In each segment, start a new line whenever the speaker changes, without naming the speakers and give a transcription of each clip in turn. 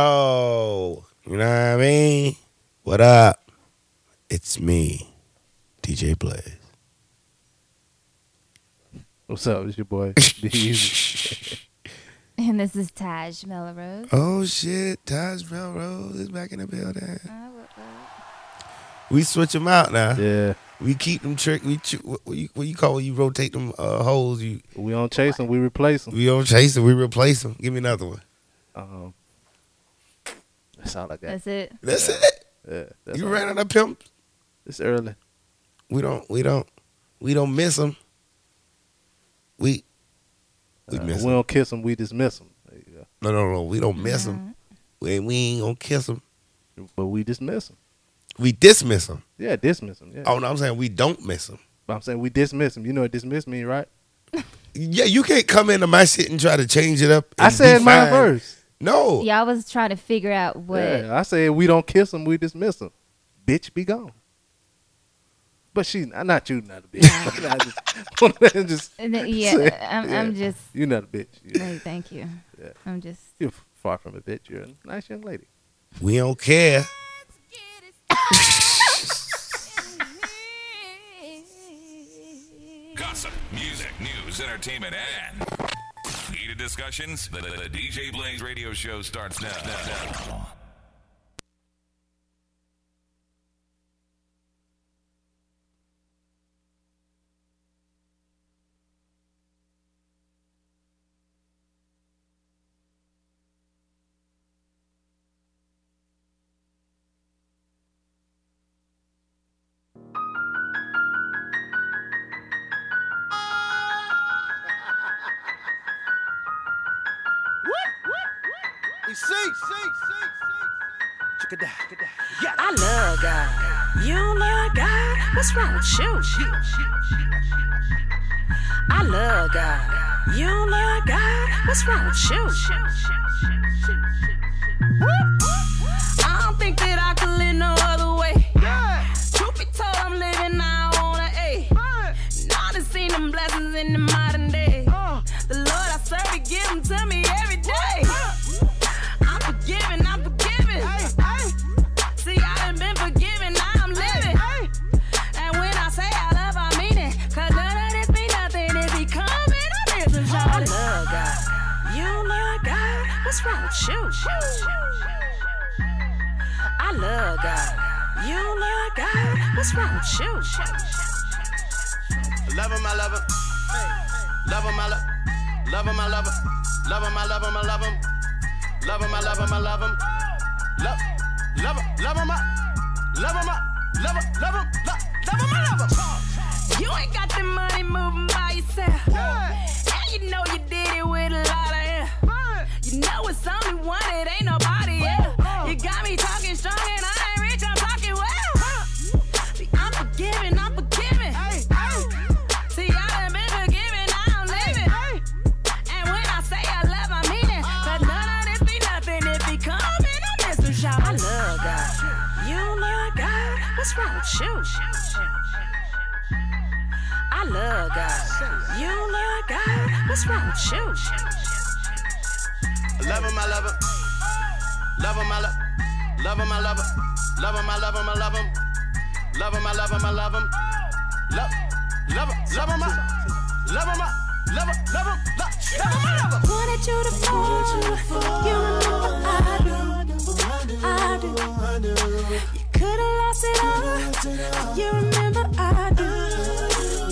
Yo, you know what I mean? What up? It's me, DJ Blaze.
What's up? It's your boy. Deez.
And this is Taj Melrose.
Oh shit, Taj Melrose is back in the building.
Uh, what- what-
We switch them out now.
yeah,
We keep them trick. We ch- what, what you, what you call when you rotate them uh, holes? You
we don't chase him. We replace him.
we don't chase them. We replace them. Give me another one.
Um, that's all I got.
That's it.
That's
Yeah.
it.
Yeah, that's
you
all.
ran out of pimp.
It's early.
We don't. We don't. We don't miss them. We we
Uh,
miss
we
them.
don't kiss him. We dismiss him. There you
No, no, no. We don't miss them.
Mhm.
We, ain't- we ain't gonna kiss them.
go. But we dismiss him.
We dismiss them.
Yeah, dismiss him. Yeah.
Oh no, I'm saying we don't miss them.
But I'm saying we dismiss him. You know what dismiss mean, right?
Yeah, you can't come into my shit and try to change it up.
I
and
said my
define-
verse.
No,
Y'all was trying to figure out what.
Yeah, I said we don't kiss him. We dismiss him. Bitch, be gone. But she, not you, not a bitch. I just, just,
And then- yeah,
Say-
I'm,
yeah.
I'm just.
you not a bitch. You-
No, thank you.
Yeah.
I'm just.
You're far from a bitch. You're a nice young lady.
we don't care.
Gossip, music, news, entertainment, and heated discussions. The, the- the DJ Blaze radio show starts now. now.
I love God. You love God? What's wrong with you? I love God. You love God? What's wrong with you? I don't think that I could live no other way. Truth be told, I'm living now on an A. Now to see them blessings in the modern day. The Lord I serve, He give 'em to me every day. I'm forgiven, I'm forgiven. See, I done been forgiven, now I'm living. And when I say I love, I mean it. Cause none of this mean nothing if he coming, I'm missing I love God. You love God? What's wrong with you? I love God. You love God? What's wrong with you?
Love him, I love him. Love him, I love Love him, I love him. Love him, I love him, I love him. Love him, I love him, I love him. Love, love him, love him, I love him, I love him, love him, love, love him, I love him.
You ain't got the money moving by yourself. And you know you did it with a lot of help. You know it's only one, it ain't nobody else. You got me talking strong and I ain't rich, I'm talking well. See, I'm forgiving, I'm forgiving. See, I done been forgiven, now I'm living. And when I say I love, I mean it. But none of this be nothing if he coming, I'm missing shot. I love God. You love God? What's wrong with you? I love God. You love God? What's wrong with you?
Love him, I love him. Love him, I love Love him, I love him. Love him, I love him, I love him. Love him, I love him, I love him. Love, love him, love him, I love him, I love him, love him, love love him, I love him.
Wanted you to fall. You remember I do. I do. You could have lost it all. You remember I do.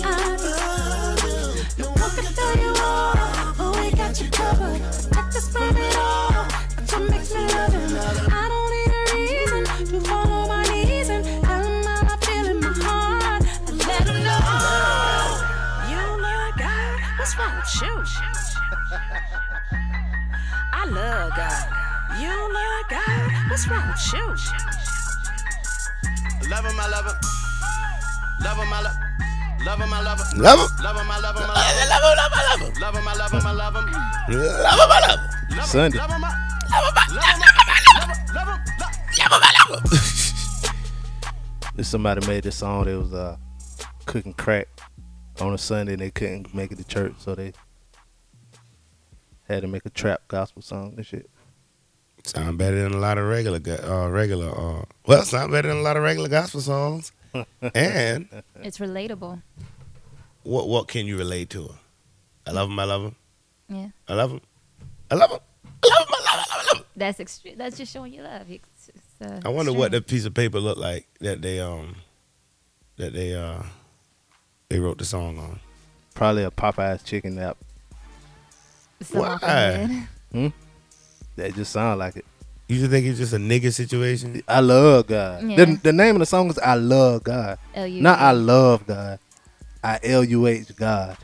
I do. No one could tell you all. Oh, we got you covered. Protect us from it all. But you make me love him. I don't need a reason to fall on my knees and tell him how I feel in my heart. I let him know. You love God. What's wrong with you? I love God. You love God. What's wrong with you?
Love him, I love him. Love him, I love Love him, I love him.
Love him.
Love him, I love him, I
Eh, Love him. Love him. Love him.
love him. Love him, I love him, I
Love
love him.
him. Love him.
Love him,
Sunday.
love him, I love him, love him.
If somebody made this song that was uh cooking crack on a Sunday and they couldn't make it to church, so they had to make a trap gospel song and shit.
Sound better than a lot of regular, go- uh, regular. Uh, well, sound better than a lot of regular gospel songs. and
It's relatable.
what what can you relate to? her? I love him. I love him.
Yeah.
I love him. I love him. I love him. I love him. I love him.
That's extre- That's just showing you love. It's- it's, uh,
I wonder what the
extreme.
piece of paper looked like that they um that they uh they wrote the song on.
Probably a Popeye's chicken app.
Some off the
Why?
head.
That just sound like it.
You just think it's just a nigga situation?
I love God.
Yeah.
The, the name of the song is I Love God.
L-U-E.
Not I love God. I L U H God.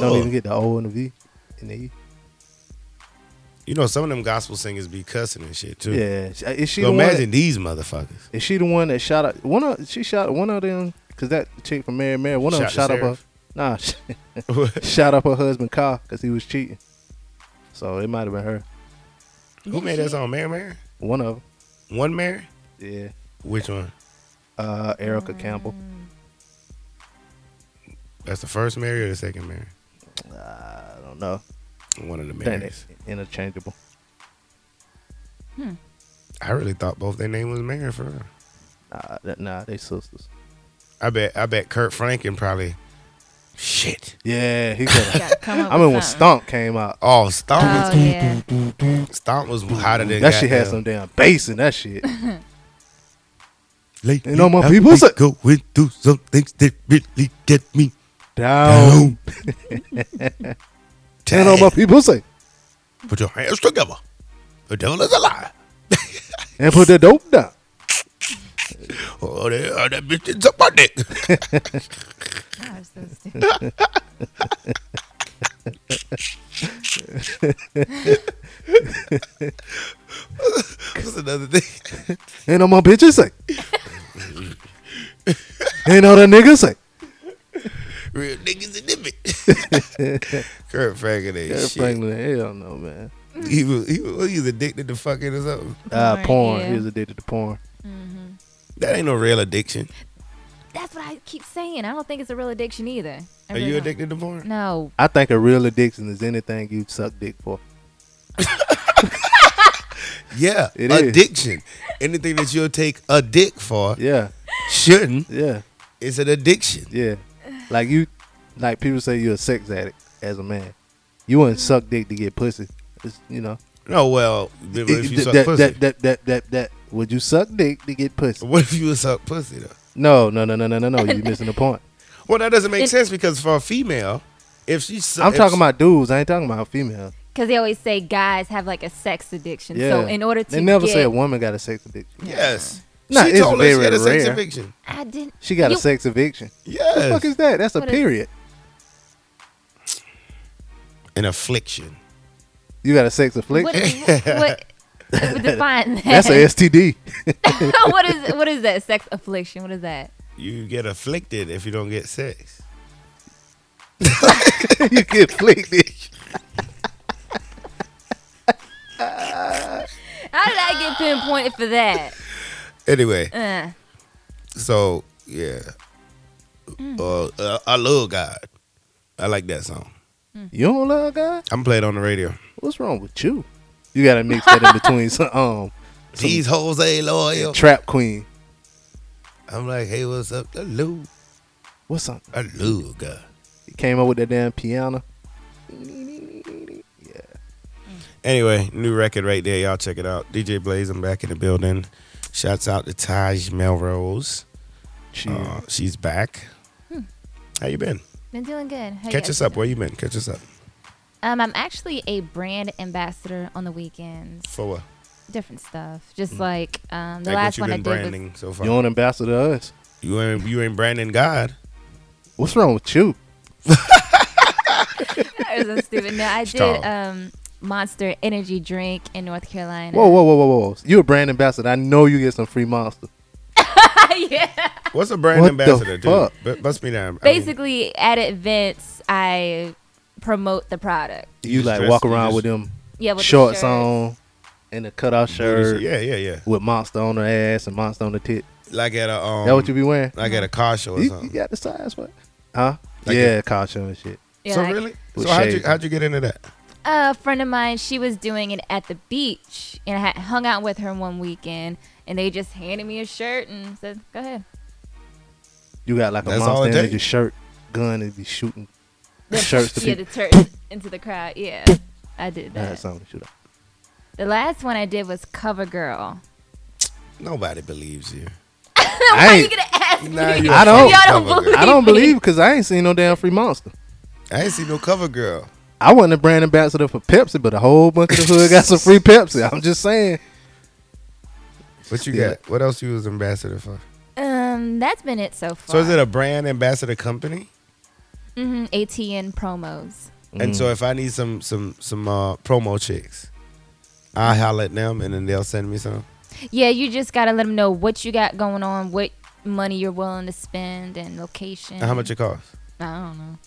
Cool.
don't even get the O and the V in the E.
You know, some of them gospel singers be cussing and shit too.
Yeah. Is she,
So
the one that-
imagine these motherfuckers.
Is she the one that shot up one of she shot one of them because that chick from Mary Mary one of them
Shot
shot
the
up her
sheriff.
nah sh- shot up her husband car because he was cheating. So it might have been her.
Who made that song? Mary Mary?
One of
One Mary?
them. Yeah.
Which one?
Uh, Erica Campbell.
That's the first Mary or the second Mary?
I don't know.
One of the
Dang
Marys.
it. Interchangeable.
I really thought both their name was Mary for real.
Nah, that, nah, they sisters.
I bet I bet Kurt Franken probably shit.
Yeah, he. Got,
Gotta come up
I mean, when
with something.
Stomp came out,
Oh, Stomp
Oh
was
yeah.
Stomp was hotter than
that shit had
goddamn-
some damn bass in that shit.
Lately,
You know, my
I've
people
been
say-
going through some things that really get me
Down.
down.
Ten on my people say,
Put your hands together. The devil is a liar.
and put the dope down.
Oh, they- oh, that bitch is up my dick.
Y'all are so stupid.
That's another thing.
Ain't no more bitches say. Ain't no the niggas say.
Real niggas in the bitch. Kurt Franklin ain't
Kurt
shit.
Franklin, hell no, man.
He was he was, he was addicted to fucking or something.
Uh,
Porn,
porn.
yeah.
He was addicted to porn.
That ain't no real addiction.
That's what I keep saying. I don't think it's a real addiction either. I
Are
really
you
don't.
addicted to porn?
No.
I think a real addiction is anything you suck dick for.
Yeah,
It is.
addiction. Anything that you'll take a dick for
Yeah,
shouldn't.
yeah,
It's an addiction.
yeah. Like you, like people say you're a sex addict as a man. You wouldn't suck dick to get pussy. It's, you know,
No, well, if
It-
you
that,
suck
that,
pussy.
that that that that that would you suck dick to get pussy?
What if you would suck pussy though?
No, no, no, no, no, no, no. You're missing the point.
Well, that doesn't make
It-
sense because for a female, if she, su-
I'm
if
talking
she-
about dudes. I ain't talking about females.
Because they always say guys have like a sex addiction.
Yeah.
So in order to
they never
get,
say a woman got a sex addiction.
yes.
Nah,
she
it's
told us she
very
had a sex
rare.
addiction.
I didn't.
She got
You-
a sex eviction.
Yes,
The fuck is that? That's a
What is-
period.
an affliction.
You got a sex
What,
affliction.
what, what, define that.
That's a STD.
what is what is that sex affliction? What is that?
You get afflicted if you don't get sex.
you get afflicted.
How did I get pinpointed for that?
Anyway,
Uh,
so yeah,
Mm.
Uh, uh, I love God. I like that song.
You don't love God?
I'm playing on the radio.
What's wrong with you? You gotta mix that in between some um
These hoes ain't loyal.
trap queen.
I'm like, hey, what's up? I love,
What's up?
I love God.
He came up with that damn piano.
Anyway, new record right there. Y'all check it out. DJ Blaze, I'm back in the building. Shouts out to Taj Melrose.
Cheer.
Uh, she's back. How you been?
been doing good. Hmm. How you
Catch
guys
us up.
doing?
Where you been? Catch us up.
Um, I'm actually a brand ambassador on the weekends.
For what?
Different stuff, just like um, the
Hmm. like
last
what
one
you
I
been
did
branding
was
so far?
you don't ambassador to us.
You ain't you ain't branding God.
What's wrong with you?
that was so stupid. No, I
Stop.
did um, Monster Energy drink in North Carolina.
Whoa, whoa, whoa, whoa, whoa. You a brand ambassador. I know you get some free monster.
yeah.
What's a brand
What the
ambassador,
fuck?
dude? B- bust me down. I mean,
Basically, at events, I promote the product.
You,
just
like
dress-
walk
you
around
just-
with them
Yeah, with the
shorts
shirts.
on and a cutoff shirt
Yeah, yeah, yeah.
with monster on her ass and monster on the tit.
Like at a um,
that what you be wearing?
like at a car show or
You, you
something.
got the size, what? Huh?
Like
yeah, car show and shit.
Yeah,
so
like-
really,
With
so how'd you
shades.
how'd you get into that?
a friend of mine, she was doing it at the beach, and I had hung out with her one weekend, and they just handed me a shirt and said, "Go ahead."
You got like a
That's all
monster
it
in
takes.
your shirt, gun, and be shooting shirts to
yeah,
people.
the turd into the crowd. Yeah, I did
That
that.
sound to shoot up.
The last one I did was Cover Girl.
Nobody believes you.
I
Why
ain't-
you gonna ask me?
Nah, you
I
a fucking
don't-
Y'all don't
cover girl.
believe-
I don't believe because I ain't seen no damn free monster.
I ain't seen no cover girl.
I wasn't a brand ambassador for Pepsi, but a whole bunch of the hood got some free Pepsi. I'm just saying.
What you
Yeah.
got? What else you was ambassador for?
Um, that's been it so far.
So is it a brand ambassador company?
hmm ATN promos?
And
Mm.
so if I need some some some uh, promo chicks, I holler at them and then they'll send me some.
Yeah, you just gotta let them know what you got going on, what money you're willing to spend, and location.
And how much it costs?
I don't know.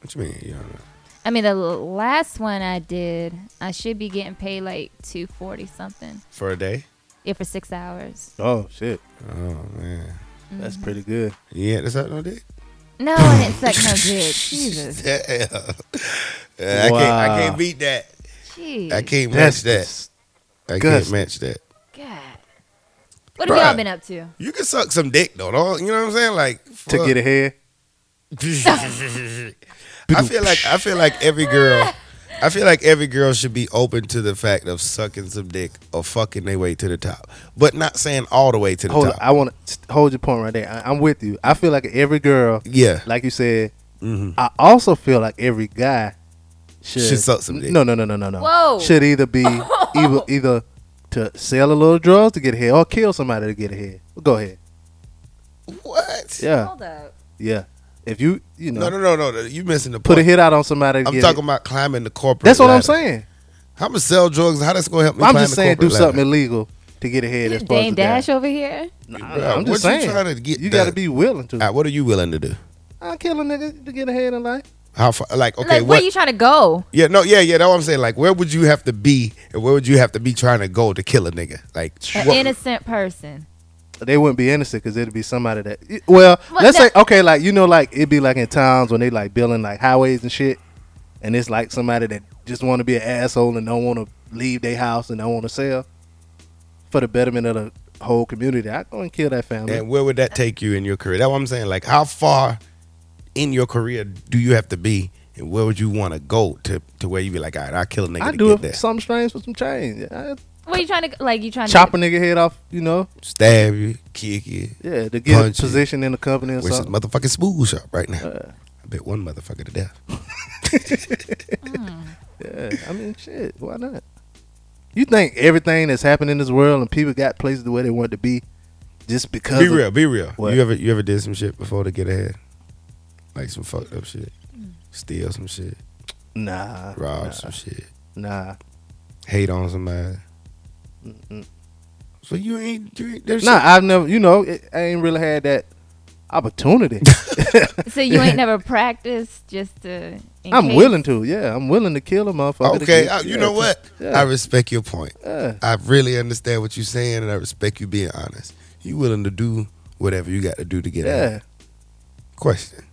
What you mean? You don't know.
I mean, the l- last one I did, I should be getting paid like two forty something.
For a day?
Yeah, for six hours.
Oh shit,
Oh man.
that's
Mm.
pretty good.
Yeah, that's not no dick.
No, and it's like no dick. Jesus,
Damn. I can't I
Wow.
can't beat that.
jeez.
I can't match
That's
that. I can't
disgusting.
match that.
God. What have y'all
Bruh.
been up to?
You can suck some dick though, dog. You know what I'm saying? Like
to
fuck.
get ahead.
I feel like I feel like every girl I feel like every girl should be open to the fact of sucking some dick or fucking their way to the top. But not saying all the way to the
Hold on,
top.
I want to hold your point right there. I, I'm with you. I feel like every girl,
yeah.
like you said,
Mhm.
I also feel like every guy should,
Should suck some dick.
No, no, no, no, no, no.
Whoa.
Should either be either either to sell a little drugs to get ahead or kill somebody to get ahead. Go ahead.
What?
Yeah,
Hold up.
yeah. If you you know
No, no, no, no, no. You missing the point.
put a hit out on somebody, to
I'm
get
talking
ahead.
about climbing the corporate.
That's what I'm
ladder.
saying.
How much sell drugs? How that's gonna help me?
I'm
climb
just
the
saying do
corporate ladder?
something illegal to get ahead. As far as
Dame
the guy.
Dash over here.
Bruh,
I'm just
what
saying.
You, trying to get
you got to
done?
be willing to.
All
Mm.
right, Uh, what are you willing to do?
I kill a nigga to get ahead in life.
How far? Like okay,
like, where
what?
you trying to go?
yeah, no, yeah, yeah. That's what I'm saying. Like, where would you have to be, and where would you have to be trying to go to kill a nigga? Like,
An
what-
innocent person.
They wouldn't be innocent because it'd be somebody that. Well,
Well,
let's
no-
say okay, like you know, like it'd be like in towns when they like building like highways and shit, and it's like somebody that just want to be an asshole and don't want to leave their house and don't want to sell for the betterment of the whole community. I go and kill that family.
and where would that take you in your career? That's what I'm saying. Like, how far in your career do you have to be, and where would you want to go to to where you be like, all right, I'll kill a nigga
I
to
do
get
it
there,
for something strange for some change. I
Where you trying to like? You trying
chop a
to
nigga head off, you know,
stab you, kick you.
yeah, to get
Punch
a
you.
position in the company or
Which is
something.
motherfucking smooth shop right now. I bet one motherfucker to death.
Yeah, I mean, shit, why not? You think everything that's happened in this world and people got places the way they want to be just because?
Be
of-
real, be real.
What?
You ever you ever did some shit before to get ahead? Like some fucked up shit.
Mm.
Steal some shit.
Nah,
Rob
nah,
some shit.
nah,
Hate on somebody. So you ain't you ain't there's
nah. I've never, you know, it, I ain't really had that opportunity.
so you ain't never practiced just to. in
I'm
case?
willing to, yeah, I'm willing to kill a motherfucker. to
Okay,
get-
I, you
yeah,
know what?
yeah.
I respect your point.
Yeah.
I really understand what you're saying, and I respect you being honest. You willing to do whatever you got to do to get
Yeah,
ahead. Question.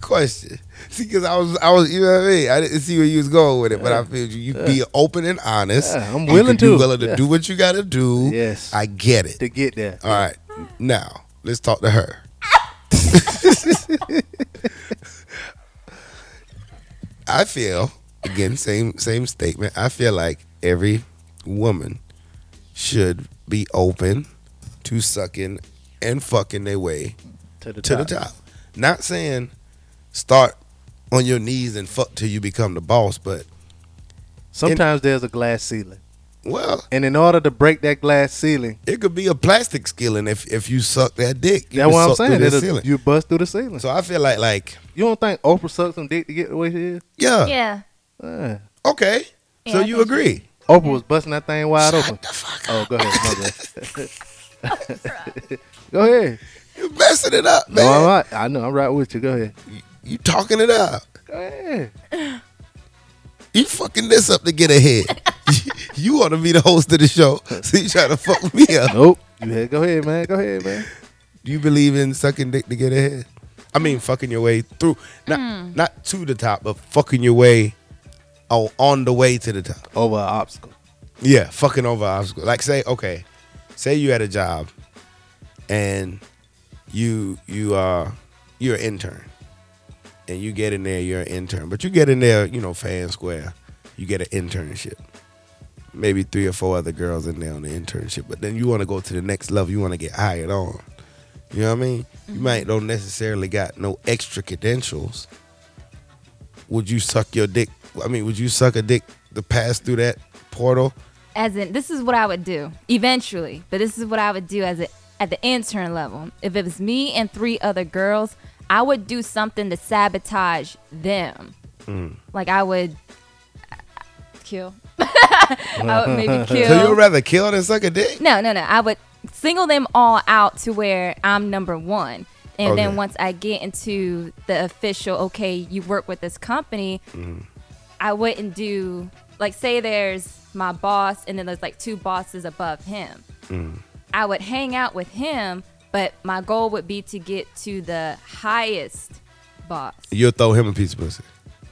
Question. See, because I was, I was, you know what I mean. I didn't see where you was going with it, but I feel you. You be open and honest.
Yeah, I'm
You
willing
could be
to.
willing to
Yeah.
do what you got to do.
Yes.
I get it.
to get there.
All right, now let's talk to her. I feel again, same same statement. I feel like every woman should be open to sucking and fucking their way
To the
to
top.
the top. Not saying start on your knees and fuck till you become the boss, but
Sometimes there's a glass ceiling,
well,
and in order to break that glass ceiling,
it could be a plastic skilling if if you suck that dick. You
that's
can
what I'm
suck through
saying.
that
it'll-
ceiling.
You bust through the ceiling.
So I feel like like
You don't think Oprah sucked some dick to get the way she is?
yeah,
Yeah.
Uh,
okay.
Yeah,
so
I
you
think so.
agree?
Oprah was busting that thing wide open. Oh, go ahead. My bad. go ahead.
You messing it up,
No,
man.
I'm not. I know. I'm right with you. Go ahead.
You talking it up.
Go ahead.
You fucking this up to get ahead. you want to be the host of the show, so you trying to fuck me up.
Nope. You had. Go ahead, man. Go ahead, man.
Do you believe in sucking dick to get ahead? I mean, fucking your way through, not
Hmm.
not to the top, but fucking your way, oh, on the way to the top.
over an obstacle.
Yeah, fucking over obstacle. Like say, okay, say you had a job and you you uh you're an intern. And you get in there, you're an intern. But you get in there, you know, fair and square. You get an internship. Maybe three or four other girls in there on the internship. But then you want to go to the next level, you want to get hired on. You know what I mean? You might don't necessarily got no extra credentials. Would you suck your dick? I mean, would you suck a dick to pass through that portal?
as in this is what I would do eventually, but this is what I would do as a, at the intern level. If it was me and three other girls, I would do something to sabotage them.
Hmm.
Like I would uh, kill. I would maybe kill.
So you would rather kill than suck a dick?
No, no, no. I would single them all out to where I'm number one. And
Okay.
then once I get into the official, okay, you work with this company, I wouldn't do, like, say there's my boss and then there's like two bosses above him. I would hang out with him, but my goal would be to get to the highest boss,
You'll throw him a piece of pussy.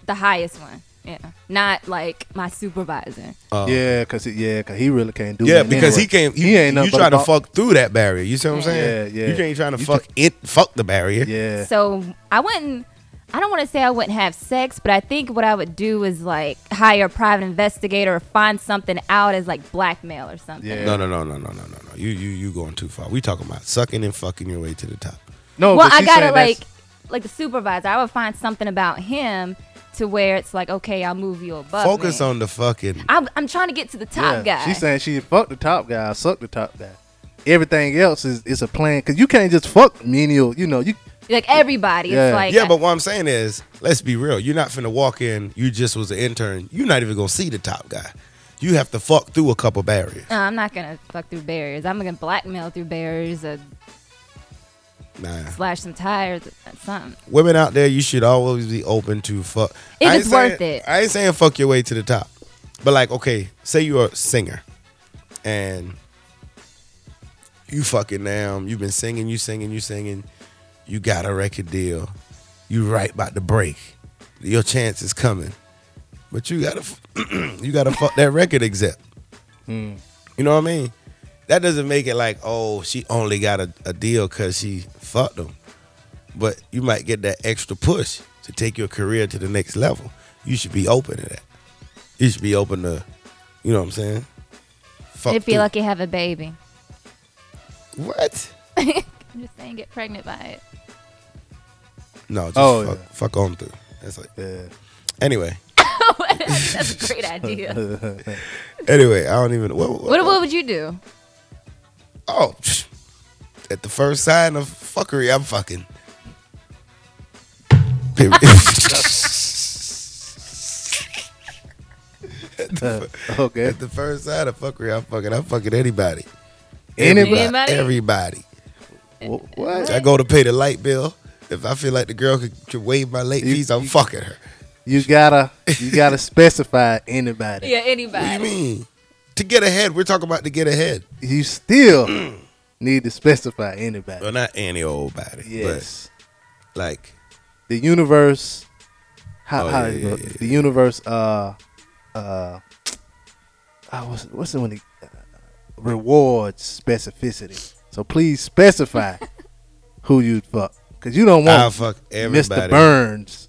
the highest one. Yeah. Not like my supervisor.
yeah, cause he, yeah, cause he really can't do.
Uh, Yeah,
nothing
because he
anyway.
can't. You,
He ain't nothing
you
but
trying
a
to
bo-
fuck through that barrier. You see what I'm saying?
Yeah, yeah.
You can't trying to
You
fuck it. Fuck the barrier.
Yeah,
So I wouldn't. I don't want to say I wouldn't have sex, but I think what I would do is like hire a private investigator or find something out as like blackmail or something.
yeah.
No, no, no, no, no, no, no, no. You, you, you going too far. We talking about sucking and fucking your way to the top.
No,
well,
but
I
she's
gotta
saying that's-
like, like the supervisor. I would find something about him to where it's like, okay, I'll move you above.
Focus
me.
on the fucking.
I'm, I'm trying to get to the top
yeah,
guy.
She's saying she fucked the top guy, I sucked the top guy. Everything else is is a plan because you can't just fuck menial. You know, you
like everybody.
Yeah.
It's like
Yeah, but what I'm saying is, let's be real. You're not finna walk in. You just was an intern. You're not even gonna see the top guy. You have to fuck through a couple barriers.
No, uh, I'm not gonna fuck through barriers. I'm gonna blackmail through barriers or
Nah,
slash some tires or something.
women out there, you should always be open to fuck.
If
I ain't
it's worth
saying-
it.
I ain't saying fuck your way to the top, but like, okay, say you're a singer, and you fucking damn, you've been singing, you singing, you singing, you got a record deal, you right about to break, your chance is coming, but you gotta, f- you gotta fuck that record exec. You know what I mean? That doesn't make it like, oh, she only got a, a deal because she fucked them but you might get that extra push to take your career to the next level. You should be open to that. You should be open to, you know what I'm saying? Fuck
if you're
through-
lucky, have a baby.
What?
I'm just saying, get pregnant by it.
No, just
Oh,
fuck,
yeah.
fuck on through. That's like,
yeah.
anyway,
That's a great idea.
anyway, I don't even. What, what,
What, what would you do?
oh, psh. at the first sign of fuckery, I'm fucking. Period.
okay.
at the first sign of fuckery, I'm fucking. I'm fucking anybody.
Anybody?
Anybody?
Everybody.
Wh- What?
I go to pay the light bill. If I feel like the girl could, could waive my late
You-
fees, I'm
you-
fucking her.
You gotta you gotta specify anybody.
Yeah,
What do you
anybody.
mean? Hmm. To get ahead, we're talking about to get ahead.
You still need to specify anybody.
Well, not any old body.
yes.
But like,
the universe how,
Oh,
how
yeah,
it
yeah,
go-
yeah,
the universe uh uh I was what's it when it uh, rewards specificity so please specify who you'd fuck because you don't
I'll
want
fuck
mr
everybody.
burns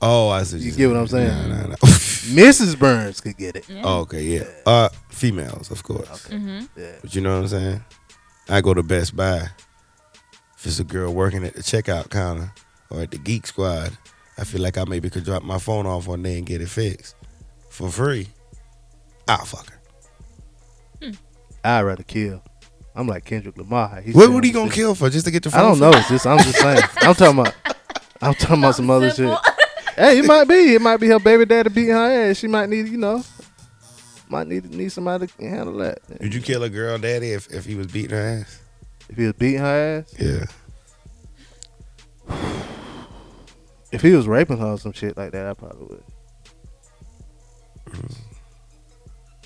Oh, I see.
You get what I'm saying?
Nah, nah, nah.
mrs burns could get it
Oh, okay, yeah. Uh, females, of course. But you know what I'm saying? I go to Best Buy. If it's a girl working at the checkout counter or at the Geek Squad, I feel like I maybe could drop my phone off one day and get it fixed for free. I'll fuck her.
i'd rather kill i'm like kendrick lamar He
What
said
would he
I'm
gonna
just-
kill for just to get the phone?
i don't
fixed?
know it's just i'm just saying i'm talking about i'm talking about some other shit hey, it might be. It might be her baby daddy beating her ass. She might need, you know, might need need somebody to handle that.
Would you kill a girl, daddy, if, if he was beating her ass?
If he was beating her ass,
Yeah.
if he was raping her or some shit like that, I probably would.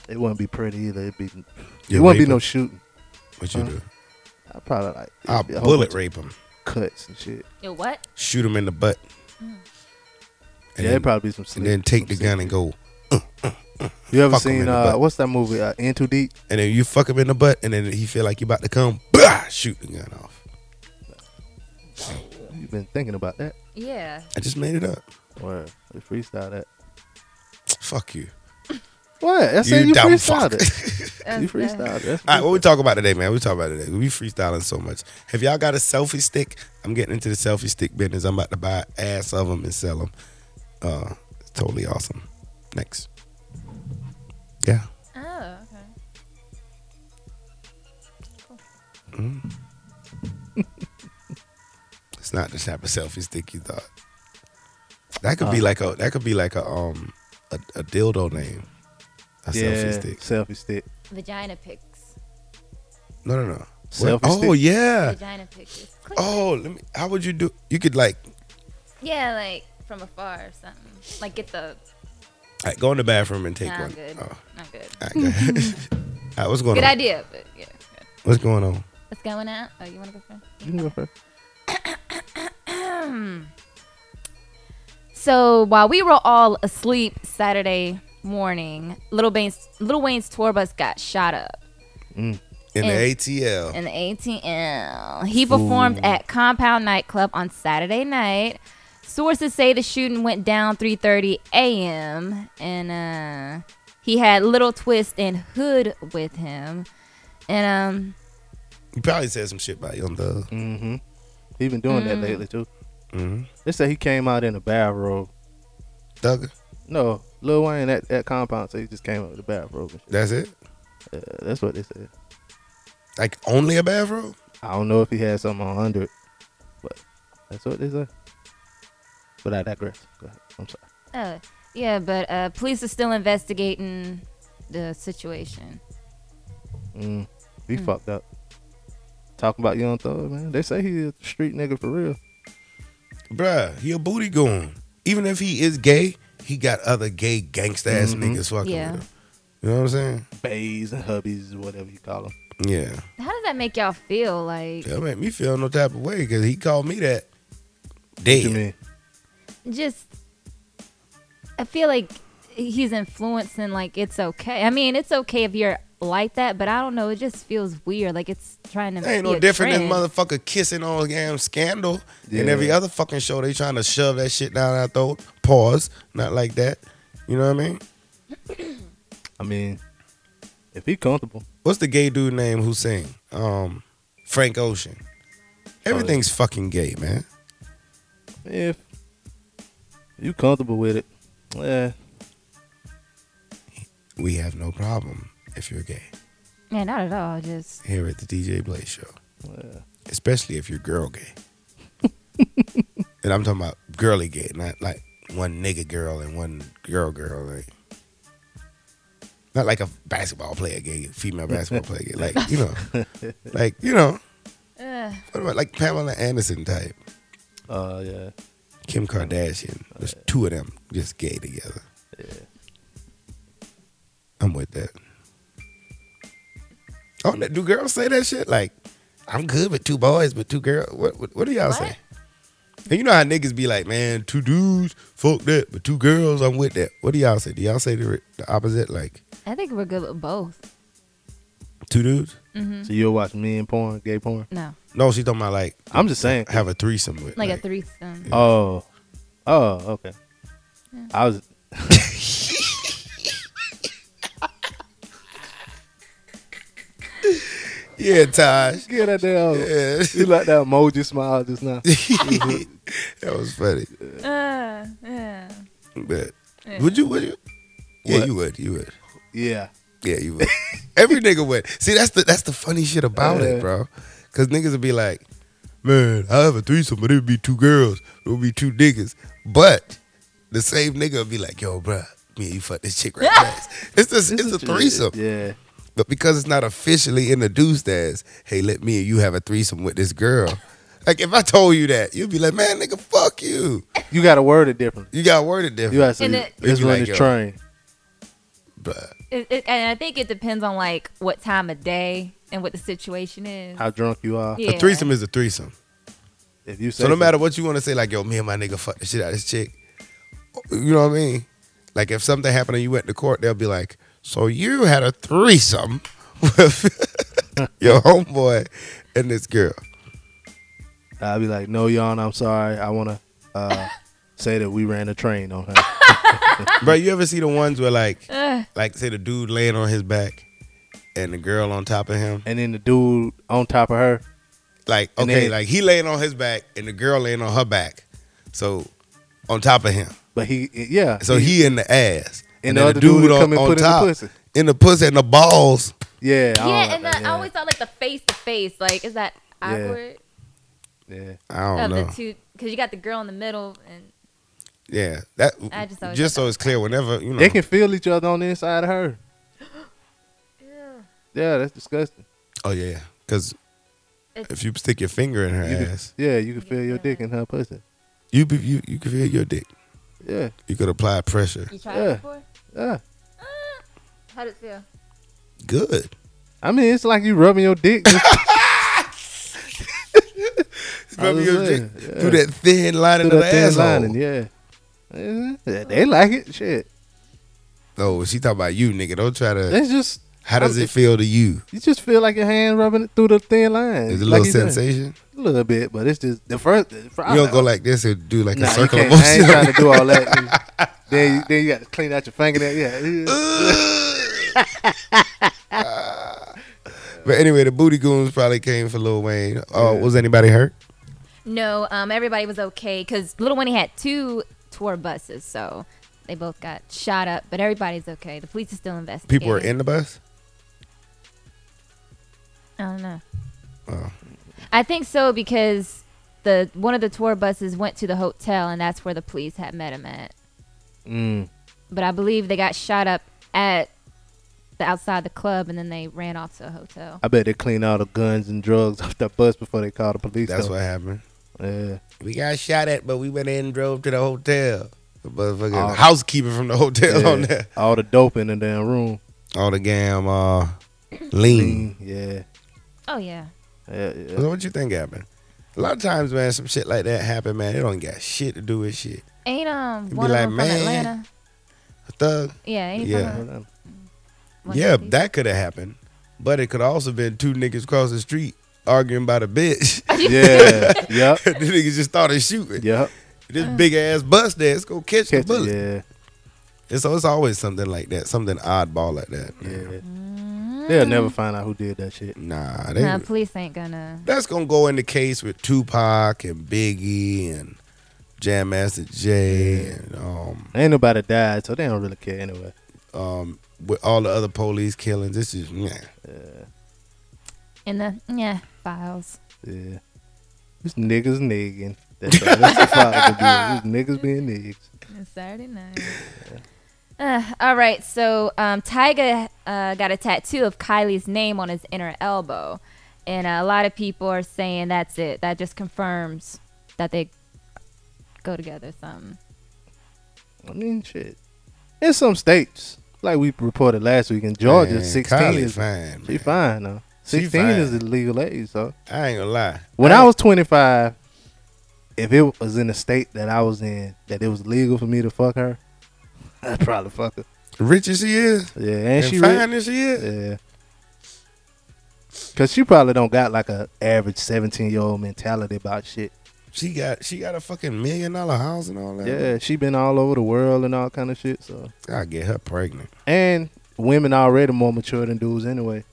It wouldn't be pretty either. It'd be.
You
it wouldn't
rape
be no
him?
shooting.
What you do?
I probably like.
I'll
it'd be a whole
bullet
bunch-
rape him.
cuts and shit.
Yo, what?
Shoot him in the butt. And
Mm.
then,
yeah, it'd probably be some.
and then
slick-
take the
some
gun and go.
slick- You
fuck
ever
'em in
seen
the
uh,
butt.
what's that movie? Uh, In Too Deep.
And then you fuck him in the butt, and then he feel like you about to come. Bah! Shoot the gun off.
You've been thinking about that,
Yeah.
I just made it up.
or you freestyle that?
Fuck you.
What? I
You
said you,
dumb
freestyled
fuck.
it.
That's
You
the-
freestyled it. That's
All right, what we talk about today, man? We talk about today. We freestyling so much. Have y'all got a selfie stick? I'm getting into the selfie stick business. I'm about to buy ass of them and sell them. Uh, it's totally awesome. Next, yeah,
Oh, okay.
it's not the type of selfie stick you thought. That could be
Uh.
like a that could be like a um a, a dildo name. A
yeah,
selfie stick.
Selfie stick.
Vagina pics.
No, no, no. What?
Selfie
Oh
stick?
yeah.
Vagina pictures. Click.
Oh, let me. How would you do? You could like
Yeah, like from afar or something. Like get the.
like, go in the bathroom and take
Nah, I'm
one.
good.
Oh,
I'm good.
all right, go ahead. All right, what's going
Good
on?
idea, but yeah. good.
What's going on?
What's going on? Oh, you want to go first?
You can go first.
So while we were all asleep Saturday morning, Little Wayne's Little Wayne's tour bus got shot up
In the
And-
ATL.
in the ATL. He performed at Compound Nightclub on Saturday night. Sources say the shooting went down 3:30 a.m. and uh, he had Little Twist and Hood with him. And um,
You probably said some shit about Young Thug.
Mm-hmm. He been doing that lately too.
Mm-hmm.
They said he came out in a battle robe.
Thugger.
No, Lil Wayne at, at compound, so he just came out with a battle robe. And shit.
That's it.
Uh, that's what they said.
Like only a bathrobe.
I don't know if he had something on under it, but that's what they said. But I digress. Go ahead. I'm sorry.
oh, yeah, but uh, police are still investigating the situation.
Mm, he fucked up. Talking about Young Thug, man. They say he a street nigga for real.
Bruh, he a booty goon. Even if he is gay, he got other gay gangsta ass niggas fucking
Yeah.
with him. You know what I'm saying?
Bays and hubbies, whatever you call them.
Yeah.
How does that make y'all feel? Like
That make me feel no type of way because he called me that. Dead.
You mean?
just I feel like he's influencing like it's okay. I mean, it's okay if you're like that, but I don't know, it just feels weird. Like it's trying to
That ain't
be
no
a
different than
trend.
motherfucker kissing on damn scandal and
Yeah.
every other fucking show. They trying to shove that shit down our throat. Pause. Not like that. You know what I mean?
I mean, if he comfortable,
what's the gay dude name who sing? Um, Frank Ocean. Everything's fucking gay, man.
if you comfortable with it, yeah.
We have no problem if you're gay
Yeah, not at all. Just
here at the DJ Blaze Show, especially if you're girl gay. and I'm talking about girly gay, not like one nigga girl and one girl girl. Like, not like a basketball player gay, female basketball player gay. Like you know, like you know. What about like Pamela Anderson type?
Uh, yeah.
Kim Kardashian. There's two of them just gay together. I'm with that. Oh, that- do girls say that shit? Like, I'm good with two boys, but two girls. What what, what do y'all say? And you know how niggas be like, man, two dudes, fuck that, but two girls, I'm with that. What do y'all say? Do y'all say the, the opposite? Like,
I think we're good with both.
two dudes?
Mm-hmm.
So you'll watch men porn, gay porn.
No.
No, she talking about like
I'm just saying.
have a threesome with.
Like a threesome.
Oh, oh, okay. I was.
yeah, Taj.
Get that damn.
Yeah.
You like that emoji smile just now.
Mm-hmm. that was funny.
Uh, yeah.
But would you? Would you? Yeah,
What?
you would. You would.
yeah.
Yeah, you would. Every nigga would. See, that's the that's the funny shit about
Yeah.
it, bro. Cause niggas would be like, man, I have a threesome, but it'd be two girls, it'll be two niggas. But the same nigga would be like, yo, bro, me and you fuck this chick right fast. It's this, it's a threesome.
Yeah.
But because it's not officially introduced as, hey, let me and you have a threesome with this girl. Like if I told you that, you'd be like, man, nigga, fuck you.
You got to word it differently.
You got worded different.
You got to say,
And it-
let's
You
run
like,
this
yo.
train.
Bruh.
It, it, and I think it depends on like what time of day and what the situation is.
How drunk you are.
yeah.
A threesome is a threesome.
If you say
So no matter what you want to say, like yo, me and my nigga fuck the shit out of this chick. You know what I mean? Like if something happened and you went to court, they'll be like, "So you had a threesome with your homeboy and this girl."
I'll be like, no, yawn. I'm sorry. I want to uh, say that we ran a train on her.
Bro, you ever see the ones where like, like say the dude laying on his back and the girl on top of him?
and then the dude on top of her.
Like
And
okay,
they-
like he laying on his back and the girl laying on her back, so on top of him.
But he, yeah.
So he in the ass,
And
then
the other dude come and put in the pussy.
in the pussy and the balls.
yeah. I don't
yeah,
like
and
that,
the, I always thought like the face to face. Like, is that awkward?
yeah.
I
Of
don't know.
the two, because you got the girl in the middle, and
Yeah, that
I just
just,
always
so it's clear. Whenever you know,
They can feel each other on the inside of her. Yeah, that's disgusting.
oh yeah, because
It's-
if you stick your finger in her
You can,
ass,
yeah, you can feel your dick in her pussy.
you be- you you can feel your dick.
Yeah,
You could apply pressure.
you tried
Yeah.
it before.
yeah.
How did it feel?
Good.
I mean, it's like you rubbing your dick. just
Rub
was
your
saying,
dick through that thin lining
through
of the
that thin
asshole.
lining. Yeah. Yeah, they like it. Shit.
Oh, she talking about you, nigga. Don't try to.
It's just
How does
I'm-
it feel to you?
you just feel like your hand rubbing it through the thin line.
Is it a
Like
little
you said,
sensation?
A little bit, but it's just the first. The,
You don't go like this and do like
nah,
a
you
circle of
can't, I ain't
motion.
trying to do all that. then, you, then you got to clean out your fingernail.
Uh.
Yeah.
But anyway, the booty goons probably came for Lil Wayne. Oh, was anybody hurt?
No, um, everybody was okay because Little Winnie had two tour buses, so they both got shot up. But everybody's okay. The police is still investigating.
People were in the bus.
I don't know.
Oh.
I think so because the one of the tour buses went to the hotel, and that's where the police had met him at.
Mm.
But I believe they got shot up at the outside the club, and then they ran off to a hotel.
I bet they clean all the guns and drugs off that bus before they call the police.
That's
though.
what happened.
Yeah.
We got shot at, but we went in and drove to the hotel. The motherfucking
Oh.
housekeeper from the hotel
Yeah.
on there.
All the dope in the damn room.
All the damn uh, lean.
Yeah.
Oh yeah,
Yeah. yeah.
So what you think happened? A lot of times, man, some shit like that happen, man. It don't got shit to do with shit.
ain't um
be
one of
like,
them
"Man,
from Atlanta?
Thug.
Yeah, ain't
yeah.
From,
Whatever.
one of
Yeah,
these?
that could have happened. But it could also been two niggas across the street arguing about a bitch.
Yeah. yep.
the niggas just started shooting.
Yep.
This big ass bus there, it's gonna catch,
Catch
the bullet.
it.
And so it's always something like that, something oddball like that.
Yeah.
man.
Yeah. They'll never find out who did that shit.
Nah, they,
Nah, police ain't gonna.
that's gonna go in the case with Tupac and Biggie and Jam Master Jay and um
Ain't nobody died, so they don't really care anyway.
um with all the other police killings. This is yeah.
in the yeah files.
Yeah. This niggas nigging. That's all. That's the problem. This niggas being niggas.
It's Saturday night. Uh, all right, so um, Tyga uh, got a tattoo of Kylie's name on his inner elbow, and uh, a lot of people are saying that's it. That just confirms that they go together. or Something.
I mean, shit. In some states, like we reported last week in Georgia,
Man,
16
Kylie
is
fine.
she
man.
fine though.
She
16 is
fine.
the legal age. So
I ain't gonna lie.
when I was 25, if it was in a state that I was in that it was legal for me to fuck her, I'd probably fuck her.
Rich as she is
Yeah, and,
and,
she rich.
fine as she is.
Yeah. Cause she probably don't got like a average 17 year old mentality about shit.
She got she got a fucking million dollar house and all that.
Yeah, she been all over the world and all kind of shit. So
I'll get her pregnant.
and women already more mature than dudes anyway.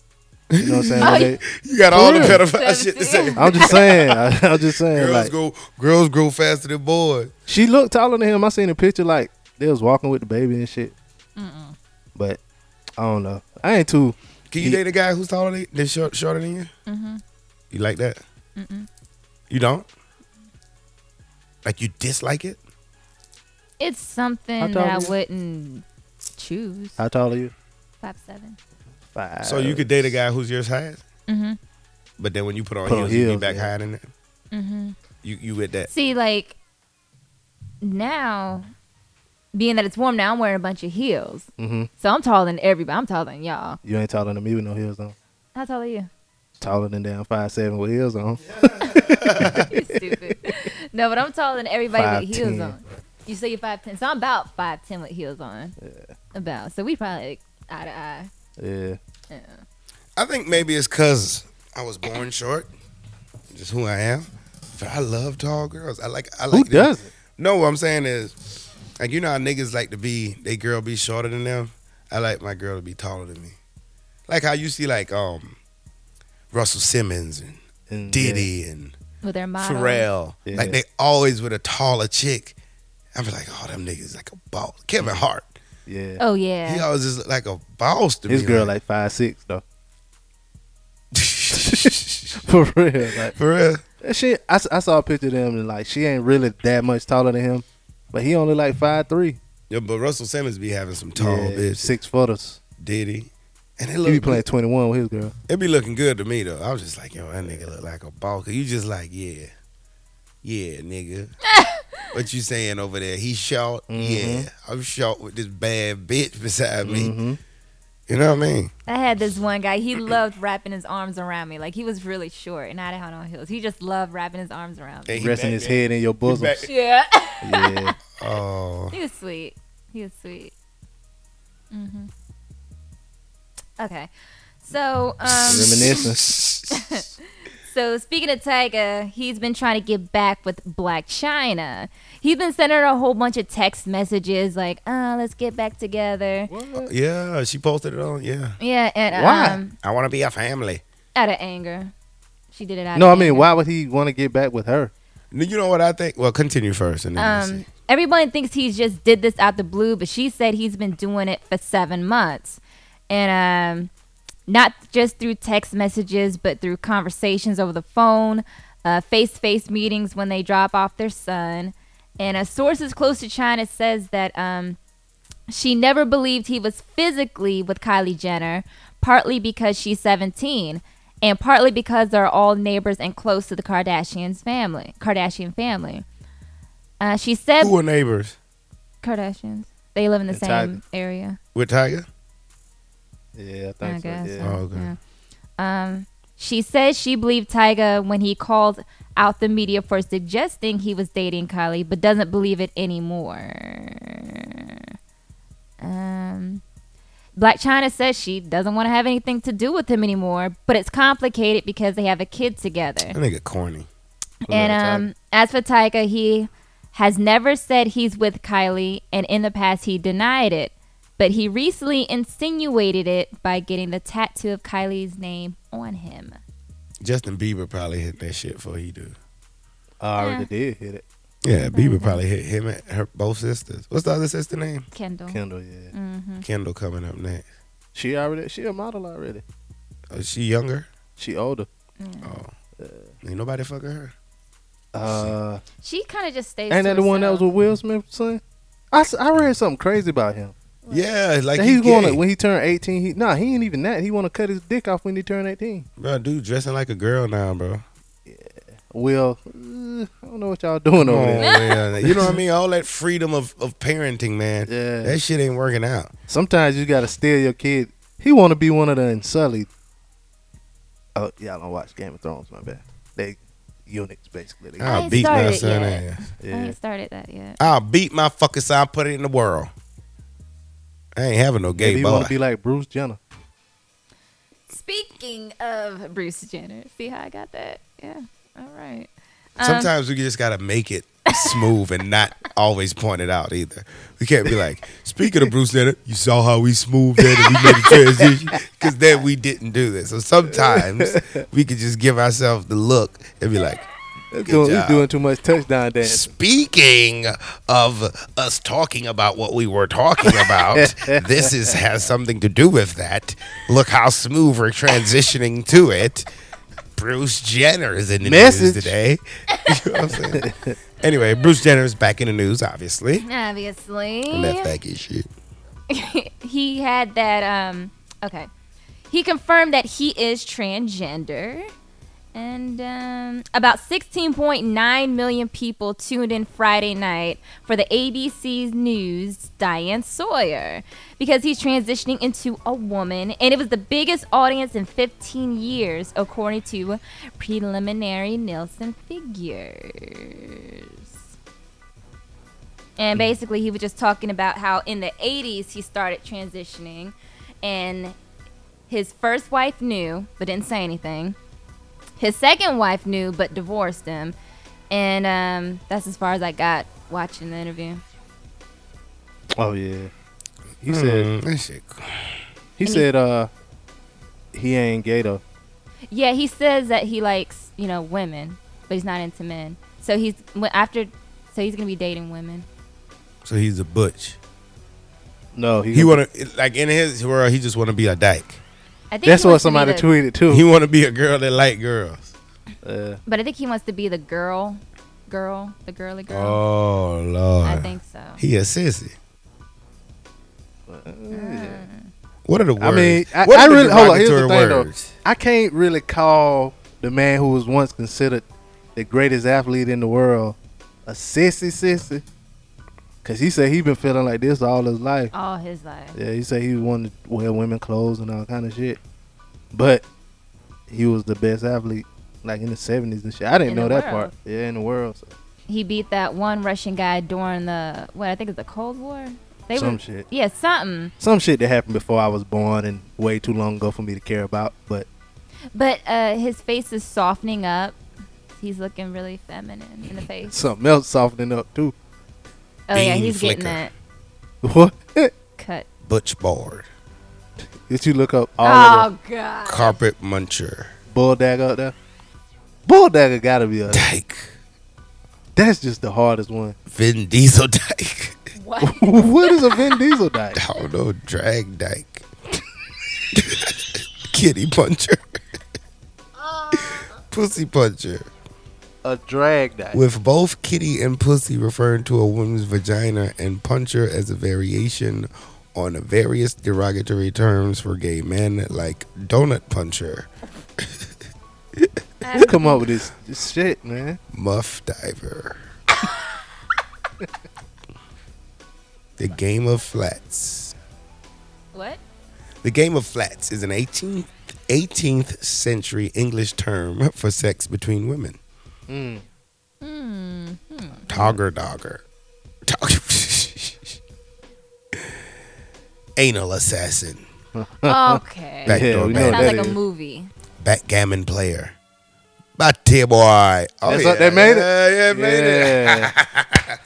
You know what I'm saying? When they-
You got all the
real.
pedophile shit to say.
I'm just saying. I, am just saying.
Girls
like
go girls grow faster than boys.
she looked taller than him. I seen a picture like they was walking with the baby and shit. But I don't know. I ain't too.
Can
He-
you date a guy who's taller than than short, shorter than you? Mm-hmm. You like that? Mm-mm. You don't? Like you dislike it?
It's
How
something
tall
that I
is it?
wouldn't choose.
How tall are you?
Five seven.
Five.
So you could date a guy who's your size,
Mhm.
but then when you put on
Put on
heels, you be
heels,
back
yeah.
higher than that.
Mhm.
You you with that?
See, like now, being that it's warm now, I'm wearing a bunch of heels,
Mhm.
so I'm taller than everybody. I'm taller than y'all.
You ain't taller than me with no heels on.
How tall are you?
taller than damn five seven with heels on.
You stupid. no, but I'm taller than everybody with heels
5'10".
on. You say you're five ten, so I'm about five ten with heels on. About so we probably like, eye to eye.
Yeah.
Yeah.
I think maybe it's cause I was born short, just who I am. But I love tall girls. I like. I like.
Who
them.
doesn't?
No, what I'm saying is, like you know how niggas like to be they girl be shorter than them. I like my girl to be taller than me. Like how you see like um, Russell Simmons and
And,
Diddy and
With their model.
Pharrell.
Yeah.
Like they always with a taller chick. I be like, oh, them niggas like a boss. Kevin Hart.
Yeah. yeah.
Oh
He
yeah.
always just look like a boss to
His
me.
girl like five six though. For real. Like
For real.
that shit I, s- I saw a picture of them and like she ain't really that much taller than him. But he only like five three.
Yeah, but Russell Simmons be having some tall
yeah,
bitch.
Six footers.
Diddy. And it
He be
look
playing twenty one with his girl.
it be looking good to me though. I was just like, yo, that nigga look like a ball. Cause you just like, yeah. Yeah, nigga. what you saying over there? He short?
Mm-hmm.
Yeah. I'm short with this bad bitch beside me.
Mm-hmm.
You know what I mean?
I had this one guy. He loved wrapping his arms around me. Like he was really short, and I had on heels. He just loved wrapping his arms around me.
And he
Resting
back
his
there.
head in your bosom.
back-
Yeah.
Yeah.
Oh.
He was sweet. He was sweet. Mhm. Okay. So, um,
Reminiscence.
so speaking of Tyga, he's been trying to get back with Black China. He's been sending her a whole bunch of text messages like, "Uh, let's get back together."
Yeah, she posted it on. Yeah.
Yeah, and
Why?
um,
I want to be a family.
out of anger, she did it out.
No, I
of
mean,
anger.
why would he want to get back with her?
You know what I think? Well, continue first. And then we'll
Um,
see.
everyone thinks he just did this out the blue, but she said he's been doing it for seven months, and um, not just through text messages, but through conversations over the phone, face to face meetings when they drop off their son, and uh, sources close to China says that um, she never believed he was physically with Kylie Jenner, partly because she's 17 and partly because they're all neighbors and close to the Kardashians family, Kardashian family. Uh, she said
Who are neighbors
Kardashians. They live in the
And
same area.
with Tiger?
Yeah, I
I
think
guess.
so.
Oh,
Yeah.
okay.
Yeah. Um, she says she believed Tyga when he called out the media for suggesting he was dating Kylie, but doesn't believe it anymore. Um, Black China says she doesn't want to have anything to do with him anymore, but it's complicated because they have a kid together.
That nigga corny.
And
Yeah,
um, as for Tyga, he has never said he's with Kylie, and in the past he denied it. But he recently insinuated it by getting the tattoo of Kylie's name on him.
Justin Bieber probably hit that shit before he do.
I already
Yeah.
did hit it.
Yeah, Bieber probably hit him and her both sisters. What's the other sister name?
Kendall.
Kendall, yeah.
Mm.
Kendall coming up next.
She already, she a model already.
Oh, she younger?
She older.
Oh. Ain't nobody fucking her.
Uh,
She kind of just stays.
ain't
to
that the one that was
herself.
with Will Smith's son? I, s- I read something crazy about him.
Yeah, like
That
he
he's going
gay.
to, when he turned 18, he, nah, he ain't even that. He want to cut his dick off when he turned 18.
bro, dude dressing like a girl now, bro.
Will, uh, I don't know what y'all doing
Come
over
on,
there.
man. You know what I mean? All that freedom of, of parenting, man.
Yeah.
That shit ain't working out.
Sometimes you got to steal your kid. He want to be one of the Unsullied. Oh, y'all don't watch Game of Thrones, my bad. They eunuchs, basically. They,
I'll
ain't
beat my
started
son
yet.
ass.
I
yeah.
ain't started that yet.
I'll beat my fucking son, put it in the world. I ain't having no
Maybe
gay
he
boy.
want to be like Bruce Jenner.
Speaking of Bruce Jenner, see how I got that? Yeah. All right.
Sometimes we just gotta make it smooth and not always point it out either. We can't be like, speaking of Bruce Leonard, you saw how we smoothed that and we made a transition because then we didn't do this. So sometimes we could just give ourselves the look and be like,
Doing, he's
job.
doing too much touchdown dance.
Speaking of us talking about what we were talking about, this is has something to do with that. Look how smooth we're transitioning to it. Bruce Jenner is in the
Message.
news today. You know what I'm saying? anyway, Bruce Jenner is back in the news, obviously.
Obviously.
Left back is shit.
he had that um okay he confirmed that he is transgender And um, about 16.9 million people tuned in Friday night for the ABC's news, Diane Sawyer, because he's transitioning into a woman. And it was the biggest audience in 15 years, according to preliminary Nielsen figures. And
Mm.
basically, he was just talking about how in the 80s he started transitioning, and his first wife knew but didn't say anything. His second wife knew but divorced him. And um, that's as far as I got watching the interview.
Oh yeah. He said
Hmm. That shit.
he said uh he ain't gay though.
Yeah, he says that he likes, you know, women, but he's not into men. So he's wh- after, so he's gonna be dating women.
So he's a butch.
No,
He wanna like in his world, he just wanna be a dyke.
I think
That's
he
what
wants to be
somebody
the-
tweeted too.
He wanna be a girl that like girls.
uh,
But I think he wants to be the girl, girl, the girly girl.
Oh lord.
I think so.
He a sissy. What are the words?
I mean, I,
What
I
are the
really hold on. Here's the
derogatory
thing
words?
though. I can't really call the man who was once considered the greatest athlete in the world a sissy sissy, cause he said he been feeling like this all his life.
All his life.
Yeah, he said he wanted to wear women clothes and all kind of shit, but he was the best athlete like in the seventies and shit. I didn't
In
know
the
that
world.
part. Yeah, in the world, so-
He beat that one Russian guy during the what I think is the Cold War. They
some
were,
shit,
Yeah, something.
some shit that happened before I was born and way too long ago for me to care about. But
But uh, his face is softening up. He's looking really feminine in the face.
something else softening up too.
Oh yeah,
Bean
he's getting
flicker.
that
What?
cut.
Butch board,
Did you look up all of
Oh god.
carpet muncher,
the bulldog out there? Bulldog gotta be a.
dyke,
That's just the hardest one.
Vin Diesel dyke.
What?
what is a Vin Diesel diet?
I don't know, drag dyke, kitty puncher, pussy puncher.
A drag diet.
With both kitty and pussy referring to a woman's vagina and puncher as a variation on the various derogatory terms for gay men, like donut puncher,
You come up with this, this shit, man.
muff diver, the game of flats.
What?
The game of flats is an 18th, 18th century English term for sex between women.
Mm.
Togger dogger. Tog- Anal assassin.
Okay.
Back-
yeah,
door
we
bag.
know what
Sounds
that
like a
is.
movie.
Backgammon player. Batty boy. Oh,
That's what- they made it?
Yeah, yeah, made it.
Yeah.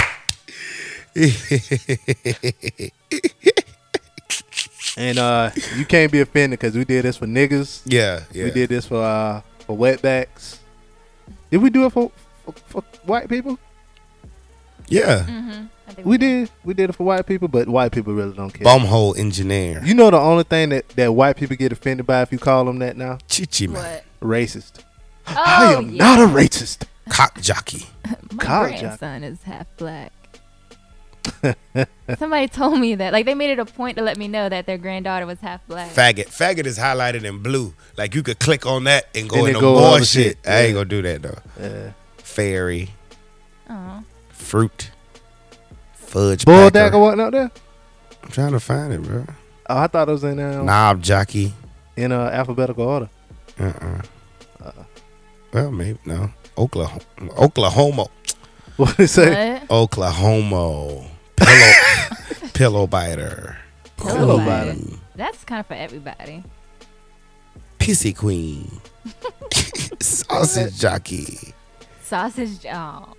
and uh, you can't be offended because we did this for niggas.
Yeah, yeah.
We did this for uh, for wetbacks. Did we do it for, for, for white people?
Yeah.
I think
We did. We did it for white people, but white people really don't care.
Bumhole engineer.
You know the only thing that, that white people get offended by if you call them that now?
Chichi man.
What?
Racist.
Oh,
I am
yeah.
not a racist.
Cock jockey.
My
College job.
grandson is half black. Somebody told me that. Like they made it a point to let me know that their granddaughter was half black.
Faggot. Faggot is highlighted in blue. Like you could click on that and go
And it
into
go
more
other
shit.
shit.
I
Yeah.
ain't gonna do that though.
Uh,
Fairy.
Aw.
Fruit. Fudge.
Bulldog
packer.
or whatnot there?
I'm trying to find it, bro.
Oh, I thought it was in um,
Knob jockey.
in uh, alphabetical order.
Uh uh Well, maybe no. Oklahoma, Oklahoma,
What did it say?
What?
Oklahoma. Pillow, pillow biter.
Pillow
biter.
Queen.
That's kind of for everybody.
Pissy queen. Sausage jockey.
Sausage. Oh.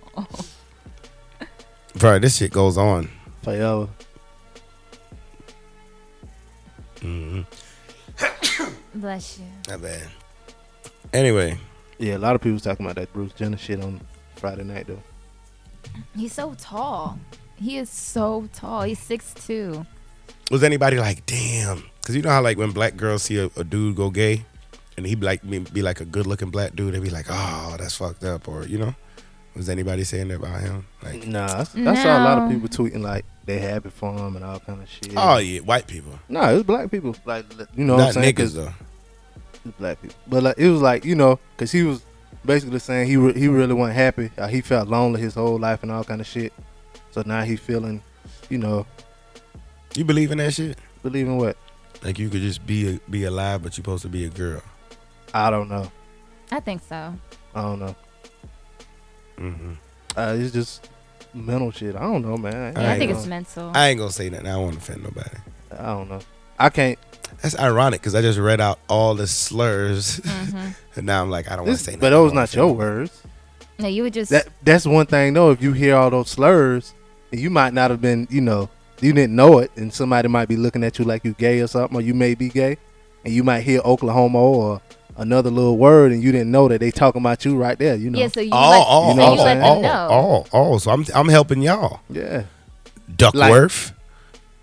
Bro, this shit goes on.
Forever.
Bless you.
Not bad. Anyway,
Yeah, a lot of people was talking about that Bruce Jenner shit on Friday night though.
He's so tall. He is so tall. He's six two.
was anybody like, damn? Because you know how like when black girls see a, a dude go gay, and he be like be, be like a good looking black dude, they be like, oh, that's fucked up, or you know. Was anybody saying that about him? Like,
Nah, I, s- I saw a lot
No.
of people tweeting like they happy for him and all kind of shit.
oh yeah, white people,
nah, it was black people. Like li- you know, what I'm
not
saying?
niggas
'Cause
though.
it was black people. But like it was like you know, cause he was basically saying he re- he really wasn't happy. Uh, he felt lonely his whole life and all kind of shit. So now he feeling, you know,
You believe in that shit?
believing what?
Like you could just be a, be alive, but you're supposed to be a girl.
I don't know.
I think so.
I don't know.
Mm-hmm.
Uh, it's just mental shit. I don't know, man.
I
I think
know.
it's mental.
I ain't gonna say nothing. I don't want to offend nobody.
I don't know. I can't.
That's ironic because I just read out all the slurs,
Mm-hmm.
and now I'm like, I don't want to
This,
say. nothing.
but
I
those
don't wanna
not
say
your
nothing.
words.
no, you would just
That that's one thing though. If you hear all those slurs, you might not have been, you know, you didn't know it, and somebody might be looking at you like you gay or something, or you may be gay, and you might hear Oklahoma or another little word, and you didn't know that they talking about you right there. You know.
yeah. So you
All,
let,
all,
so
know
all,
you let
all,
them know.
all, all. oh, So I'm, I'm helping y'all.
Yeah.
Duckworth,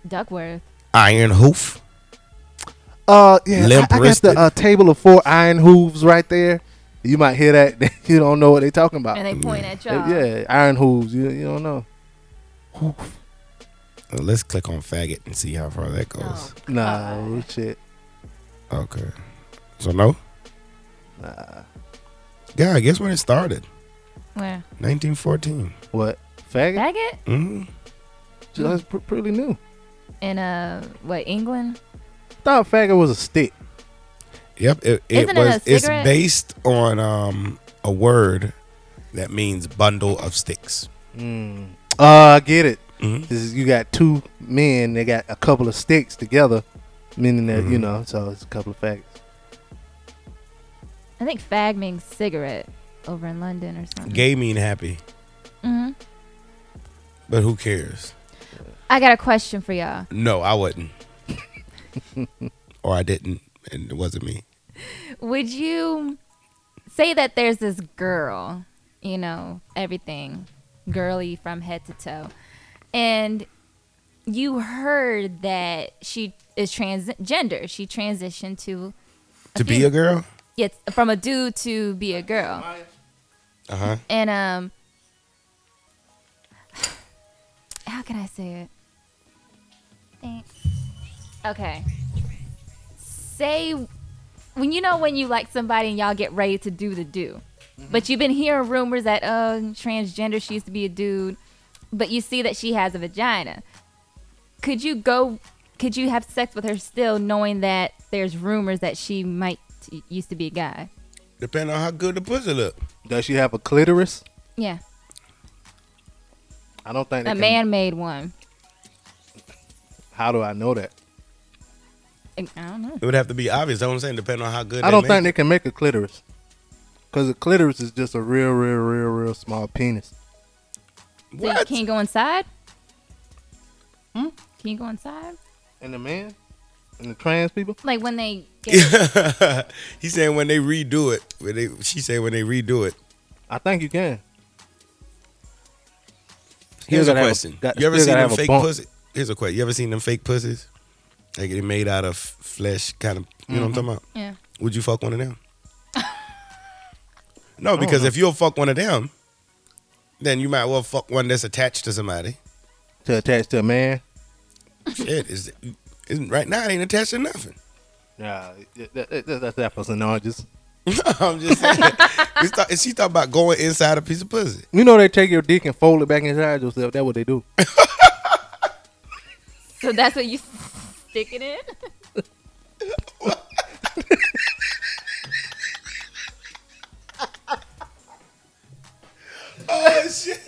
Duckworth.
Iron Hoof.
Uh, yeah. I, I got
Limp-wristed.
the uh, table of four iron hooves right there. You might hear that. you don't know what they talking about.
And they point at
Uh,
y'all.
yeah, iron hooves. You, you don't know. Hoof.
Uh, Let's click on faggot and see how far that goes.
Nah, oh, shit.
Okay. So no. Nah.
Uh.
God, guess when it started?
Where?
1914.
What? Faggot?
Faggot?
Mhm.
So That's pr- pretty new.
In uh what, England?
Thought faggot was a stick.
Yep. It, it
Isn't it a
was. it's
cigarette?
based on um a word that means bundle of sticks.
Uh, I get it.
Mhm.
This is, you got two men. They got a couple of sticks together, meaning that you know. So it's a couple of faggots.
I think fag means cigarette over in London or something.
Gay mean happy.
Mhm.
But who cares?
I got a question for y'all.
No, I wouldn't. or I didn't, and it wasn't me.
Would you say that there's this girl, you know, everything girly from head to toe, and you heard that she is transgender? She transitioned to
To be a girl?
yes, from a dude to be a girl.
Uh huh.
And um how can I say it? Thanks. Okay. Say when you know when you like somebody and y'all get ready to do the do. But you've been hearing rumors that uh transgender she used to be a dude, but you see that she has a vagina. Could you go could you have sex with her still knowing that there's rumors that she might used to be a guy?
Depending on how good the pussy look.
Does she have a clitoris?
Yeah.
I don't think they
A
can-
man made one.
How do I know that?
I don't know.
It would have to be obvious. That's what I'm saying. Depending on how good.
I don't
make
think
it.
they can make a clitoris, because a clitoris is just a real, real, real, real small penis.
So you
What?
can't go inside? Can you go inside?
And the man, and the trans people.
Like when they get,
He said when they redo it, when they she said when they redo it.
I think you can.
Here's a
gotta have a-
question.
got-
you ever
still
seen
gotta
them
have a
fake
bump.
pussy? Here's a question. You ever seen them fake pussies? Like they made out of flesh, kind of. You know what I'm
Mm-hmm.
talking about?
yeah.
Would you fuck one of them? no, because if you'll fuck one of them, then you might well fuck one that's attached to somebody.
To attach to a man.
Shit, is right now it ain't attached to nothing.
Yeah, that, that, that, that's apples and oranges.
I'm just saying. It's talk- she talking about going inside a piece of pussy.
You know they take your dick and fold it back inside yourself. That's what they do.
So that's what you stick it in?
Oh shit.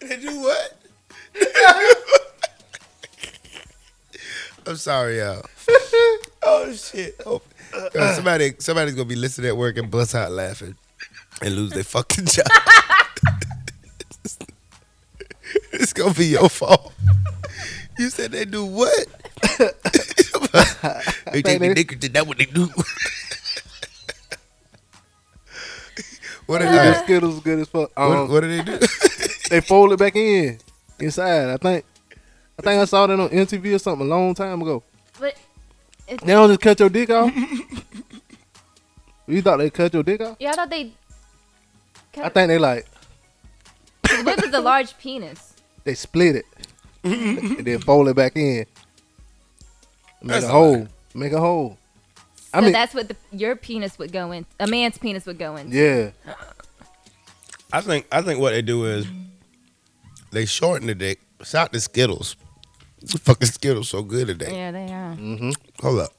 they do what? I'm sorry, y'all. oh shit. Oh. Yo, somebody somebody's gonna be listening at work and bust out laughing and lose their fucking job. it's gonna be your fault. You said they do what? they take the dick and did that what they do. what did
The
they
Skittles good as fuck. Um,
what, what did they do?
They fold it back in inside. I think. I think I saw that on MTV or something a long time ago.
But
They don't just cut your dick off. you thought they cut your dick off?
yeah, I thought they
I think they like
what is a large penis?
they split it and then fold it back in. Make
That's
a
a
hole.
lie.
Make a hole.
So
I mean,
that's what the, your penis would go in. A man's penis would go in.
yeah,
I think I think what they do is they shorten the dick. Shout out to Skittles. The fucking Skittles so good today.
Yeah, they are.
Hold up.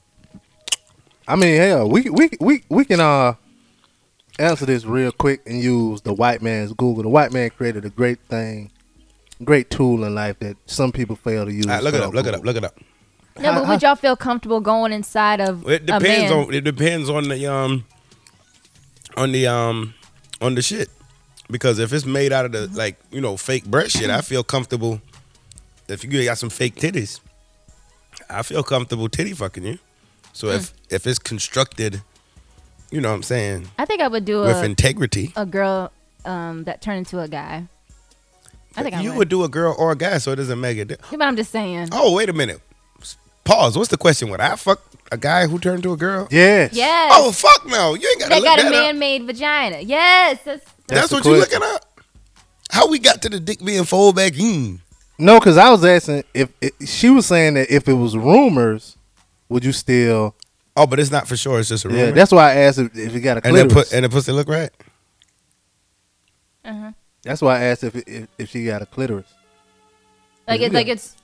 I mean, hell, we we we we can uh answer this real quick and use the white man's Google. The white man created a great thing, great tool in life that some people fail to use.
All right, look it
It's
up. Look it
called
up. Look it up.
No, but would y'all feel comfortable going inside of
It
a
depends
man?
on it depends on the um on the um on the shit. Because if it's made out of
Mm-hmm.
the like, you know, fake breast shit, I feel comfortable if you got some fake titties. I feel comfortable titty fucking you. So
Mm.
if if it's constructed, you know what I'm saying,
I think I would do
with
a,
integrity.
a girl um, that turned into a guy. I think I
you
would.
would do a girl or a guy, so it doesn't make a di-
Yeah, But I'm just saying.
Oh, wait a minute. Pause. What's the question? Would I fuck a guy who turned to a girl?
Yes.
Yes.
Oh fuck no! You ain't gotta
they
look
got a
that up.
man-made vagina. Yes. That's,
That's,
That's the
what you
question.
looking up. How we got to the dick being fold back Mm. in?
No, because I was asking if it, she was saying that if it was rumors, would you still?
Oh, but it's not for sure. It's just a rumor.
Yeah, that's why I asked if, if you got a
and then
clitoris.
put and the pussy look right.
that's why I asked if, if if she got a clitoris.
like
Yeah.
it's like it's.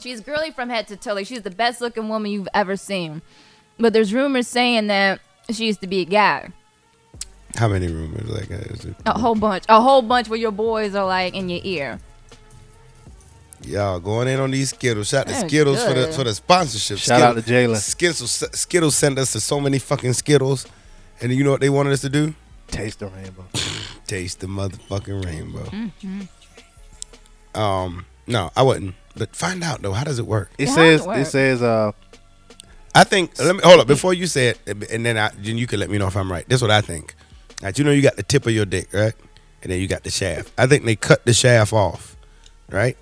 She's girly from head to toe. Like she's the best looking woman you've ever seen. But there's rumors saying that she used to be a guy.
How many rumors? Like uh, is it-
A whole bunch. A whole bunch where your boys are like in your ear.
y'all going in on these Skittles. Shout out to
They're
Skittles for the
good.
for the sponsorship.
Shout out to Jalen.
Skittles Skittles sent us to so many fucking Skittles, and you know what they wanted us to do?
Taste the rainbow.
Taste the motherfucking rainbow. Um, no, I wouldn't. But find out though. How does it work?
It
Yeah, how does
says
it
it
work?
says uh
I think. Let me hold up before you say it, and then I, then you can let me know if I'm right. That's what I think. Like you know, you got the tip of your dick, right? And then you got the shaft. I think they cut the shaft off, right?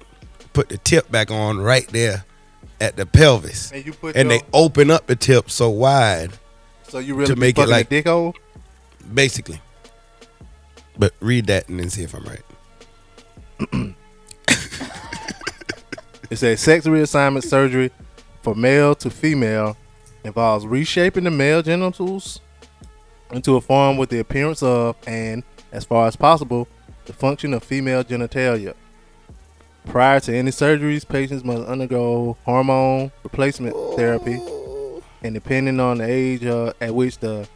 Put the tip back on right there at the pelvis,
And you put
and
your-
they open up the tip so wide,
so you really
To
be
make it
fucking
like-
a dick hole.
basically. But read that and then see if I'm right.
It says sex reassignment surgery for male to female involves reshaping the male genitals into a form with the appearance of and, as far as possible, the function of female genitalia. Prior to any surgeries, patients must undergo hormone replacement therapy, and depending on the age uh, at which the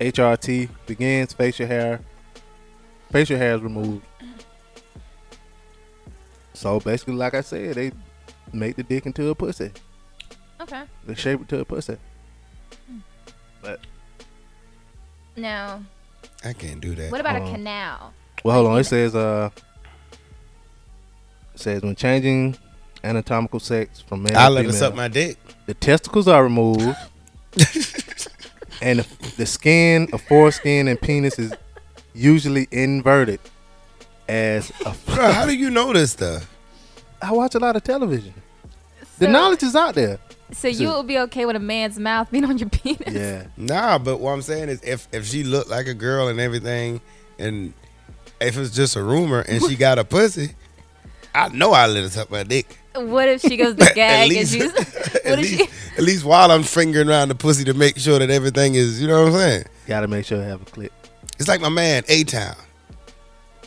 HRT begins, facial hair facial hair is removed. So basically, like I said, they make the dick into a pussy.
Okay.
They shape it to a pussy. But
Now,
I can't do that.
what about
Uh,
a canal?
well, hold on. It says uh, it says when changing anatomical sex from male
I
to
let her
female,
suck my dick.
the testicles are removed, and the, the skin of foreskin and penis is usually inverted. As a,
Bro, how do you know this stuff?
I watch a lot of television. The
So-
knowledge is out there.
So you would be okay with a man's mouth being on your penis?
Yeah.
Nah, but what I'm saying is, if if she looked like a girl and everything, and if it's just a rumor and she got a pussy, I know I lit it up my dick.
What if she goes to
at
gag and
least,
she's?
at
What if
least,
she?
at least while I'm fingering around the pussy to make sure that everything is, you know what I'm saying?
Gotta make sure I have a clip.
It's like my man A Town.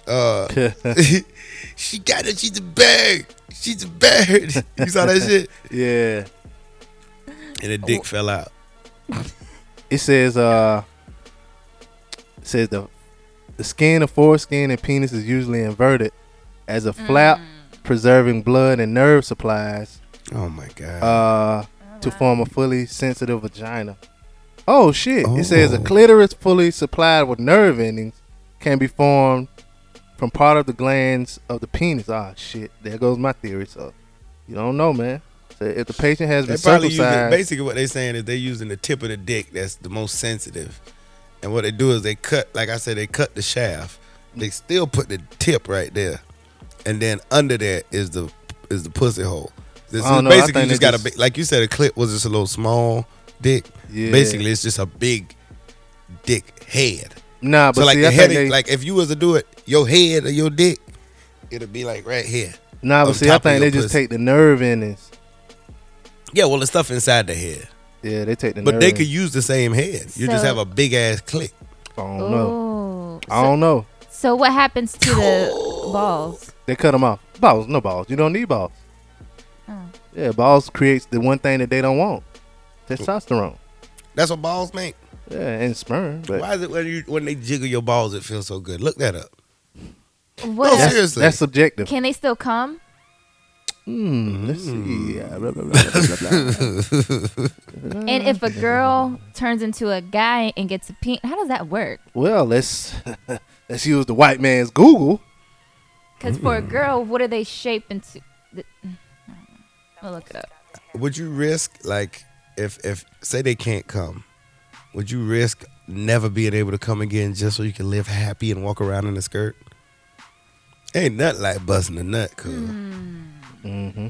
Uh, she got it. She's a bird. She's a bird. You saw that shit?
yeah.
And the dick fell out.
It says uh it says the the skin of foreskin and penis is usually inverted as a flap preserving blood and nerve supplies
Oh my god.
uh to form a fully sensitive vagina. Oh shit. It says a
Oh.
clitoris fully supplied with nerve endings can be formed from part of the glands of the penis. Ah shit. There goes my theory. So you don't know, man. So if the patient has
They
been
probably using,
circumcised,
basically what they're saying is they're using the tip of the dick that's the most sensitive, and what they do is they cut, like I said, they cut the shaft. They still put the tip right there, and then under there is the is the pussy hole. This
I don't
is
know, I
basically you just
think they
got a
just-
big, like you said, a clip was just a little small dick.
Yeah.
Basically, it's just a big dick head.
nah, but
so like
see,
the
I think
head,
they,
like if you was to do it, your head or your dick, it'll be like right here.
Nah,
on
but see, I
top of
think
your
they just
pussy.
take the nerve endings
Yeah, well, the stuff inside the head,
Yeah, they take the.
but they
nerve.
could use the same head. You just
So-
have a big ass click.
I don't
Oh.
know. I don't know.
So what happens to the balls?
They cut them off. Balls, no balls. You don't need balls.
Oh.
Yeah, balls creates the one thing that they don't want: testosterone.
That's what balls make.
Yeah, and sperm. But
Why is it when you when they jiggle your balls, it feels so good? Look that up.
What?
No,
else-
that's,
Seriously.
that's subjective.
Can they still come?
Mm, let's
Mm-hmm.
see. Yeah, blah, blah, blah, blah, blah, blah.
And if a
Mm-hmm.
girl turns into a guy and gets a peen, how does that work?
well, let's let's use the white man's Google.
Because for a girl, what are they shaped into? The, mm, I'll look it up.
Would you risk like if if say they can't come? Would you risk never being able to come again just so you can live happy and walk around in a skirt? Ain't nothing like busting a nut, cool.
Mm-hmm.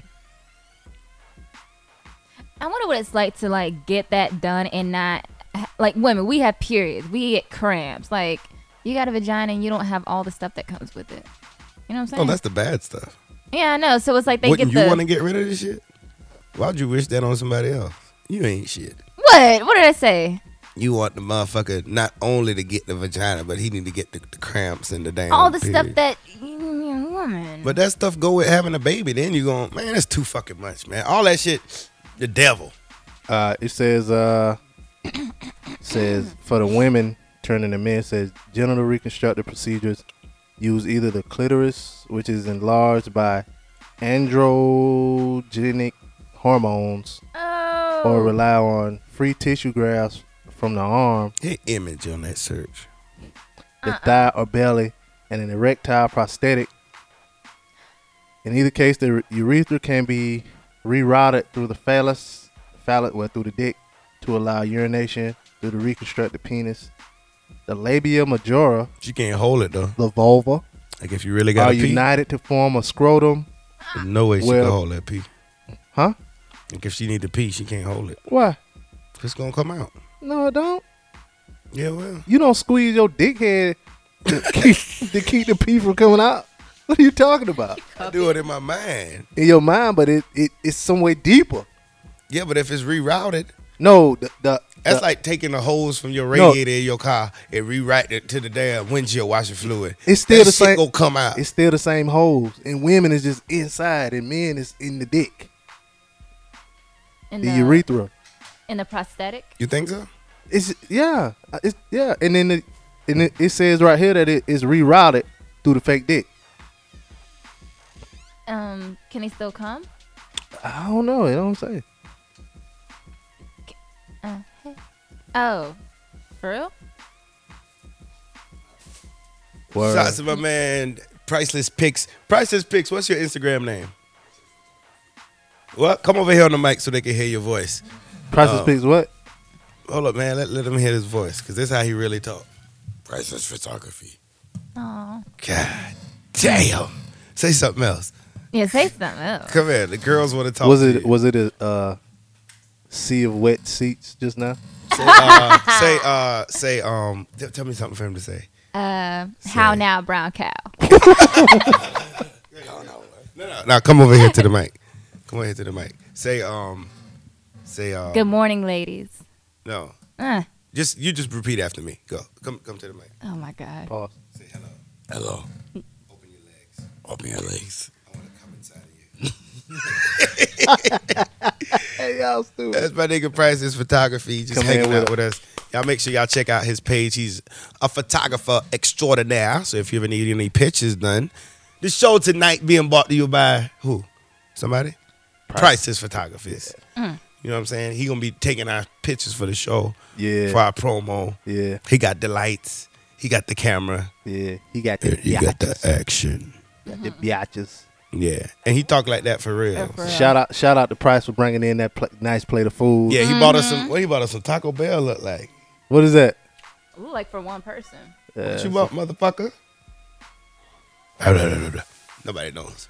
I wonder what it's like to like get that done and not like women. We have periods. We get cramps. Like you got a vagina and you don't have all the stuff that comes with it. You know what I'm saying?
Oh, that's the bad stuff.
yeah, I know. So it's like they
Wouldn't
get
you
the
want to get rid of this shit? Why'd you wish that on somebody else? You ain't shit.
what? What did I say?
You want the motherfucker not only to get the vagina, but he need to get the, the cramps and the damn
all the stuff
Oh, period.
that mm, woman.
But that stuff go with having a baby. Then you going, man, that's too fucking much, man. All that shit, the devil.
Uh, it says uh, says for the women turning to men says genital reconstructive procedures use either the clitoris, which is enlarged by androgenic hormones,
oh.
or rely on free tissue grafts from the arm,
Hit image on that search.
the thigh or belly, and an erectile prosthetic. In either case, the urethra can be rerouted through the phallus, phallus, well, through the dick, to allow urination through the reconstructed penis. The labia majora,
She can't hold it though.
the vulva,
Like if you really got
are
a pee,
united to form a scrotum.
no way she
Well-
can hold that pee.
Huh?
Like if she need to pee, she can't hold it.
Why?
It's gonna come out.
No, it don't.
Yeah, well,
You don't squeeze your dickhead to keep, to keep the pee from coming out. What are you talking about?
I do it in my mind.
In your mind, but it, it it's some way deeper.
Yeah, but if it's rerouted,
No, the, the
that's
the-
like taking the hose from your
Uh, No.
radiator in your car and rewriting it to the damn windshield washer fluid.
It's still
That
the
shit
same-
Gonna come out.
it's still the same holes. And women is just inside, and men is in the dick,
in
the urethra.
in the prosthetic.
you think so?
It's yeah, it's yeah. And then the, and it, it says right here that it is rerouted through the fake dick.
Um, can they still come?
I don't know. You know what I'm saying?
Uh, hey. Oh, for real?
Word.
Shots of my man, Priceless Picks. Priceless Picks, what's your Instagram name? Well, come over here on the mic so they can hear your voice.
Prices picks what?
Hold up, man. Let, let him hear his voice because this is how he really talk. Priceless Photography.
Oh,
God damn. Say something else.
yeah. Say something. Else.
Come here. The girls want to talk.
Was
to
it
you.
was it a uh, sea of wet seats just now?
Say, uh, say, uh, say, um, t- tell me something for him to say.
Uh, how now, brown cow?
Now come over here to the mic. Come over here to the mic. Say, um, say, uh,
Good morning, ladies.
no.
Uh,
Just you just repeat after me. Go. Come, come to the mic.
oh my god.
Pause.
Say hello.
Hello.
Open your legs.
Open your legs.
I want to come inside of you.
Hey y'all stupid.
That's my nigga Price's photography. Just
Come
hanging
here with
out with us. Y'all make sure y'all check out his page. He's a photographer extraordinaire. So if you ever need any pictures done, the show tonight being brought to you by who? Somebody? Price's photographist.
Mm.
You know what I'm saying? He gonna be taking our pictures for the show.
Yeah.
For our promo.
Yeah,
He got the lights. He got the camera.
yeah. He got the
He got the
biatches.
action.
Got the biatches.
Yeah. And he talk like that for real.
Shout out, shout out to Price for bringing in that pl- nice plate of food.
Yeah, he bought us
Mm-hmm.
some what he bought us some Taco Bell look like.
What is that?
Ooh, like for one person.
What you want, motherfucker? Blah, blah, blah, blah. Nobody knows.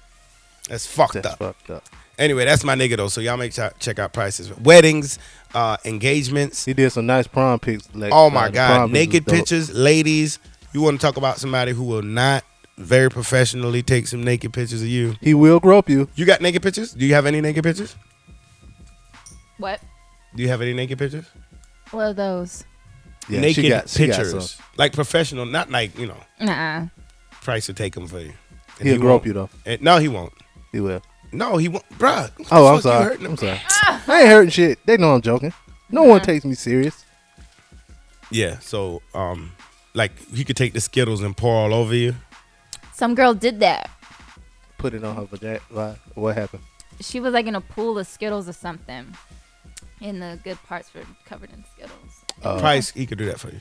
That's fucked
That's
up.
fucked up.
Anyway, that's my nigga though. So y'all make sure check out prices, weddings, uh, engagements.
He did some nice prom pics. Like, uh,
Oh my
the
god,
prom pics
naked
was dope.
pictures, ladies. You want to talk about somebody who will not very professionally take some naked pictures of you?
He will grope you.
You got naked pictures? Do you have any naked pictures?
What?
Do you have any naked pictures?
What are those?
Yeah,
naked
she got, she got
pictures,
some.
like professional, not like you know,
Nuh-uh.
Price will take them for you. And
He'll
he
grope
won't.
you though.
And- no, he won't.
He will.
No, he won't, bruh. what the
Oh, I'm
fuck you
sorry.
hurting him?
I'm sorry. I ain't hurting shit. They know I'm joking. No one takes me serious.
Yeah, so um, like he could take the Skittles and pour all over you.
Some girl did that.
Put it on her vagina. Why? What happened?
She was like in a pool of Skittles or something, and the good parts were covered in Skittles.
Uh.
Price, he could do that for you.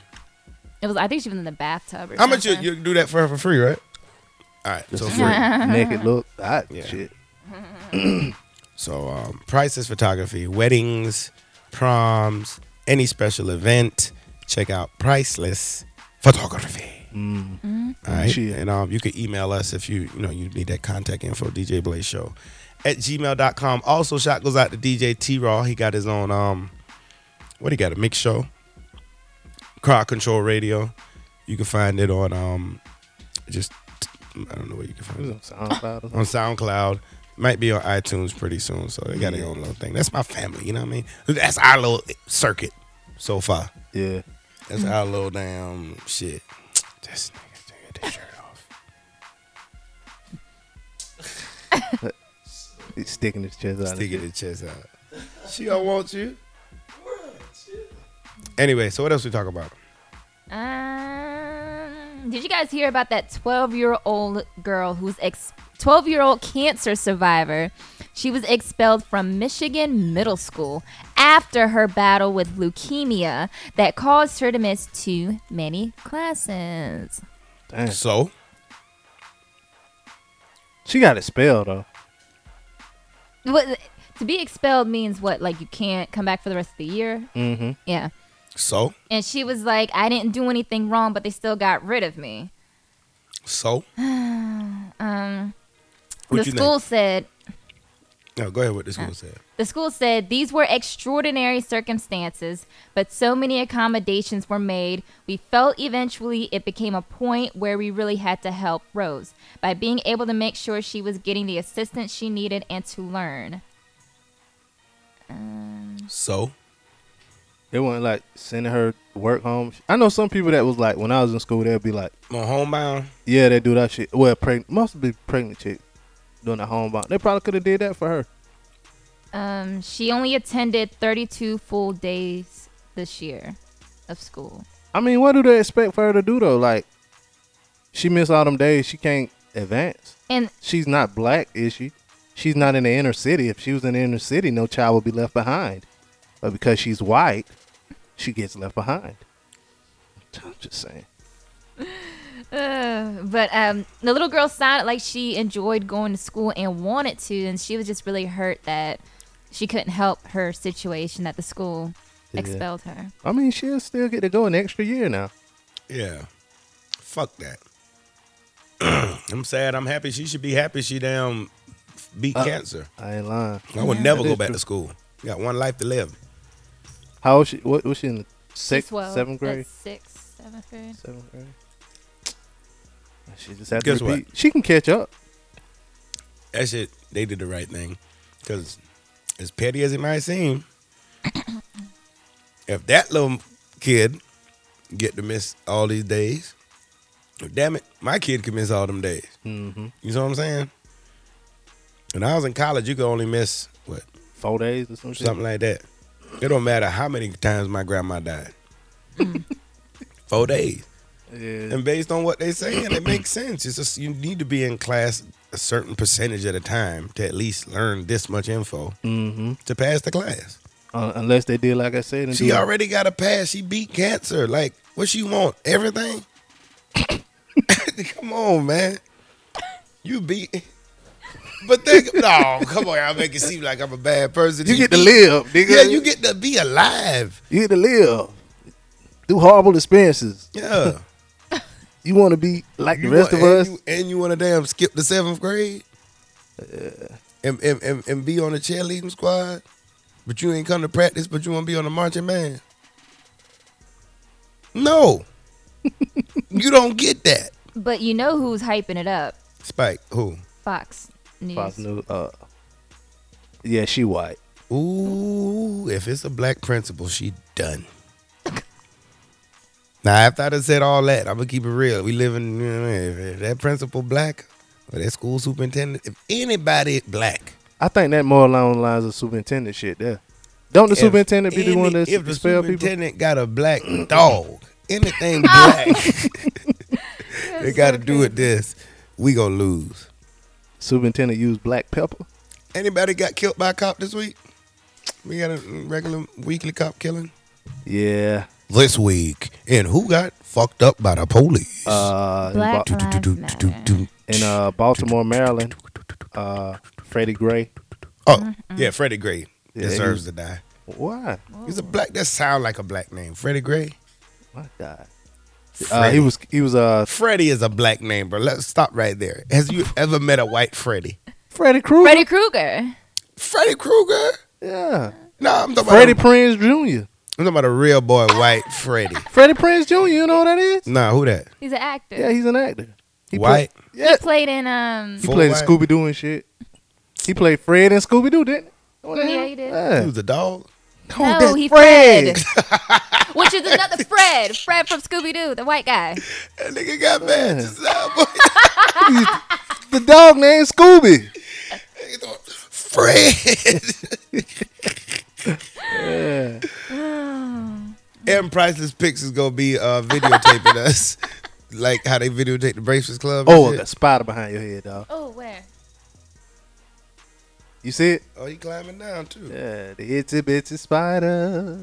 It was. I think she was in the bathtub. Or
How much you,
something.
you do that for her for free, right? All right, so free.
naked look. I
Yeah.
shit.
So um, Price's photography, weddings, proms, any special event. Check out Priceless Photography. All right,
Shit.
and um, you can email us if you you know you need that contact info. DJ Blaze Show at gmail.com. Also, shot goes out to DJ T Raw. He got his own um, what he got a mix show, Crowd Control Radio. You can find it on um, just I don't know where you can
It
find
was
it
on SoundCloud or something.
on SoundCloud. Might be on iTunes pretty soon, so they got their own little thing. That's my family, you know what I mean? That's our little circuit so far.
Yeah.
That's our little damn shit. Mm-hmm. This nigga take this shirt off.
He's sticking his chest out. and
Sticking
shit.
the chest out. She don't want you. Anyway, so what else we talk about?
Um, did you guys hear about that 12 year old girl who's ex 12 year old cancer survivor? She was expelled from Michigan Middle School after her battle with leukemia that caused her to miss too many classes.
Damn.
So
She got a spell though.
What, to be expelled means what? Like you can't come back for the rest of the year?
Mm-hmm.
Yeah.
so
And she was like, I didn't do anything wrong, but they still got rid of me.
so
Um,
What
the
you
school Uh, said,
no, go ahead with the school said.
The school said these were extraordinary circumstances, but so many accommodations were made, we felt eventually it became a point where we really had to help Rose by being able to make sure she was getting the assistance she needed and to learn.
So
They weren't like sending her work home. I know some people that was like when I was in school, they'd be like,
I'm on homebound.
"Yeah, they do that shit." Well, pregnant, must be pregnant chick doing the homebound. They probably could have did that for her.
Um, she only attended 32 full days this year of school.
I mean, what do they expect for her to do though? Like, she missed all them days. She can't advance.
And
She's not black, is she? She's not in the inner city. If she was in the inner city, no child would be left behind. But because she's white, she gets left behind. I'm just saying.
Uh, but um, the little girl sounded like she enjoyed going to school and wanted to, and she was just really hurt that she couldn't help her situation that the school expelled her.
I mean, she'll still get to go an extra year now.
Yeah. Fuck that. I'm sad. I'm happy. She should be happy she damn beat cancer.
I ain't lying.
I would never
That
go
is
back
true.
to school. You got one life to live.
How old she? What was she in? The sixth,
Well,
seventh grade,
that's Sixth, seventh grade.
seventh grade. uh, She just had
Guess
to repeat. She can catch up.
That shit, they did the right thing. Because as petty as it might seem, if that little kid get to miss all these days, well, damn it, my kid could miss all them days.
Mm-hmm.
You know what I'm saying? When I was in college, you could only miss, what,
Four days or something.
something like that. It don't matter how many times my grandma died.
Mm.
Four days,
Yeah.
and based on what they saying, it makes sense. It's just you need to be in class a certain percentage at a time to at least learn this much info
Mm-hmm.
to pass the class.
Uh, unless they did like I said. And
She
do-
already got a pass. She beat cancer. Like what she want? Everything. come on, man. You beat. But think, no, come on, y'all make it seem like I'm a bad person.
You
She
get to
beat-
live, nigga.
Yeah, you get to be alive.
You get to live. Do horrible experiences.
Yeah.
You want to be like the
You
rest
want-
of us.
And you, and you want to damn skip the seventh grade and, and, and, and be on the cheerleading squad, but you ain't come to practice, but you want to be on the marching band. No. you don't get that.
But you know who's hyping it up?
Spike, who?
Fox News.
Fox News, Uh, yeah, she white.
Ooh, if it's a black principal, she done. now, after I done said all that, I'm gonna keep it real. We live in if- if that principal black or that school superintendent. If anybody black,
I think that more along the lines of superintendent shit there. Don't the
if
superintendent be the one
any-
that's
if the
expel people?
superintendent got a black dog, anything black, they got to do with this. We gonna lose.
Superintendent use black pepper.
Anybody got killed by a cop this week? We got a regular weekly cop killing.
Yeah.
this week and who got fucked up by the police.
Uh, in
Black
Ba-
Lives Matter.
in uh, Baltimore, Maryland, uh, Freddie Gray.
oh, yeah, Freddie Gray
Yeah,
deserves to die.
Why?
He's a black. That sound like a black name, Freddie Gray.
My God. Uh,
Freddie.
he was he was uh
Freddie is a black name, bro. Let's stop right there. Has you ever met a white Freddie?
Freddy Krueger.
Freddy Krueger.
Freddy Krueger?
Yeah.
No, I'm talking
Freddie
about.
Prinze Jr.
I'm talking about a real boy white Freddie.
Freddie Prinze Jr. You know who that is?
Nah, who that?
He's an actor.
Yeah, he's an actor. He
white.
Played, yeah,
Played in um.
he played in
Full
Scooby Doo and shit. He played Fred in Scooby Doo, didn't? he? What the
Yeah,
hell?
he did.
He was a dog.
Mm, Come on,
No,
that's
oh, he
Fred.
Fred. Which is another Fred. Fred from Scooby Doo, the white guy.
That nigga got mad. Just, uh, boy.
The dog named Scooby.
Fred. And Priceless Picks is gonna be uh, videotaping us, like how they videotape the Breakfast Club. and
Oh,
shit.
a spider behind your head, dog.
Oh, where?
You see it?
oh, he climbing down too.
Yeah, the itsy bitsy spider.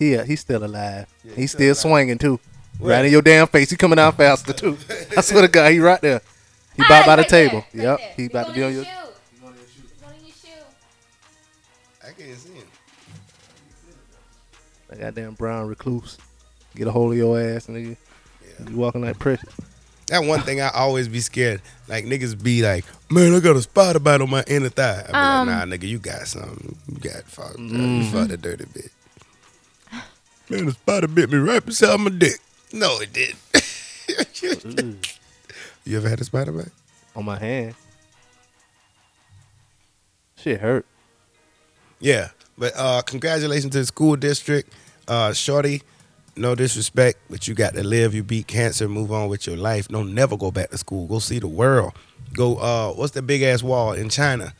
Yeah, he's still alive.
Yeah,
he's,
he's
still, swinging too.
Where?
Right in your damn face. He coming out faster too. I swear to God, he right there. He
Ah,
about by the table. yep, he about to be on your.
I can't see him.
That goddamn brown recluse. Get a hold of your ass, nigga. You walking like precious.
That one thing I always be scared. Like niggas be like, man, I got a spider bite on my inner thigh. I be
Um.
like, nah, nigga, you got something. You got fucked. You fucked a dirty bitch. Man, the spider bit me right beside my dick. No, it did. not you ever had a spider bite?
on my hand. Shit hurt.
Yeah, but uh, congratulations to the school district, uh, Shorty. No disrespect, but you got to live. You beat cancer. Move on with your life. Don't never go back to school. Go see the world. Go. Uh, what's that big ass wall in China?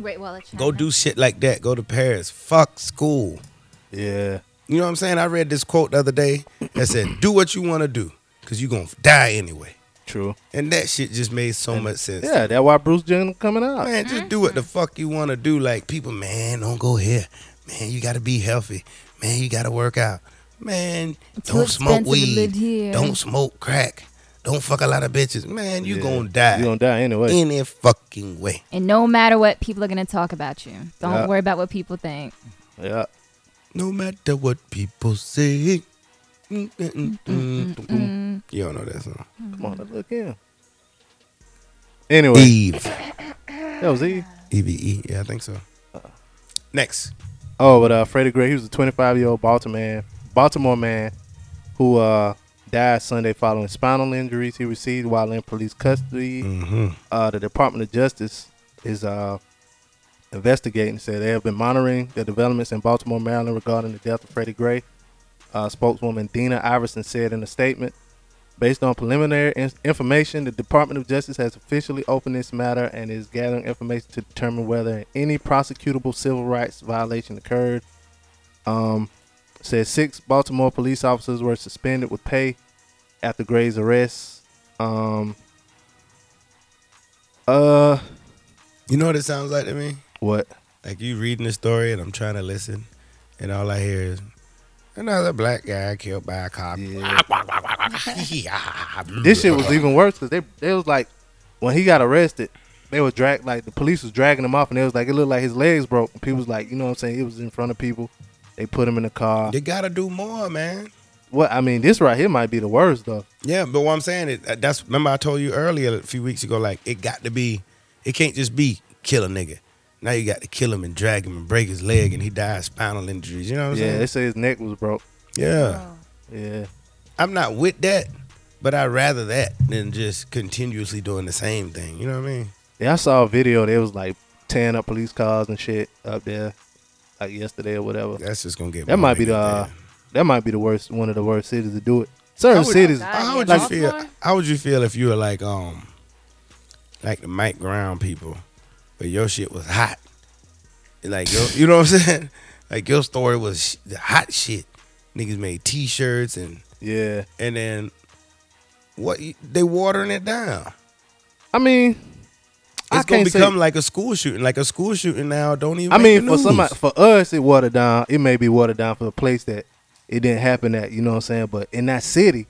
Great Wall of China.
Go do shit like that. Go to Paris. Fuck school.
Yeah.
You know what I'm saying? I read this quote the other day that said, "Do what you want to do, cause you gonna die anyway."
True.
And that shit just made so much sense.
Yeah, that's why Bruce Jenner coming out.
Man, just do what the
Mm-hmm.
fuck you want to do. Like people, man, don't go here. Man, you got to be healthy. Man, you got to work out. Man,
too
don't smoke
expensive to
weed.
live here.
Don't smoke crack. Don't fuck a lot of bitches. Man, you gonna die.
You gonna die anyway.
any fucking way.
And no matter what, people are gonna talk about you. Don't
Yeah.
worry about what people think.
yeah.
No matter what people say. Mm, mm, mm, mm, mm, mm. You don't know that song.
Come on, look in. Anyway,
Eve.
that was E.
E V E. Yeah, I think so. Next.
Oh, but uh, Freddie Gray, he was a 25 year old Baltimore man, Baltimore man who uh, died Sunday following spinal injuries he received while in police custody. Uh, the Department of Justice is uh, investigating. Said they have been monitoring the developments in Baltimore, Maryland regarding the death of Freddie Gray. Uh, spokeswoman Dina Iverson said in a statement, based on preliminary in- information, the Department of Justice has officially opened this matter and is gathering information to determine whether any prosecutable civil rights violation occurred. Um, said six Baltimore police officers were suspended with pay after Gray's arrest. Um, uh,
You know what it sounds like to me?
what?
like you reading the story and I'm trying to listen, and all I hear is another black guy killed by a cop.
This shit was even worse because they they was like when he got arrested, they was drag like the police was dragging him off and they was like it looked like his legs broke. And people was like, you know what I'm saying? It was in front of people. They put him in the car.
They gotta do more, man.
What I mean, this right here might be the worst though.
Yeah, but what I'm saying is uh, that's remember I told you earlier a few weeks ago, like it got to be, it can't just be kill a nigga. Now you got to kill him and drag him and break his leg and he dies spinal injuries. You know what I'm
Yeah, they
saying?
say his neck was broke.
Yeah.
Yeah,
I'm not with that, but I'd rather that than just continuously doing the same thing. You know what I mean?
yeah. I saw a video. They was like tearing up police cars and shit up there like yesterday or whatever.
That's just gonna get.
That might be the
more
uh,
niggas mad.
that might be the worst one of the worst cities to do it. Certain
I would-
cities,
I-
How would
Like-
you feel? How would you feel if you were like um, like the Mike Ground people, but your shit was hot, like your, you know what I'm saying? Like your story was sh- the hot shit. Niggas made T-shirts and
yeah.
and then what you- they watering it down.
I mean, I
It's gonna
can't say-
become like a school shooting. Like a school shooting now. Don't even.
I
make
mean,
the
for
news.
somebody, for us, it watered down. It may be watered down for a place that it didn't happen at. You know what I'm saying? But in that city,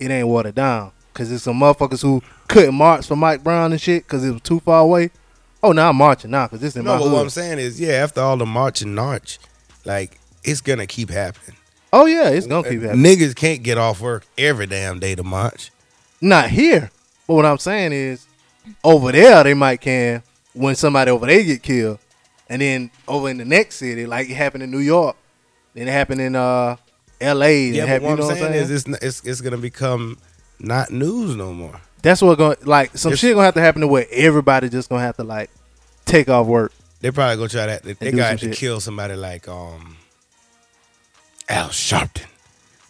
it ain't watered down because it's some motherfuckers who couldn't march for Mike Brown and shit because it was too far away. Oh, now I'm marching now because this in
No,
my
but what I'm
hood.
saying is, yeah, after all the march and march, like it's gonna keep happening.
Oh yeah, it's gonna keep happening.
Niggas can't get off work every damn day to march.
Not here. But what I'm saying is, over there they might can when somebody over there get killed, and then over in the next city, like it happened in New York, then it happened in uh L.A. then it
Yeah, but
happened,
what
you
I'm
know
saying, is, it's, n- it's it's gonna become not news no more.
That's what going to like some
It's-
shit gonna have to happen to where everybody just gonna have to like take off work.
They probably gonna try that. They,
do
got
some
to
shit.
kill somebody like um Al Sharpton.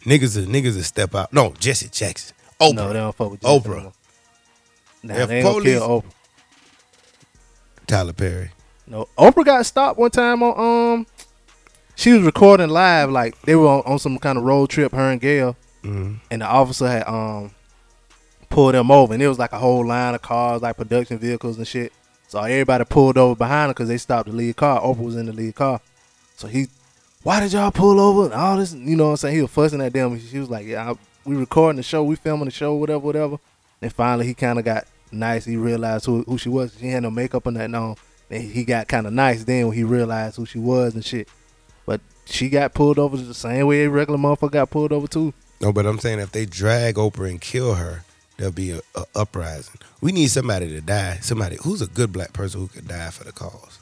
Niggas, is- niggas will step out. No, Jesse Jackson, Oprah.
No, they don't fuck with Jason
Oprah.
no more. Nah,
If
they ain't gonna
police-
kill Oprah.
Tyler Perry.
No, Oprah got stopped one time on um. She was recording live, like they were on, on some kind of road trip, her and Gail,
Mm-hmm.
and the officer had um pulled them over, and it was like a whole line of cars, like production vehicles and shit. So everybody pulled over behind her because they stopped the lead car. Oprah was in the lead car, so he, why did y'all pull over and all this? You know what I'm saying? He was fussing at them. She was like, yeah, I, we recording the show, we filming the show, whatever, whatever. And finally, he kind of got nice. He realized who, who she was. She had no makeup or nothing on. And he got kind of nice then when he realized who she was and shit. But she got pulled over the same way a regular motherfucker got pulled over too.
No, but I'm saying if they drag Oprah and kill her, there'll be a, a uprising. We need somebody to die. Somebody who's a good black person who could die for the cause.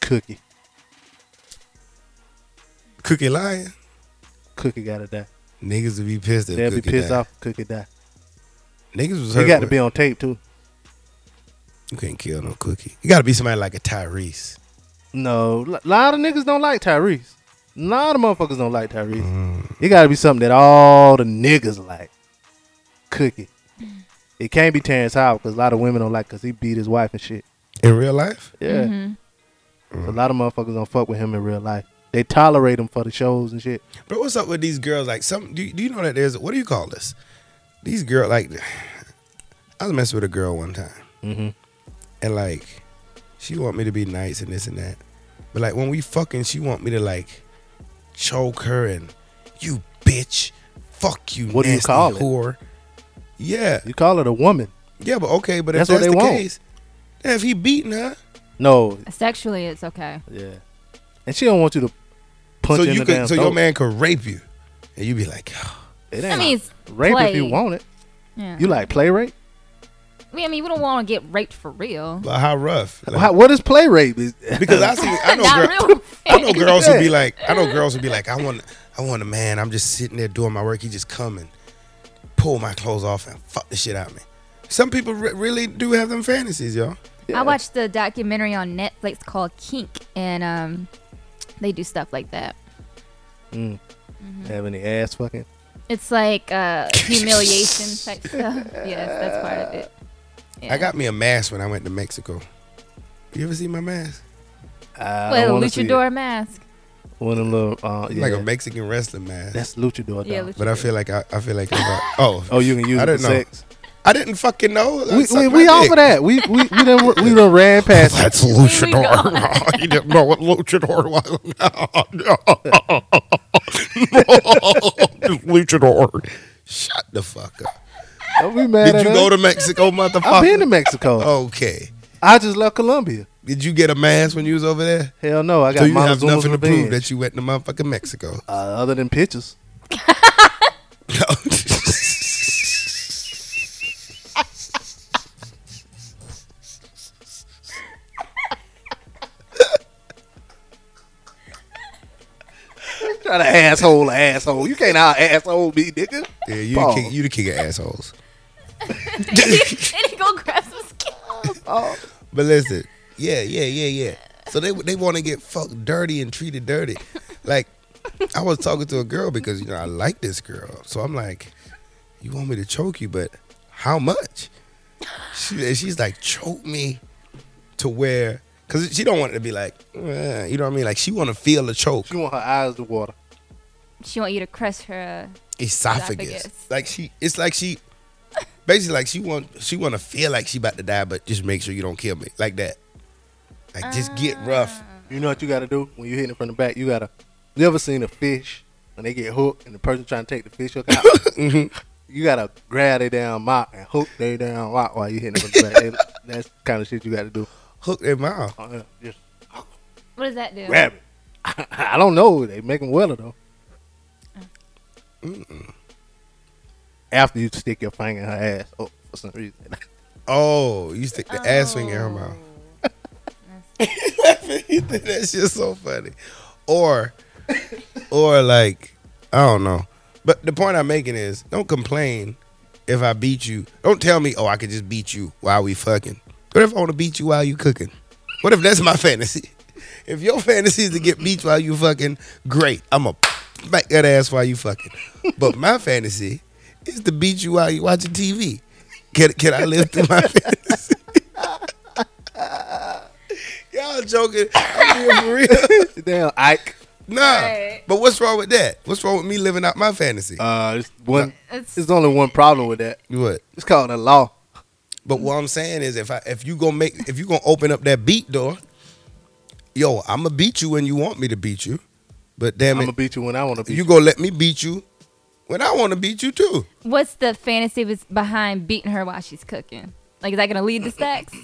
Cookie,
Cookie lying.
Cookie gotta die.
Niggas would be pissed if
They'll be
Cookie
pissed
died.
off. if Cookie die.
Niggas was hurt.
He got to
when-
be on tape too.
You can't kill no cookie. You got to be somebody like a Tyrese.
No, a lot of niggas don't like Tyrese. A lot of motherfuckers don't like Tyrese. It got to be something that all the niggas like. Cookie. It can't be Terrence Howard because a lot of women don't like because he beat his wife and shit.
In real life,
Yeah.
Mm-hmm.
A lot of motherfuckers don't fuck with him in real life. They tolerate him for the shows and shit.
bro, what's up with these girls? Like, some do you, do you know that there's what do you call this? These girl like, I was messing with a girl one time,
Mm-hmm.
and like, she want me to be nice and this and that, but like when we fucking, she want me to like choke her and you bitch, fuck you,
What do you
nasty
call it?
whore. Yeah,
You call it a woman.
yeah, but okay, but
That's
if
what
that's
they
the
want.
case, then if he beating her,
No.
Sexually, it's okay.
Yeah. And she don't want you to punch
so
her in
you
the
could,
damn
so your
throat.
man could rape you, and you be like.
It
I
ain't
mean, it's
rape if you
play.
want it.
Yeah.
You like play rape?
I mean, I mean, we don't want to get raped for real.
But how rough? Like,
How, what is play rape? Is-
because I see, I know,
Not
girl-
real.
I
Oh,
know girls who be like, I know girls who be like, I want, I want a man. I'm just sitting there doing my work. He just come and pull my clothes off and fuck the shit out of me. Some people re- really do have them fantasies, y'all.
Yeah.
I watched the documentary on Netflix called Kink, and um, they do stuff like that.
Have any ass fucking?
It's like uh, humiliation type stuff. Yes, that's part of it.
I got me a mask when I went to Mexico. You ever see my mask?
Well,
I don't
a
wanna see it.
luchador mask.
One of them little, uh,
It's
yeah.
Like a Mexican wrestling mask.
That's luchador.
Yeah,
dog.
luchador.
but I feel like I, I feel like I'm about, oh
oh, you can use
I
it for
didn't know.
sex.
I didn't fucking know.
We, we, we all for that. We we we done, we done ran past. it.
That's luchador. Oh, you didn't know what luchador was. luchador. Shut the fuck up.
Don't be mad
Did
at
you
us.
go to Oh. Mexico, motherfucker?
I've been to Mexico.
Okay.
I just left Colombia.
Did you get a mask when you was over there?
Hell no, I got
so you
Montezuma's
have nothing to
revenge.
prove that you went to motherfucking Mexico.
uh, other than pictures. Try to asshole a asshole. You can't out asshole me, nigga.
yeah, you the,
Pause.
king, you the king of assholes.
and he go grab some skin.
Oh,
But listen, yeah, yeah, yeah, yeah. So they they want to get fucked dirty and treated dirty. Like I was talking to a girl because you know I like this girl, so I'm like, you want me to choke you, but how much? She, and she's like, choke me to where, cause she don't want it to be like, eh, you know what I mean? Like she want to feel the choke.
She want her eyes to water.
She want you to crush her. uh,
esophagus.
Esophagus.
Like she, it's like she, basically like she want she want to feel like she about to die, but just make sure you don't kill me like that. Like just get rough.
You know what you gotta do when you hitting it from the back. You gotta. You ever seen a fish when they get hooked and the person trying to take the fish hook out? You gotta grab their damn mouth and hook their damn mouth while you hitting it from the back. They- That's the kind of shit you gotta do.
Hook their mouth.
Uh, Just
What does that do?
grab it. I don't know. They make them weller though. After you stick your finger in her ass, oh, for some reason.
Oh, you stick the ass swing in her mouth. That's just so funny. Or, or like I don't know. But the point I'm making is, don't complain if I beat you. Don't tell me, oh, I could just beat you while we fucking. What if I want to beat you while you cooking? What if that's my fantasy? If your fantasy is to get beat while you fucking, great. I'm a smack that ass while you fucking. But my fantasy is to beat you while you watching TV. Can, can I live through my fantasy? Y'all joking? I'm being for real.
Damn, Ike.
Nah.
Right.
But what's wrong with that? What's wrong with me living out my fantasy?
Uh, it's one.
It's-
There's only one problem with that.
what?
It's called a law.
But what I'm saying is, if I if you gonna make if you gonna open up that beat door, yo, I'm gonna beat you when you want me to beat you. But damn
I'm
it,
gonna beat you when I want to beat you.
you gonna let me beat you when I want to beat you too.
What's the fantasy was behind beating her while she's cooking? Like, is that gonna lead to sex?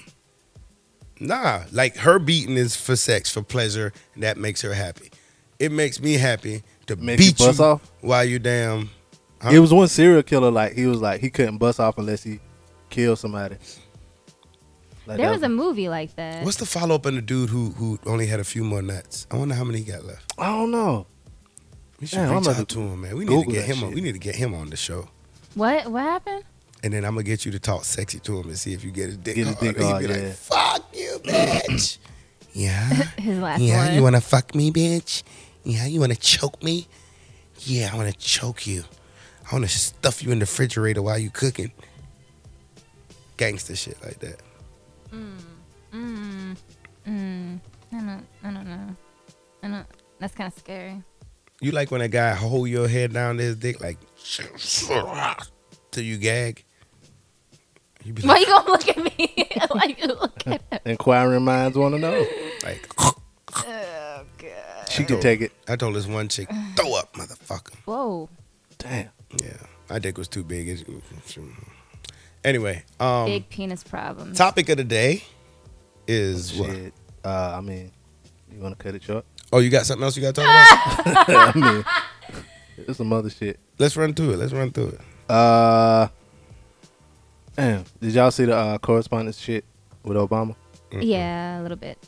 Nah, like her beating is for sex, for pleasure, and that makes her happy. It makes me happy to
Makes you
beat you,
bust off?
while you damn.
It was one serial killer. Like he was like he couldn't bust off unless he killed somebody. Like,
There
that
was a movie like that.
What's the follow up on the dude who who only had a few more nuts? I wonder how many he got left.
I don't know.
We should
Damn, I'm
reach
about
out
to
to him, man. We need
Google
to get
that
him. On,
shit.
we need to get him on the show,
What? What happened?
and then I'm gonna get you to talk sexy to him and see if you get his dick.
Get his
hard.
dick
He'd
hard,
be
yeah.
like, "Fuck you, bitch." yeah,
His last
yeah.
one.
You wanna fuck me, bitch? Yeah, you wanna choke me? Yeah, I wanna choke you. I wanna stuff you in the refrigerator while you cooking. Gangster shit like that.
I don't. I don't know. I don't. That's kind of scary.
You like when a guy hold your head down to his dick like till you gag. You be
Why you gonna look at me? Why you look at me?
Inquiring minds want to know.
like Oh,
She could take it.
I told this one chick, throw up, motherfucker.
Whoa.
Damn.
Yeah, my dick was too big. It's- mm, Anyway, um,
Big penis problems.
topic of the day is what?
Shit. Uh, I mean, you want to cut it short?
Oh, you got something else you got to talk about?
I mean, it's some other shit.
Let's run through it. Let's run through it.
Uh, damn. Did y'all see the uh, correspondence shit with Obama?
Yeah, a little bit.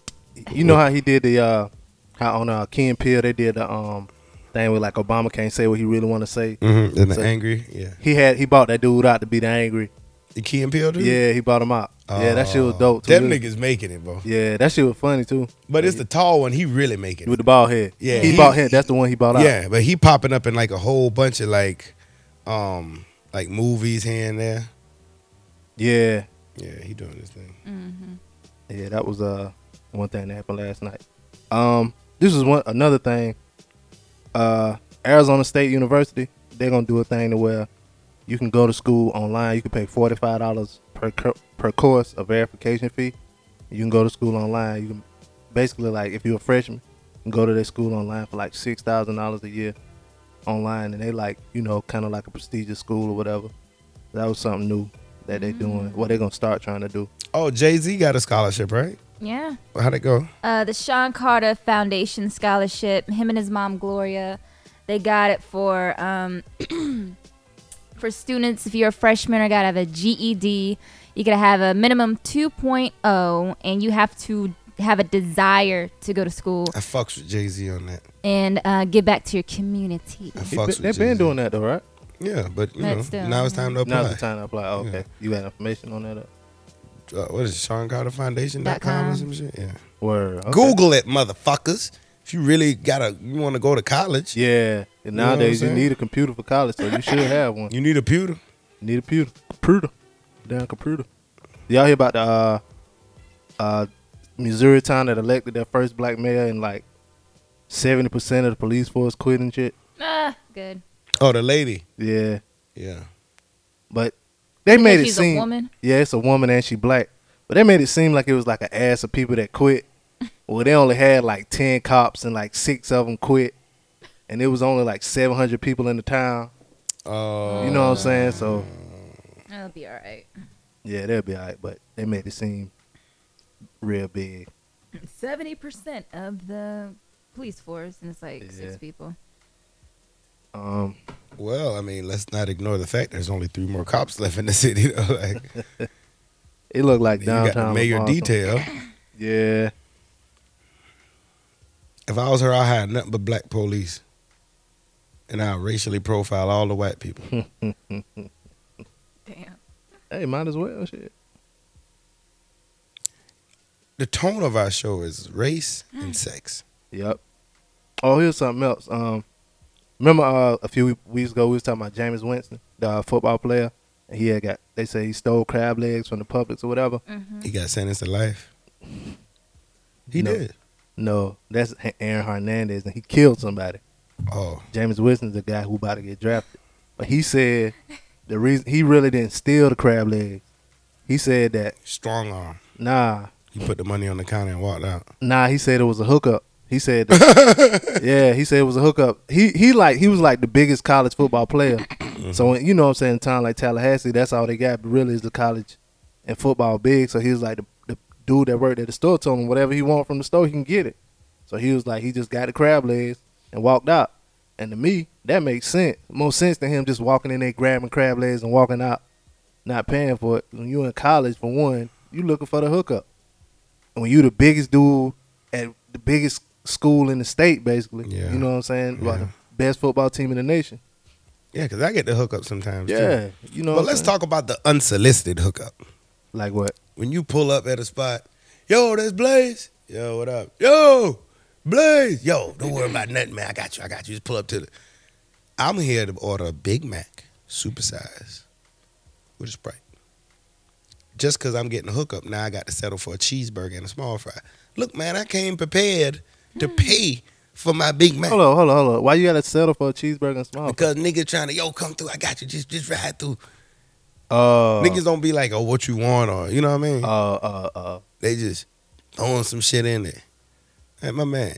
You know how he did the uh, how on uh, Key and Peele they did the um thing where like Obama can't say what he really want to say.
Mm-hmm. And the
So-
angry, yeah.
He had he bought that dude out to be the angry.
The Key and Peele dude.
Yeah, he bought him out. yeah, that
Oh.
shit was dope. Too.
Them niggas making it, bro.
Yeah, that shit was funny too.
But it's the tall one. He really making
With
it.
the bald head.
Yeah,
he,
he-
bought him. That's the one he bought out.
Yeah, but he popping up in like a whole bunch of like, um, like movies here and there.
yeah,
Yeah, he doing this thing.
yeah. That was uh one thing that happened last night. Um, this is one another thing. Uh, Arizona State University they're gonna do a thing to where you can go to school online. You can pay forty five dollars per cur- per course a verification fee. You can go to school online. You can basically like if you're a freshman, you can go to their school online for like six thousand dollars a year online, and they like you know kind of like a prestigious school or whatever. That was something new that they're doing. What they're gonna start trying to do.
Oh, Jay Z got a scholarship, right?
Yeah.
How'd it go?
Uh, the Sean Carter Foundation Scholarship. Him and his mom Gloria, they got it for um, for students. If you're a freshman or gotta have a GED, you gotta have a minimum 2.0, and you have to have a desire to go to school
I fucks with Jay Z on that.
and uh, give back to your community.
I
He-
fucks
They've
with
been
Jay-Z.
doing that though, right?
Yeah, but you
But
know,
still,
now it's time to apply.
Now's the time to apply. Oh, okay,
Yeah.
you got information on that. uh,
uh, what is it, Sean Carter Foundation
Dot
com or
com.
some shit? Yeah.
Word. Okay.
Google it, motherfuckers. If you really gotta, you want to go to college,
Yeah. And
know what I'm
nowadays you,
saying?
need a computer for college, so you should have one.
you need a pewter.
Need a computer. Computer. Damn computer. Y'all hear about the uh, uh, Missouri town that elected their first black mayor and like seventy percent of the police force quit and shit?
Ah, good.
Oh, the lady.
Yeah.
Yeah.
But they made it
she's a
seem
woman?
Yeah, it's a woman and she black. But they made it seem like it was like an ass of people that quit. Well, they only had like ten cops and like six of them quit, and it was only like seven hundred people in the town.
Oh,
You know what I'm saying? So
That'll be all right.
yeah, they'll be alright. But they made it seem real big.
Seventy percent of the police force, and it's like
Yeah.
six people.
Um,
well, I mean, let's not ignore the fact there's only three more cops left in the city. Though. Like,
it looked like
you got the
downtown. was
mayor
awesome.
detail.
Yeah,
If I was her, I'd hire nothing but black police. And I'll racially profile all the white people.
Hmm.
Damn.
hey, might as well. Shit.
the tone of our show is race and sex.
Yep. Oh, here's something else. Um, remember uh, a few weeks ago we was talking about James Winston, the uh, football player. And he had got they say he stole crab legs from the Publix or whatever.
He got sentenced to life. He
No.
did.
No, that's H- Aaron Hernandez, and he killed somebody.
Oh,
James Winston's the guy who about to get drafted, but he said the reason he really didn't steal the crab legs. He said that
strong arm.
nah,
He put the money on the counter and walked out.
Nah, he said it was a hookup. He said, that- yeah, he said it was a hookup. He he like he was like the biggest college football player.
Mm-hmm.
So when, you know what I'm saying, in town like Tallahassee, that's all they got. But really, is the college and football big. So he was like the, the dude that worked at the store told him whatever he want from the store, he can get it. So he was like he just got the crab legs and walked out. And to me, that makes sense. More sense than him just walking in there grabbing crab legs and walking out, not paying for it. When you in college, for one, you looking for the hookup. And when you the biggest dude at the biggest school in the state, basically,
Yeah.
you know what I'm saying? Like
Yeah.
the best football team in the nation.
Yeah, because I get the hookup sometimes. too.
Yeah, you know.
But let's talk about the unsolicited hookup.
like what?
When you pull up at a spot, yo, that's Blaze. Yo, what up? Yo, Blaze. Yo, don't worry about nothing, man. I got you. I got you. Just pull up to the. I'm here to order a Big Mac, supersize, with a Sprite. Just because I'm getting a hookup, now I got to settle for a cheeseburger and a small fry. Look, man, I came prepared to pay for my Big Mac.
Mm. Hold on, hold on, hold on. Why you gotta settle for a cheeseburger and small?
Because nigga trying to, yo, come through. I got you. Just just ride through.
Uh,
Niggas don't be like, oh, what you want? Or, you know what I mean?
uh, uh, uh.
They just throwing some shit in there. Hey, my man.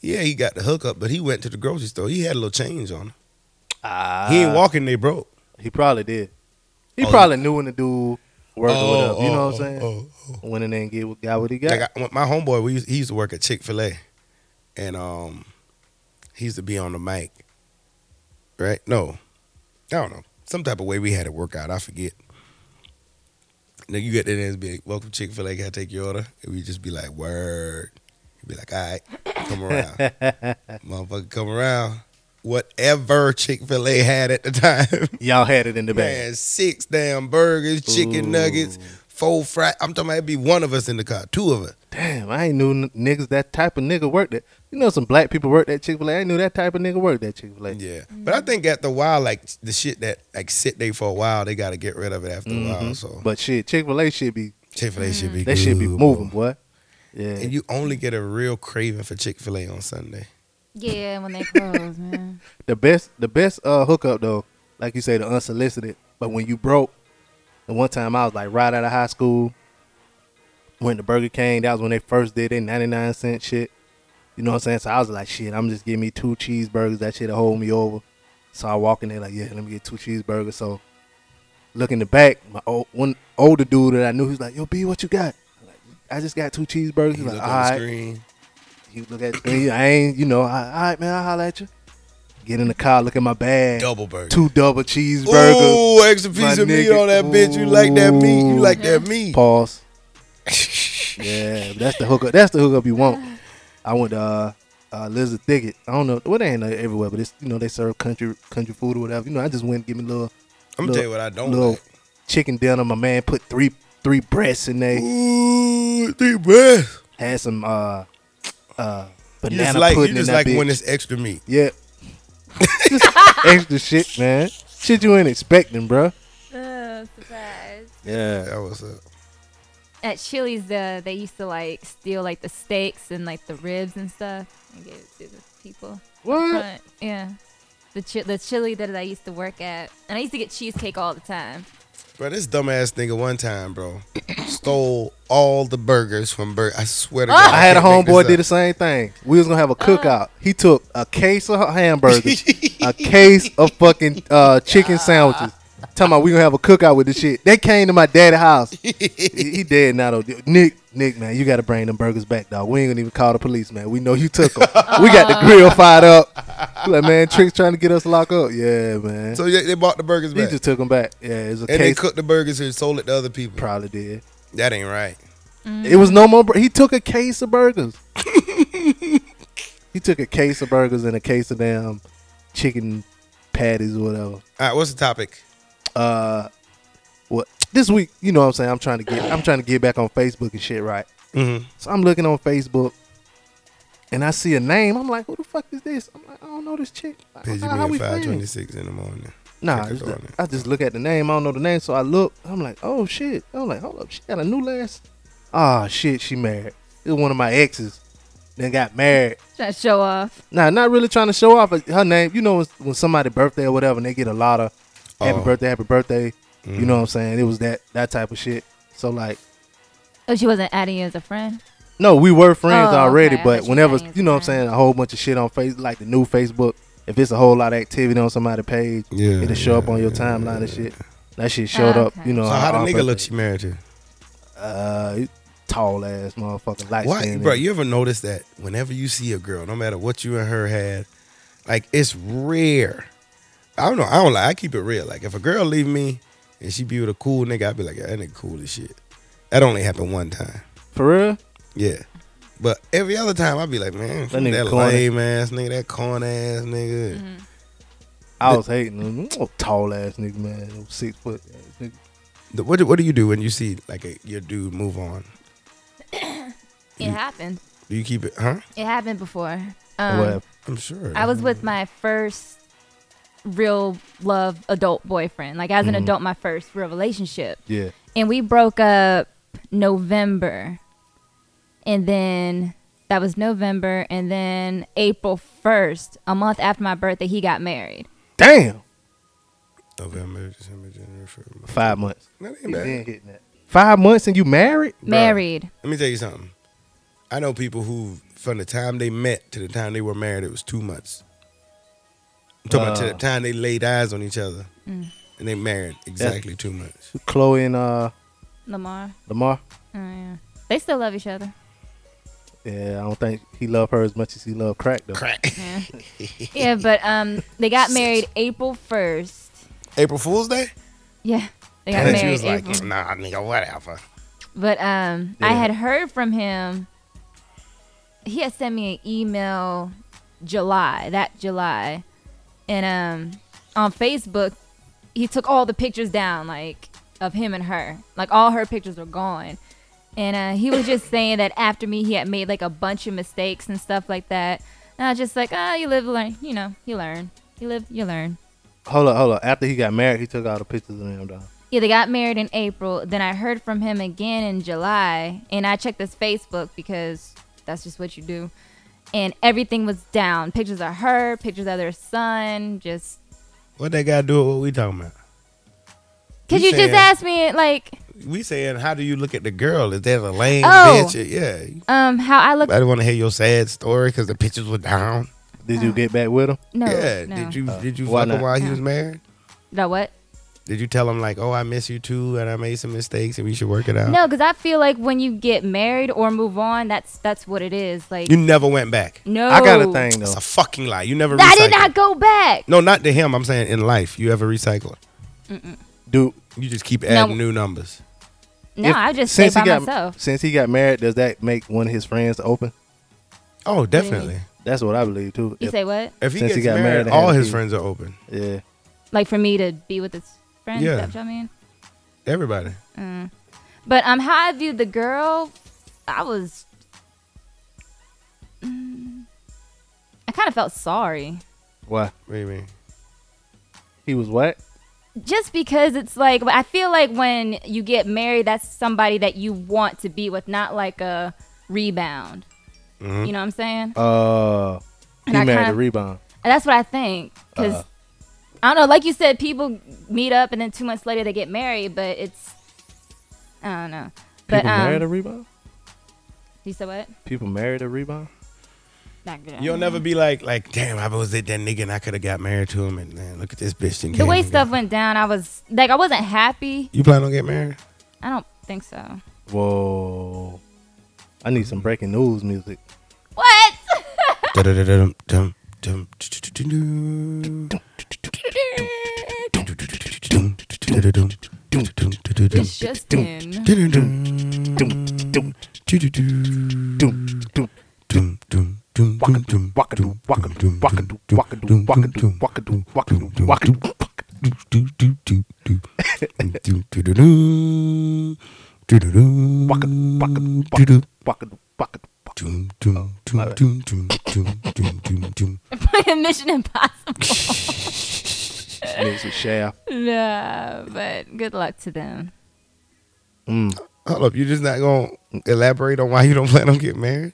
Yeah, he got the hookup, but he went to the grocery store. He had a little change on him.
Ah,
He ain't walking, they broke.
He probably did. He
Oh,
probably knew when the dude worked or whatever. You
oh,
know what
oh,
I'm saying?
oh, oh.
Went in there and get what got what he got.
Like, I- my homeboy, we used, he used to work at Chick fil A. And um, he used to be on the mic. Right? No. I don't know. Some type of way we had it work out. I forget. Then you get there and be like, welcome Chick fil A, can I take your order? And we just be like, word. He'd be like, all right, come around. Motherfucker, come around. Whatever Chick fil A had at the time.
Y'all had it in the bag.
Man, six damn burgers, chicken
Ooh.
nuggets, four fry. I'm talking about it'd be one of us in the car, two of us.
Damn, I ain't knew n- niggas that type of nigga worked that. You know, some black people worked that Chick Fil A. I ain't knew that type of nigga worked that Chick Fil A.
Yeah, but I think after a while, like the shit that like sit there for a while, they got to get rid of it after a while. So
Mm-hmm. But shit, Chick Fil A should be
Chick Fil A should be
they should be
good,
moving,
boy.
boy. Yeah,
And you only get a real craving for Chick Fil A on Sunday.
Yeah, when they close, man.
the best the best uh hookup though, like you say, the unsolicited. But when you broke, the one time I was like right out of high school, went to Burger King. That was when they first did their ninety nine cent shit. You know what I'm saying? So I was like, shit, I'm just giving me two cheeseburgers. That shit'll hold me over. So I walk in there like, yeah, let me get two cheeseburgers. So look in the back, my old, one older dude that I knew, he's like, yo, B, what you got? I'm like, I just got two cheeseburgers. He's
You
like,
look
all
on the
right
screen.
he look at me. I ain't, you know, I, all right, man, I'll holler at you. Get in the car, look at my bag.
Double burger.
Two double cheeseburgers.
Ooh, extra piece
my
of meat
nigga.
on that bitch. You like that meat? You
Ooh.
like that meat?
Pause. Yeah, that's the hookup. That's the hookup you want. I went to uh, uh, Elizabeth Thicket. I don't know. Well, they ain't everywhere, but it's, you know, they serve country country food or whatever. You know, I just went and give me a little
I'm gonna
Little-
tell you what I don't
little
like.
chicken dinner. My man put three three breasts and they
Ooh, the best.
had some uh uh
You
banana
just like you
pudding in
just
that
like
bitch.
when it's extra meat.
yeah. Just extra shit, man. Shit you ain't expecting, bruh.
Ugh, surprise.
Yeah.
That was a
At Chili's, uh, they used to like steal like the steaks and like the ribs and stuff and give it to the people.
What?
But, yeah, the chi- the chili that I used to work at, and I used to get cheesecake all the time.
Bro, this dumbass nigga one time, bro, stole all the burgers from Burger. I swear to God,
I had a
can't make
homeboy did the
this Uh.
same thing. We was gonna have a cookout. He took a case of hamburgers, a case of fucking uh, chicken sandwiches. Talking about we gonna have a cookout with this shit. They came to my daddy's house. he, he dead now though. Nick, Nick, man, you gotta bring them burgers back, dog. We ain't gonna even call the police, man. We know you took them. we got the grill fired up. We Like man, tricks trying to get us locked up. Yeah, man.
So yeah, they bought the burgers
he
back,
just took them back. Yeah, it was a
and they
case.
cooked the burgers and sold it to other people.
Probably did.
That ain't right.
It was no more. bur- He took a case of burgers. he took a case of burgers and a case of damn chicken patties or whatever.
All right, what's the topic?
Uh, what this week? You know what I'm saying? I'm trying to get. I'm trying to get back on Facebook and shit, right?
Mhm.
So I'm looking on Facebook. And I see a name. I'm like, who the fuck is this? I'm like, I don't know this chick. Like,
Page
how, how
me
we
at five
friends?
twenty six in the morning.
Nah,
Check
just-
it on it.
I just look at the name. I don't know the name, so I look. I'm like, oh shit. I'm like, hold up, she got a new last. Ah shit, she married. It was one of my exes. Then got married.
Trying to show off.
Nah, not really trying to show off but her name. You know, when, when somebody birthday or whatever, and they get a lot of happy
Oh. Mm.
birthday, happy birthday. You know what I'm saying? It was that that type of shit. So like,
Oh, she wasn't adding you as a friend.
no, we were friends
Oh,
already,
okay. I
but
thought you
whenever
guys
you know what I'm
were
saying, a whole bunch of shit on face like the new Facebook. If it's a whole lot of activity on somebody's page,
Yeah,
it'll show up on your
yeah,
timeline and shit. That shit showed up,
Okay.
you know.
So how
on
the nigga
birthday.
look she married to?
uh, he tall ass motherfucking light
Why,
skin.
bro? You ever notice that whenever you see a girl, no matter what you and her had, like it's rare. I don't know. I don't like. I keep it real. Like if a girl leave me and she be with a cool nigga, I'd be like, yeah, that nigga cool as shit. That only happened one time.
For real?
Yeah. But every other time, I'd be like, man, that,
nigga corny.
lame ass nigga, that corn ass nigga.
I was hating him. Oh, tall ass nigga, man. Oh, Six foot. ass nigga.
The- What do, what do you do when you see like a, your dude move on?
It happened.
Do you keep it? Huh?
It happened before.
Or
Um,
whatever.
I'm sure.
I was with my first real love adult boyfriend. Like as an adult, my first real relationship.
Yeah.
And we broke up November. And then that was November. And then April 1st, a month after my birthday, he got married.
Damn.
November, December, January, February. March.
Five months.
That ain't
You
bad.
been hitting that. Five months and you married?
Married.
Let me tell you something. I know people who, from the time they met to the time they were married, it was two months. I'm talking about to
Uh.
the time they laid eyes on each other,
Mm.
and they married exactly two months.
Chloe and uh
Lamar.
Lamar.
Oh, yeah. They still love each other.
Yeah, I don't think he loved her as much as he loved crack though.
Crack.
Yeah, yeah but um, they got married April 1st.
April Fool's Day.
Yeah. They got
And
married
she was like,
April.
Nah, nigga, whatever.
But um, I
Yeah.
had heard from him. He had sent me an email July, that July. And um, on Facebook, he took all the pictures down, like of him and her. Like all her pictures were gone. And uh, he was just saying that after me, he had made like a bunch of mistakes and stuff like that. And I was just like, ah, you live, learn, you know, you learn. You live, you learn.
Hold up, hold up. After he got married, he took all the pictures of him down.
Yeah, they got married in April. Then I heard from him again in July, and I checked his Facebook because that's just what you do. And everything was down. Pictures of her, pictures of their son. Just
What that got to do with what we talking about?
because
You
you, just
saying-
asked me like,
We saying, how do you look at the girl? Is that a lame
Oh.
bitch? Yeah.
um, how I look.
I don't want to hear your sad story because the pictures were down. Uh,
Did
Oh.
you get back with him?
No,
yeah.
no.
Did you did you
why
fuck him
not?
while he was married?
No, what?
Did you tell him like, oh, I miss you too, and I made some mistakes, and we should work it out?
No, because I feel like when you get married or move on, that's that's what it is. Like,
You never went back.
no,
I got a thing
That's
though.
a fucking lie. You never.
I
recycled.
did not go back.
No, not to him. I'm saying in life, you ever recycle?
Dude,
You just keep adding new numbers.
No,
if-
I just stayed by
he got,
myself.
Since he got married, does that make one of his friends open?
Oh, definitely.
That's what I believe too.
You
If-
say what?
If he
Since
gets
he got married
married,
and had
all
a
his
kid.
friends are open.
yeah.
Like for me to be with his friends.
Yeah.
That's what I mean.
Everybody.
But um, how I viewed the girl, I was, Mm, I kind of felt sorry,
Why?
What do you mean?
He was what?
just because it's like I feel like when you get married, that's somebody that you want to be with, not like a rebound. You know what I'm saying?
Uh, he
And I
married
kinda-
a rebound.
And that's what I think. Because,
Uh.
I don't know, like you said, people meet up and then two months later they get married, but it's, I don't know. But,
People married
um,
a rebound.
you said what?
People married a rebound.
Not good.
You'll never be like, like, damn, I was at that nigga and I could have got married to him, and man, look at this bitch. didn't
The
came
way
and
stuff
got-
went down, I was, like, I wasn't happy.
You plan on getting married?
I don't think so.
Whoa. I need some breaking news music.
What?
Da-da-da-dum, dum, dum, do-do-do-do. Do-do-do-do-do-do. Do-do-do-do-do-do.
It's just in.
Do-do-do.
Doom,
Do-do-do.
doom, doom.
Doom, doom, doom, doom, doom,
Wackadoo,
doom, doom,
wackadoo, wackadoo,
doom, doom,
wackadoo,
doom,
wackadoo, wackadoo, wackadoo,
doom,
wackadoo,
doom,
wackadoo.
do, do, do, do. Do, do, do, do. Do, do, do.
Wackadoo, wackadoo,
Do, do.
wackadoo, wackadoo, wackadoo, wackadoo.
Doom, doom, doom, doom, doom, doom, doom, doom, doom.
Playing Mission Impossible.
Mixed with Shaft.
no, but good luck to them.
Hold up, you just not gonna elaborate on why you don't plan on getting married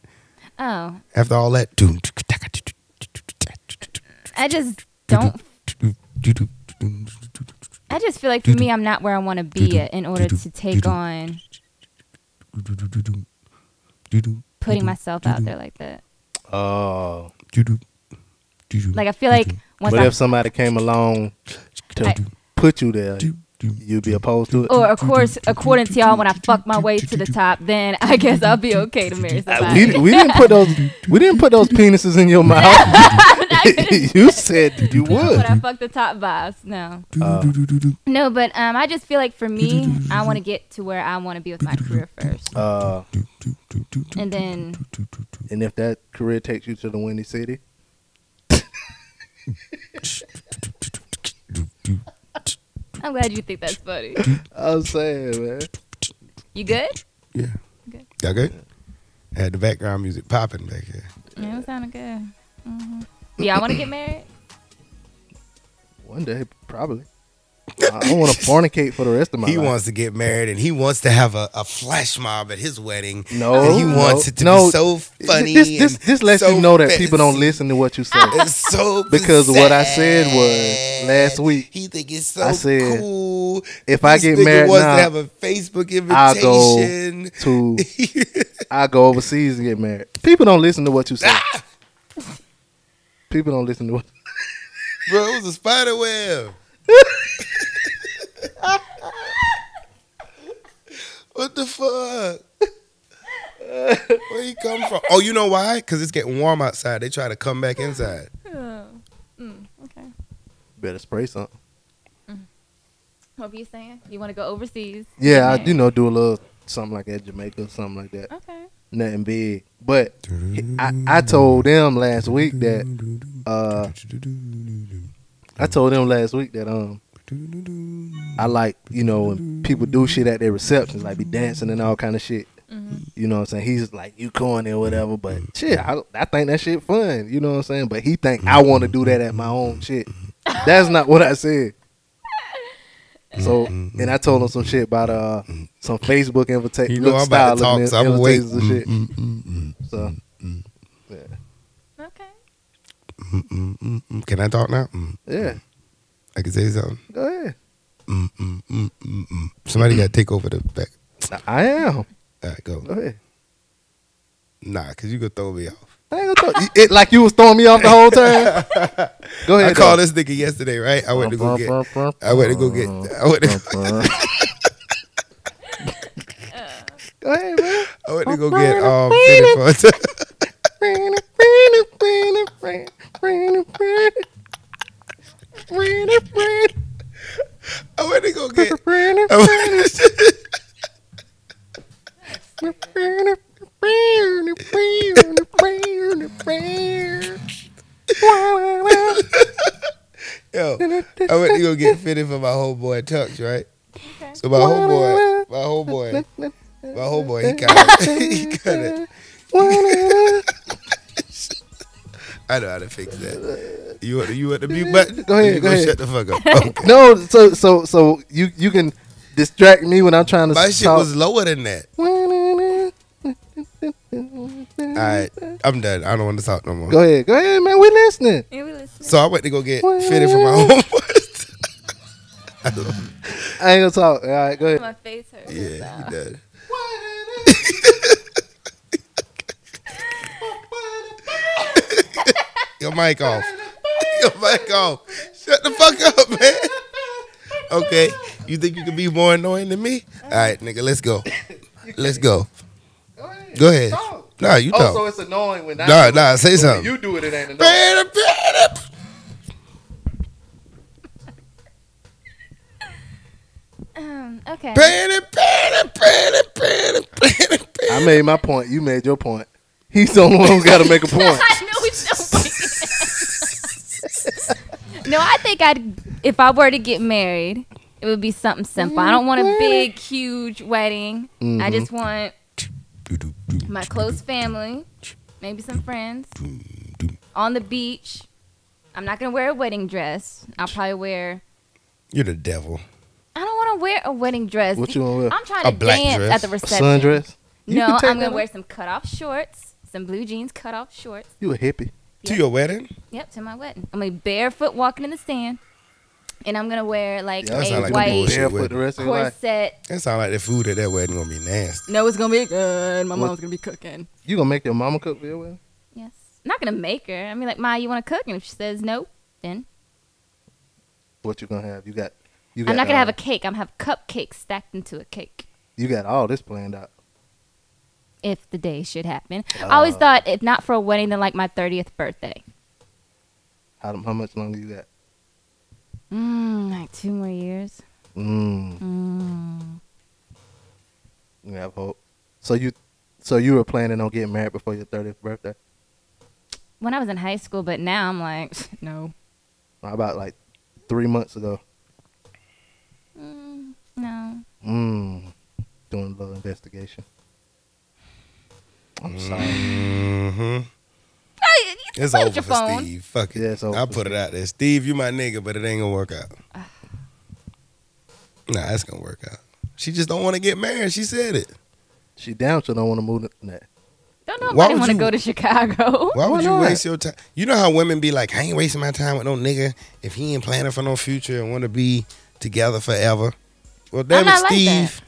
Oh,
after all that? Doom.
I just don't. I just feel like for me, I'm not where I want to be at in order to take on putting myself out there like that.
Oh.
Like I feel like once
But
I,
if somebody came along to
I-
put you there, you'd be opposed to it.
or of course, according to y'all, when I fuck my way to the top, then I guess I'll be okay to marry
we,
somebody.
we didn't put those we didn't put those penises in your mouth. you said you
When
would.
I fuck the top vibes, no, no. But um, I just feel like for me, I want to get to where I want to be with my career first,
Uh,
and then
and if that career takes you to the Windy City,
I'm glad you think that's funny.
I'm saying, man.
You good?
Yeah.
Okay.
Y'all good? I had the background music popping back here.
Yeah, it sounded good. Mm-hmm. Yeah, I want to get married.
One day, probably. I don't want to fornicate for the rest of my
He
life.
wants to get married and he wants to have a, a flash mob at his wedding.
No,
And he
no,
wants it to
no.
be so funny.
This this, this
and
lets
so
you know that
fa-
people don't listen to what you say.
It's so
Because what I said
sad.
was, last week,
He think it's so
I said,
cool.
if I
This
get
nigga
married
wants
now,
to have a Facebook
I'll go
invitation.
to I go overseas and get married. People don't listen to what you say.
Ah!
People don't listen to what.
Bro, it was a spider web. what the fuck? Where you come from? Oh, you know why? Because it's getting warm outside. They try to come back inside.
Mm,
Better spray something.
What were you saying? You want to go overseas?
Yeah, I, you know, do a little something like that, Jamaica, something like that.
Okay.
Nothing big, but I, I told them last week that uh, I told them last week that um I like you know when people do shit at their receptions, like be dancing and all kind of shit. You know what I'm saying? He's like you corny or whatever, but shit, I, I think that shit fun. You know what I'm saying? But he think I want to do that at my own shit. That's not what I said. So and I told him some shit about uh some Facebook invitation.
You know I'm about to talk, so I'm waiting.
and shit. So
Okay.
Mm, Can I talk now? Mm,
yeah,
I can say something.
go ahead.
Somebody got to take over the back.
I am.
All right,
Go
go.
ahead.
Nah, because you could throw me off.
I ain't gonna throw- it like you was throwing me off the whole time. Go ahead.
I called this nigga yesterday, right? I went to go get. I went to go get. I went to go,
Go ahead, man.
I went to go get um, fitted for I went to go get. I went to- Yo, I went to go get fitted for my whole boy Tux, right? So my whole boy, My homeboy. My homeboy, he kind of, he kind of. I know how to fix that. You at you at the mute button?
Go ahead,
You
go ahead.
Shut the fuck up. Okay.
No, so so so you you can distract me when I'm trying to
My
s-
shit
talk.
was lower than that. All right, I'm done. I don't want to talk no more.
Go ahead, go ahead, man. We listening.
Yeah, we listen.
So I went to go get fitted for my homeboy. I don't-
I ain't gonna talk. All right, go ahead.
My face hurts.
yeah, he done. Your mic off. Your mic off. Shut the fuck up, man. Okay. You think you can be more annoying than me? All right, nigga, let's go. Let's go. Go ahead. Nah, you
Oh, so
talk.
it's annoying when I
Nah,
do it.
nah, say
But when
something.
You do it, it ain't annoying.
Better, better.
Um, okay.
Better, better, better, better, better, better.
I made my point. You made your point. He's the only one who got to make a point.
I know it's no No, I think I'd if I were to get married, it would be something simple. I don't want a big, huge wedding. I just
Mm-hmm.
want my close family, maybe some friends, on the beach. I'm not gonna wear a wedding dress. I'll probably wear.
You're the devil.
I don't want to wear a wedding dress.
What you gonna wear?
I'm trying
A
to
black
dance
dress?
at the
A
reception.
Sundress. You
No,
can
I'm
take
gonna
that
wear
off.
some cut off shorts, some blue jeans cut off shorts.
You a hippie?
To your wedding?
Yep, to my wedding. I'm gonna be barefoot walking in the sand, and I'm gonna wear like
Yeah, that
a
sound like a
white
bullshit.
Barefoot
with-
the rest of your life.
corset.
That sound like the food at that wedding gonna be nasty.
No, it's gonna be good. My
What-
mom's gonna be cooking.
You gonna make your mama cook for your wedding?
Yes, I'm not gonna make her. I mean, like, ma, you want to cook? And if she says no, then
What you gonna have? You got. You got
I'm not gonna
uh,
have a cake. I'm gonna have cupcakes stacked into a cake.
You got all this planned out.
If the day should happen,
Uh.
I always thought if not for a wedding, then like my 30th birthday.
How, how much longer you got?
Mm, like two more years.
Mm.
Mm.
You have hope. So you, so you were planning on getting married before your thirtieth birthday?
When I was in high school, but now I'm like, no,
About like three months ago.
mm, no.
Mm. Doing a little investigation. I'm sorry.
Mm-hmm.
Hey, you
It's
put
over
your
for
phone.
Steve. Fuck it.
Yeah, it's over
I
for
put it out there. Steve, you my nigga, but it ain't gonna work out.
Ah.
Nah, it's gonna work out. She just don't want to get married. She said it.
She damn sure don't want to move. To, nah.
Don't know if
Why
I didn't
would
want to
you-
go to Chicago.
Why would
Why
you
not?
waste your time? You know how women be like, I ain't wasting my time with no nigga if he ain't planning for no future and want to be together forever. Well, damn it,
not like that.
Steve.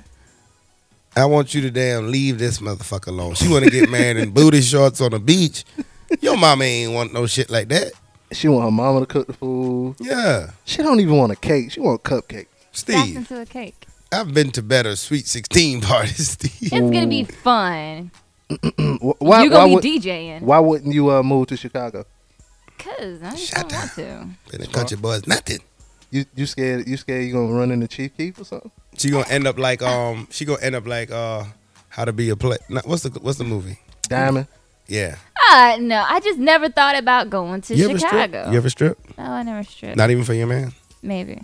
I want you to damn leave this motherfucker alone. She want to get married in booty shorts on the beach. Your mama ain't want no shit like that.
She want her mama to cook the food.
Yeah,
She don't even want a cake. She want
Back
cupcake.
Steve.
into a cake.
I've been to better Sweet 16 parties, Steve.
It's gonna be fun.
Mm, wh- Why,
you
why,
gonna
would,
be DJing?
why wouldn't you uh, move to Chicago?
Cause I just
Shut
don't want to.
Been in country boys, nothing.
You you scared? You scared you gonna run into Chief Keef or something?
She gonna end up like um. She gonna end up like uh. How to be a play? Nah, what's the what's the movie?
Diamond.
Yeah.
Uh no, I just never thought about going to
you Ever
Chicago.
strip? You ever strip?
no, I never should.
Not even for your man.
Maybe.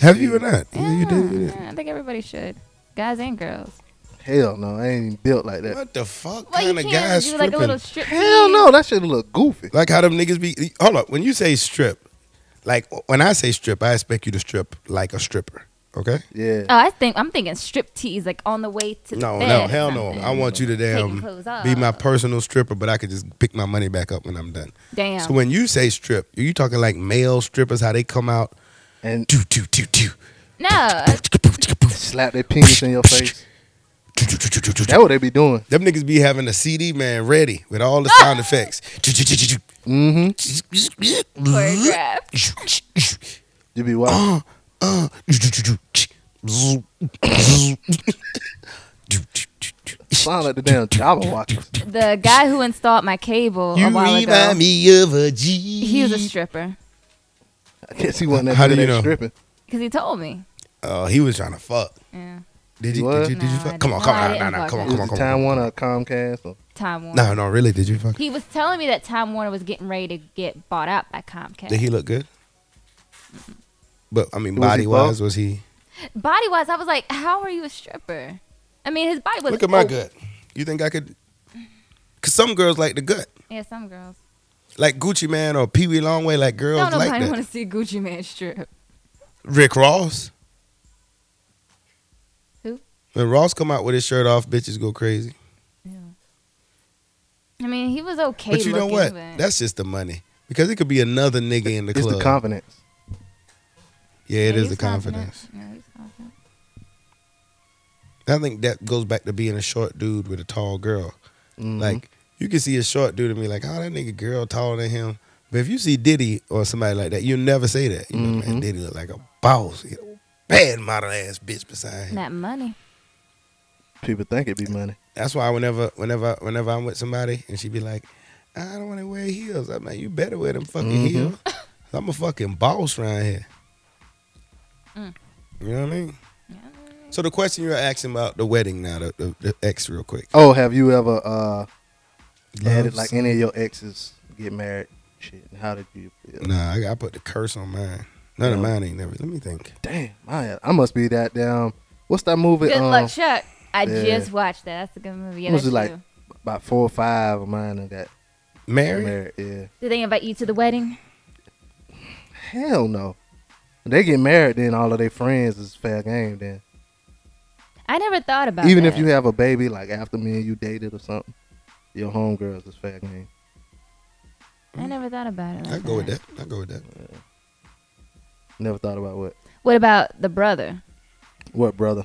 Have you or not? Either
Yeah,
You did. You did.
yeah, I think everybody should. Guys and girls.
Hell no, I ain't even built like that.
What the fuck
Well, you
kind
can't
of guy
do
stripping?
like
Like,
a little strip.
Hell no, that shit look goofy.
how them niggas be? Hold up. When you say strip, like when I say strip, I expect you to strip like a stripper. Okay.
Yeah.
Oh, I think I'm thinking strip tease, like on the way to the
No,
bed
no,
or
hell no.
something.
I want you to damn
Taking clothes off.
be my personal stripper, but I could just pick my money back up when I'm done.
Damn.
So when you say strip, you talking like male strippers, how they come out,
And
do do do do.
no, uh,
slap their penis in your face. That what they be doing.
Them niggas be having a CD man ready with all the sound effects.
Mm-hmm.
choreograph.
You be watching. Sound like the damn Java Watchers.
The guy who installed my cable a
You
while
remind
ago,
me of a G.
he was a stripper
I guess he wasn't that
How do
good
you
at
know?
stripping.
because he told me.
Oh, he was trying to fuck.
Yeah.
Did you?
What?
Did you? Did you
No, I
fuck? Come on,
didn't.
come
No, I
on, no,
didn't
no,
fuck.
come on,
It
come
It was
on,
the
come
Time
on.
One or Comcast. Or,
Time Warner.
No, no, really? Did you fuck?
He was telling me that Time Warner was getting ready to get bought out by Comcast.
Did he look good? But I mean,
Was he
body wise, was he?
body wise, I was like, how are you a stripper? I mean, his body was.
Look at my
oh,
gut. You think I could? Cause some girls like the gut,
Yeah, some girls.
like Gucci Man or Pee Wee Longway. Like girls
Don't
like
nobody
that.
want to see Gucci Man strip.
Rick Ross.
Who?
When Ross come out with his shirt off, bitches go crazy.
I mean, he was okay.
but you know
looking,
what?
but-
That's just the money. Because it could be another nigga in the
it's
club.
the confidence.
yeah,
Yeah,
it is
he's
the confidence.
confident. Yeah, he's confident.
I think that goes back to being a short dude with a tall girl. Like you can see a short dude and be like, "Oh, that nigga girl taller than him." But if you see Diddy or somebody like that, you never say that. You know, man, Diddy look like a boss, you know, bad model ass bitch beside him.
That money.
people think it'd be money.
That's why whenever, whenever, whenever I'm with somebody and she be like, "Ah, "I don't want to wear heels," I'm like, "You better wear them fucking heels. I'm a fucking boss around here." You know what I mean? So the question you're asking about the wedding now, the, the, the ex, real quick.
Oh, have you ever uh
Love
added like
song.
any of your exes get married? Shit, and how did you feel?
Nah, I, I put the curse on mine. None of
Yeah.
mine ain't never. Let me think.
Damn, I, I must be that damn. What's that movie?
Good
um,
luck, Chuck. I
yeah.
just watched that. That's a good movie. Yeah,
what was it
that's
like?
you.
About four or five of mine that got
Mary?
married. Yeah.
Did they invite you to the wedding?
Hell no. When They get married, then all of their friends is fair game. Then
I never thought about.
even if
that.
you have a baby, like after me and you dated or something, your homegirls is fair game.
I never thought about it. Like
I go with that. I go with that.
Never thought about what
What about the brother?
what brother.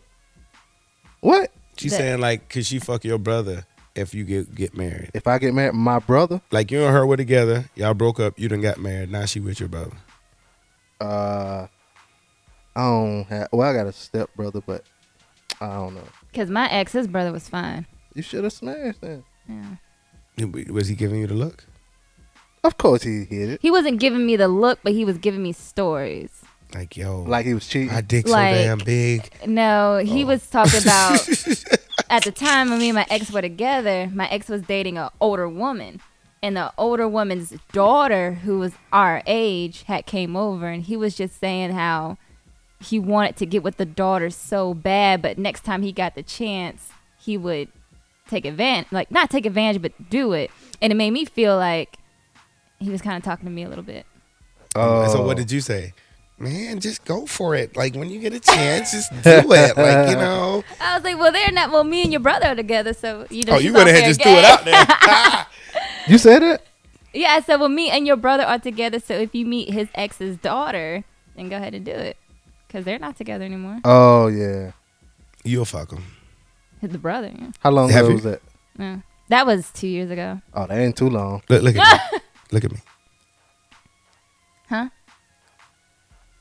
What
She's
That-
saying like, could she fuck your brother if you get get married?
if I get married? My brother.
Like you and her were together, y'all broke up, you done got married, now she with your brother.
uh I don't have well I got a step brother, but I don't know.
Because my ex, his brother was fine.
You should have smashed him.
Yeah.
Was he giving you the look?
Of course he hit it.
He wasn't giving me the look, but he was giving me stories.
Like yo,
Like he was cheating.
my dick so
like-
damn big.
No, he was talking about at the time when me and my ex were together, my ex was dating an older woman. And the older woman's daughter, who was our age, had came over and he was just saying how he wanted to get with the daughter so bad, but next time he got the chance, he would take advantage like not take advantage but do it. And it made me feel like he was kinda talking to me a little bit.
And
Oh.
So what did you say? Man, just go for it. Like when you get a chance, just do it. Like you know.
I was like, Well they're not well me and your brother are together, so you know.
Oh, you
she's
went
all
ahead
fair
and just
game.
threw it out there.
you said it?
Yeah, so well, me and your brother are together. So if you meet his ex's daughter, then go ahead and do it, because they're not together anymore.
Oh yeah.
You'll fuck him.
His the brother. Yeah.
How long
Have
ago
you-
was that?
Yeah. That was two years ago.
Oh, that ain't too long.
Look, look at me. Look at me.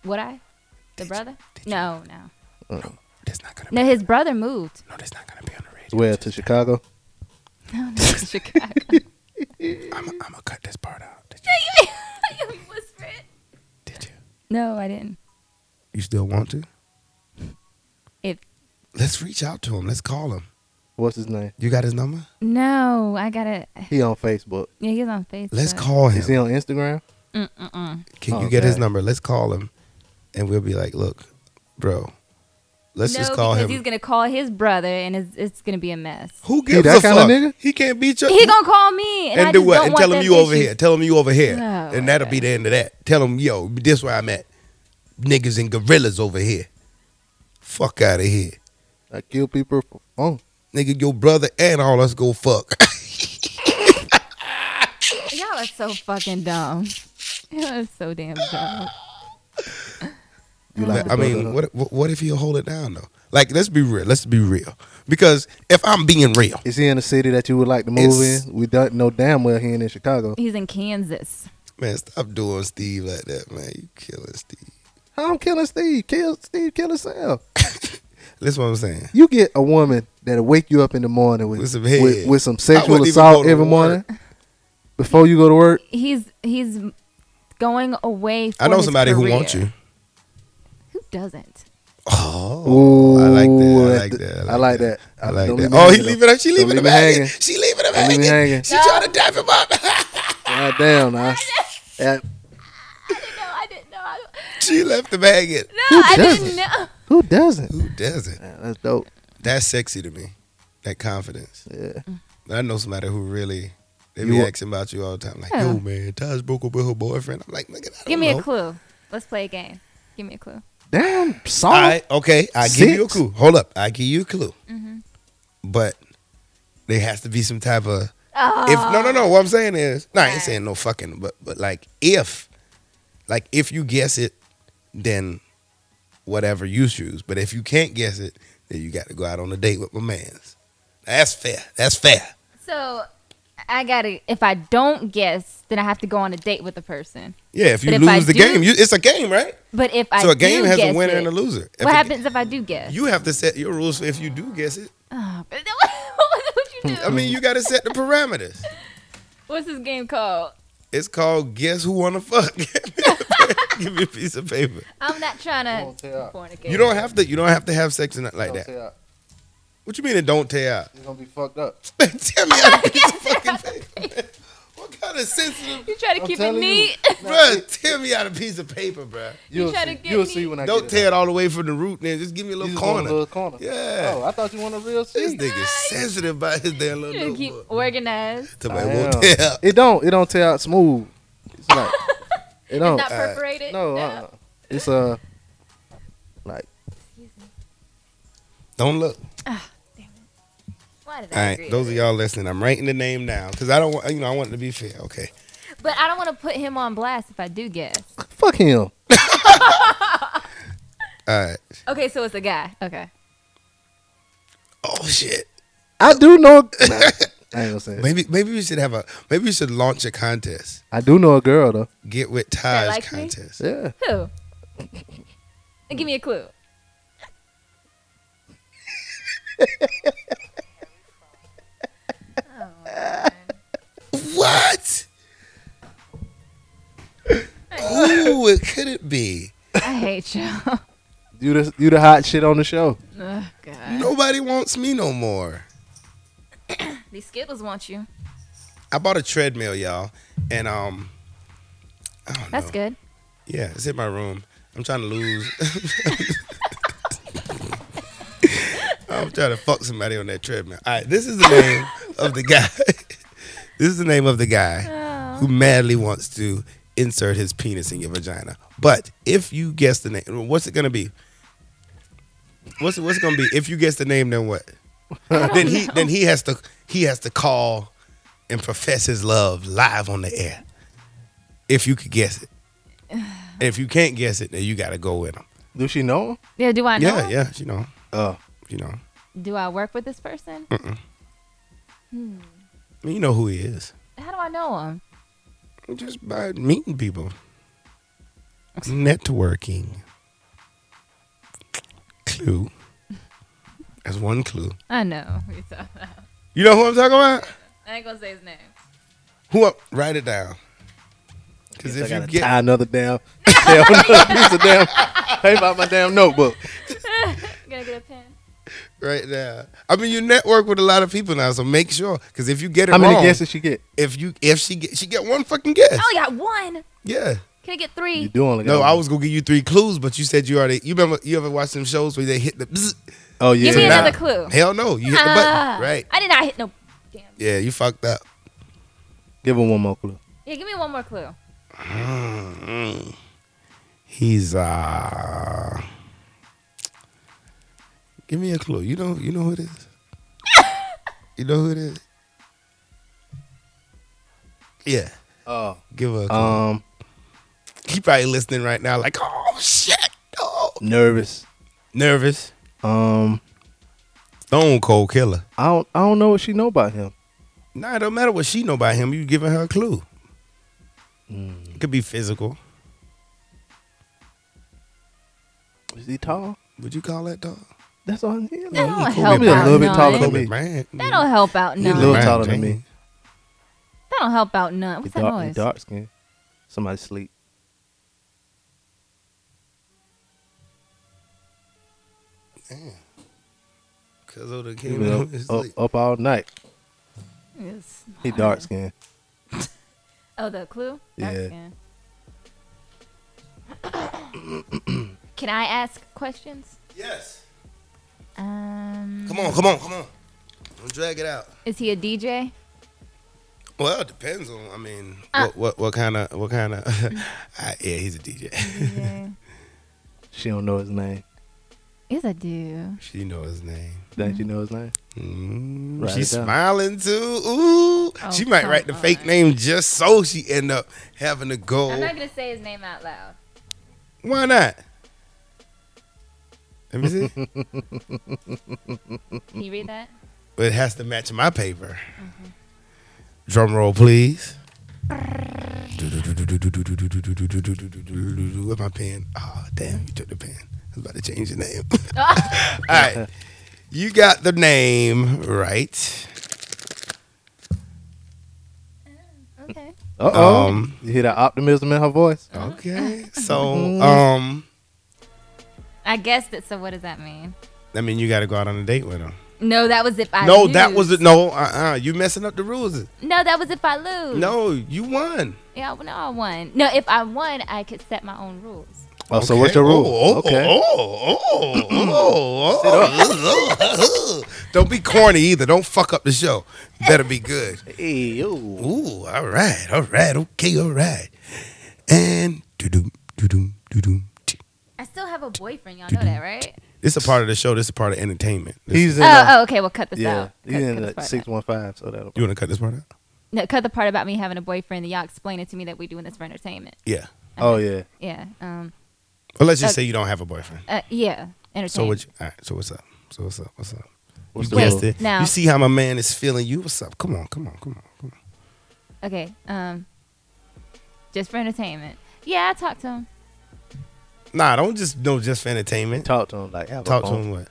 Would I? The brother? No, no,
That's not gonna.
no. His brother moved
No, that's not gonna be on the radio.
Where to Chicago?
to Chicago.
I'm gonna cut this part out. Did
You whisper it.
you? Did you?
No, I didn't.
You still want to?
If
Let's reach out to him. Let's call him.
What's his name?
You got his number?
no, I gotta.
He on Facebook.
Yeah, he's on Facebook.
Let's call
Is he
him.
on Instagram?
Can you
Oh,
get his
okay.
number? Let's call him, and we'll be like, look, bro, let's
no,
just call
because
him.
he's gonna call his brother, and it's, it's gonna be a mess.
Who gives
that
a
kinda
fuck?
nigga?
He can't beat your.
He gonna call me, and,
and
I
do
just
what?
Don't
And
want
tell him
them
you over
issues.
here. Tell him you over here.
No,
and that'll be the end of that. Tell him, yo, this where I'm at. Niggas and gorillas over here. Fuck out of here,
I kill people for fun.
nigga. Your brother and all us go fuck.
Y'all are so fucking dumb. Y'all are so damn dumb.
You like
I
the brother,
mean,
huh?
what, what what if he'll hold it down though? Like, let's be real. Let's be real. Because if I'm being real,
Is he in a city that you would like to move
It's-
in? We don't know damn well he ain't in Chicago.
He's in Kansas.
man, stop doing Steve like that, man. You killing Steve.
I'm killing Steve. Kill Steve. Kill himself.
That's what I'm saying.
you get a woman that'll wake you up in the morning with
With some head.
with, with some
I wouldn't
sexual
even go
assault
to
every
work.
morning before you go to work.
He's he's going away. For
I know
his
somebody who
career.
wants you.
Who doesn't?
Oh, I like that. I
Ooh,
like that.
I like that.
I like
Don't
that.
leave me
Oh, he
hanging,
leaving her. She
though.
leaving him
Don't leave me
hanging.
hanging.
She leaving him
Don't leave
hanging.
me hanging.
She trying to dap him up.
God damn, nah. That-
No, I didn't know. I,
she left him hanging.
no, I
doesn't?
didn't know.
Who doesn't?
Who doesn't?
Man, that's dope.
That's sexy to me. That confidence.
Yeah.
But I know somebody who really they
You
be
wa-
asking about you all the time. Like,
Yeah.
yo, man, Taj broke up with her boyfriend. I'm like, nigga, I don't
Give me
know.
a clue. Let's play a game. Give me a clue.
Damn,
Oh.
All
solid.
right, okay, I give you a
Six?
clue. Hold up, I give you a clue. But there has to be some type of if no, no, no. What I'm saying is, no, I ain't saying no fucking, but but like if, like if you guess it, then whatever you choose. But if you can't guess it, then you got to go out on a date with my man's. That's fair. That's fair.
So I gotta. If I don't guess, then I have to go on a date with the person.
Yeah, if you
But if
lose
I
the
do-
game, you, it's a game, right?
But if I
so a
do
game has a
guess
winner
it,
and a loser. If
What
a-
happens if I do guess?
You have to set your rules for if you do guess it.
Oh, but then what would you do?
I mean, you got to set the parameters.
What's this game called?
It's called Guess Who Wanna Fuck. Give me a piece of paper.
I'm not trying
won't
to
tell.
fornicate.
You don't have to. You don't have to have sex in it like that. What you mean it don't tear out?
gonna be fucked up.
Man, Tell me how to piece of fucking paper. What kind of sensitive,
You try to
I'm
keep it
telling you.
neat.
bruh? Tell me how to piece of paper, bruh.
You try to
see,
get
you'll
me.
see when I
Don't
get
tear it all the way from the root, then just give me a
out.
little
You just want
corner.
A little corner.
Yeah.
Oh, I thought you want a real
This
seat.
nigga's sensitive about his
You
damn little
try to keep
notebook.
organized.
Tell me
I
it won't
am.
tear out.
It don't. It don't tear out smooth. It's like it don't.
Not perforated.
no, uh, it's uh like
Don't look.
Why did
All
I
right,
agree?
those of y'all listening, I'm writing the name down because I don't want, you know, I want it to be fair. Okay.
But I don't want to put him on blast if I do guess.
fuck him.
All right.
Okay, so it's a guy. Okay.
Oh shit.
I do know. Nah, I ain't gonna say. It.
Maybe maybe we should have a maybe we should launch a contest.
I do know a girl though.
Get with
That
Taj
likes me?
contest.
Yeah.
Who? And give me a clue.
What? Who it could it be?
I hate you.
You the you the hot shit on the show.
oh God.
Nobody wants me no more.
These Skittles want you.
I bought a treadmill, y'all, and um, I don't
That's
know.
good.
Yeah, it's in my room. I'm trying to lose. I'm trying to fuck somebody on that treadmill. All right, this is the name of the guy. this is the name of the guy who madly wants to insert his penis in your vagina. But if you guess the name, what's it gonna be? What's what's it gonna be? If you guess the name, then what? Then he then he has to he has to call and profess his love live on the air. If you could guess it. And if you can't guess it, then you got to go with them.
Do she know him?
Yeah. Do I know?
Yeah, yeah, you know,
Oh,
you know,
Do I work with this person?
Hmm. I mean, you know who he is.
How do I know him?
Just by meeting people, networking. Clue. That's one clue.
I know. who you're talking about.
You know who I'm talking about?
I ain't gonna say his name.
Who? I, write it down. Because
I
if you
gotta
get,
tie another damn, damn piece of damn paper out my damn notebook.
Gonna get a pen.
right now, I mean, you network with a lot of people now, so make sure. Because if you get it
How many
wrong,
guesses she get?
if you if she get she get one fucking guess,
Oh, I only got one.
yeah.
Can I get
You
three?
do only got
No,
one.
I was gonna give you three clues, but you said you already. You remember? You ever watched them shows where they hit the? Bzz,
Oh yeah.
Give me
Nah.
another clue.
hell no, you hit the
Ah,
button, right?
I did not hit no. Damn.
Yeah, you fucked up.
Give her one more clue.
Yeah, give me one more
Oh,
clue.
Mm. He's uh. Give me a clue. You know, you know who it is. you know who it is. Yeah,
Oh.
give her. A clue.
Um.
he probably listening right now, like, oh shit, oh.
Nervous.
Nervous.
Um.
Stone cold killer.
I don't. I don't know what she know about him.
Nah, it don't matter what she know about him. You giving her a clue. It could be physical.
Is he tall?
Would you call that dog?
That's all. He is.
That don't
cool,
help
man.
Be a
out.
little bit
none.
taller than
Kobe
me.
Bryant.
That don't help out
He a
none.
little
Right,
taller than
Jamie.
me.
That don't help out none.
He
What's that
dark. He
noise?
dark skin. Somebody sleep.
Cause of the
He
came
been
out
up,
his
up,
sleep.
up all night.
Yes.
He dark skin.
Oh, the clue? Dark
Yeah.
skin. Can I ask questions?
Yes.
Um,
Come on, come on, come on. Don't drag it out.
is he a DJ?
Well, it depends on. I mean,
Uh.
what what what kind of what kind of? yeah, he's a DJ.
DJ.
She don't know his name.
yes, I do.
she know his name.
Don't
Mm-hmm.
you know his name?
Mm,
Write
she's
it down.
smiling too.
Oh,
Ooh, she might
come
write the fake
on.
name just so she end up having to go.
I'm not gonna say his name out loud.
Why not? Let me see.
Can you read that?
but it has to match my paper. Drum roll, please. With my pen. Oh, damn, you took the pen. I was about to change the name. All right. You got the name right.
Okay.
Uh oh.
Um,
you hear the optimism in her voice?
Okay. So, um,
I guessed it. So what does that mean?
I mean, you got to go out on a date with him.
No, that was if I
no,
lose.
that was it. No, uh uh. You messing up the rules.
No, that was if I lose.
No, you won.
Yeah, no, I won. No, if I won, I could set my own rules.
Oh, so what's your rule?
Oh, oh,
okay.
Oh, oh, oh, oh, oh. Don't be corny either. Don't fuck up the show. Better be good.
Ew.
Ooh, all right, all right, okay, all right. And doo-doom, doo-doom, doo-doom. tick.
I still have a boyfriend. Y'all know that, right?
This is a part of the show. This is a part of entertainment. This-
He's in.
Oh,
uh,
oh, okay. Well, cut this
yeah,
out. Cut,
he's in
cut this
the
part
six
out.
one five. So that'll.
you want to cut this part out?
No, cut the part about me having a boyfriend. That y'all explain it to me that we doing this for entertainment.
Yeah.
Oh yeah.
Yeah. Um.
Well, let's just
Okay.
say you don't have a boyfriend.
Uh, yeah. Entertainment.
So what? You, all right. So what's up? So what's up? What's up?
What's
you
the
guessed
rule?
it.
now-
You see how my man is feeling you? What's up? Come on, come on, come on, come on.
Okay. Um. Just for entertainment. Yeah, I talked to him.
Nah, don't just no just for entertainment.
Talk to him like have a
Talk to
phone-
him what?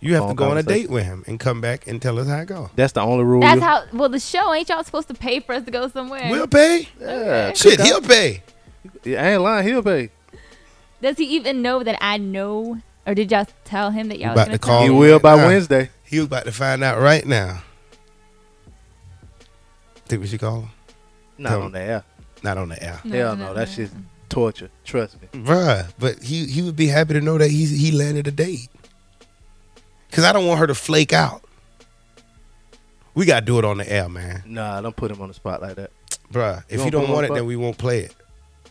You have to
phone
go on a
conversation.
date with him and come back and tell us how it go.
That's the only rule.
That's
you-
how. Well, the show ain't y'all supposed to pay for us to go somewhere?
We'll pay.
Yeah,
Shit, he'll pay.
yeah, I ain't lying. He'll pay.
Does he even know that I know, or did y'all tell him that y'all
about
was gonna
to call
He
Oh,
will by
nah.
Wednesday.
He was about to find out right now. Think we should call him?
Not
Tell
on the air.
Not on the air,
No,
Hell
no,
no,
no,
that
no.
shit's torture. Trust me.
Mm.
bruh. But he he would be happy to know that he he landed a date. Cause I don't want her to flake out. We gotta do it on the air, man,
Nah, don't put him on the spot like that.
bruh. If you
wanna put
don't
him on
want it,
the
then
bu-
we won't play it.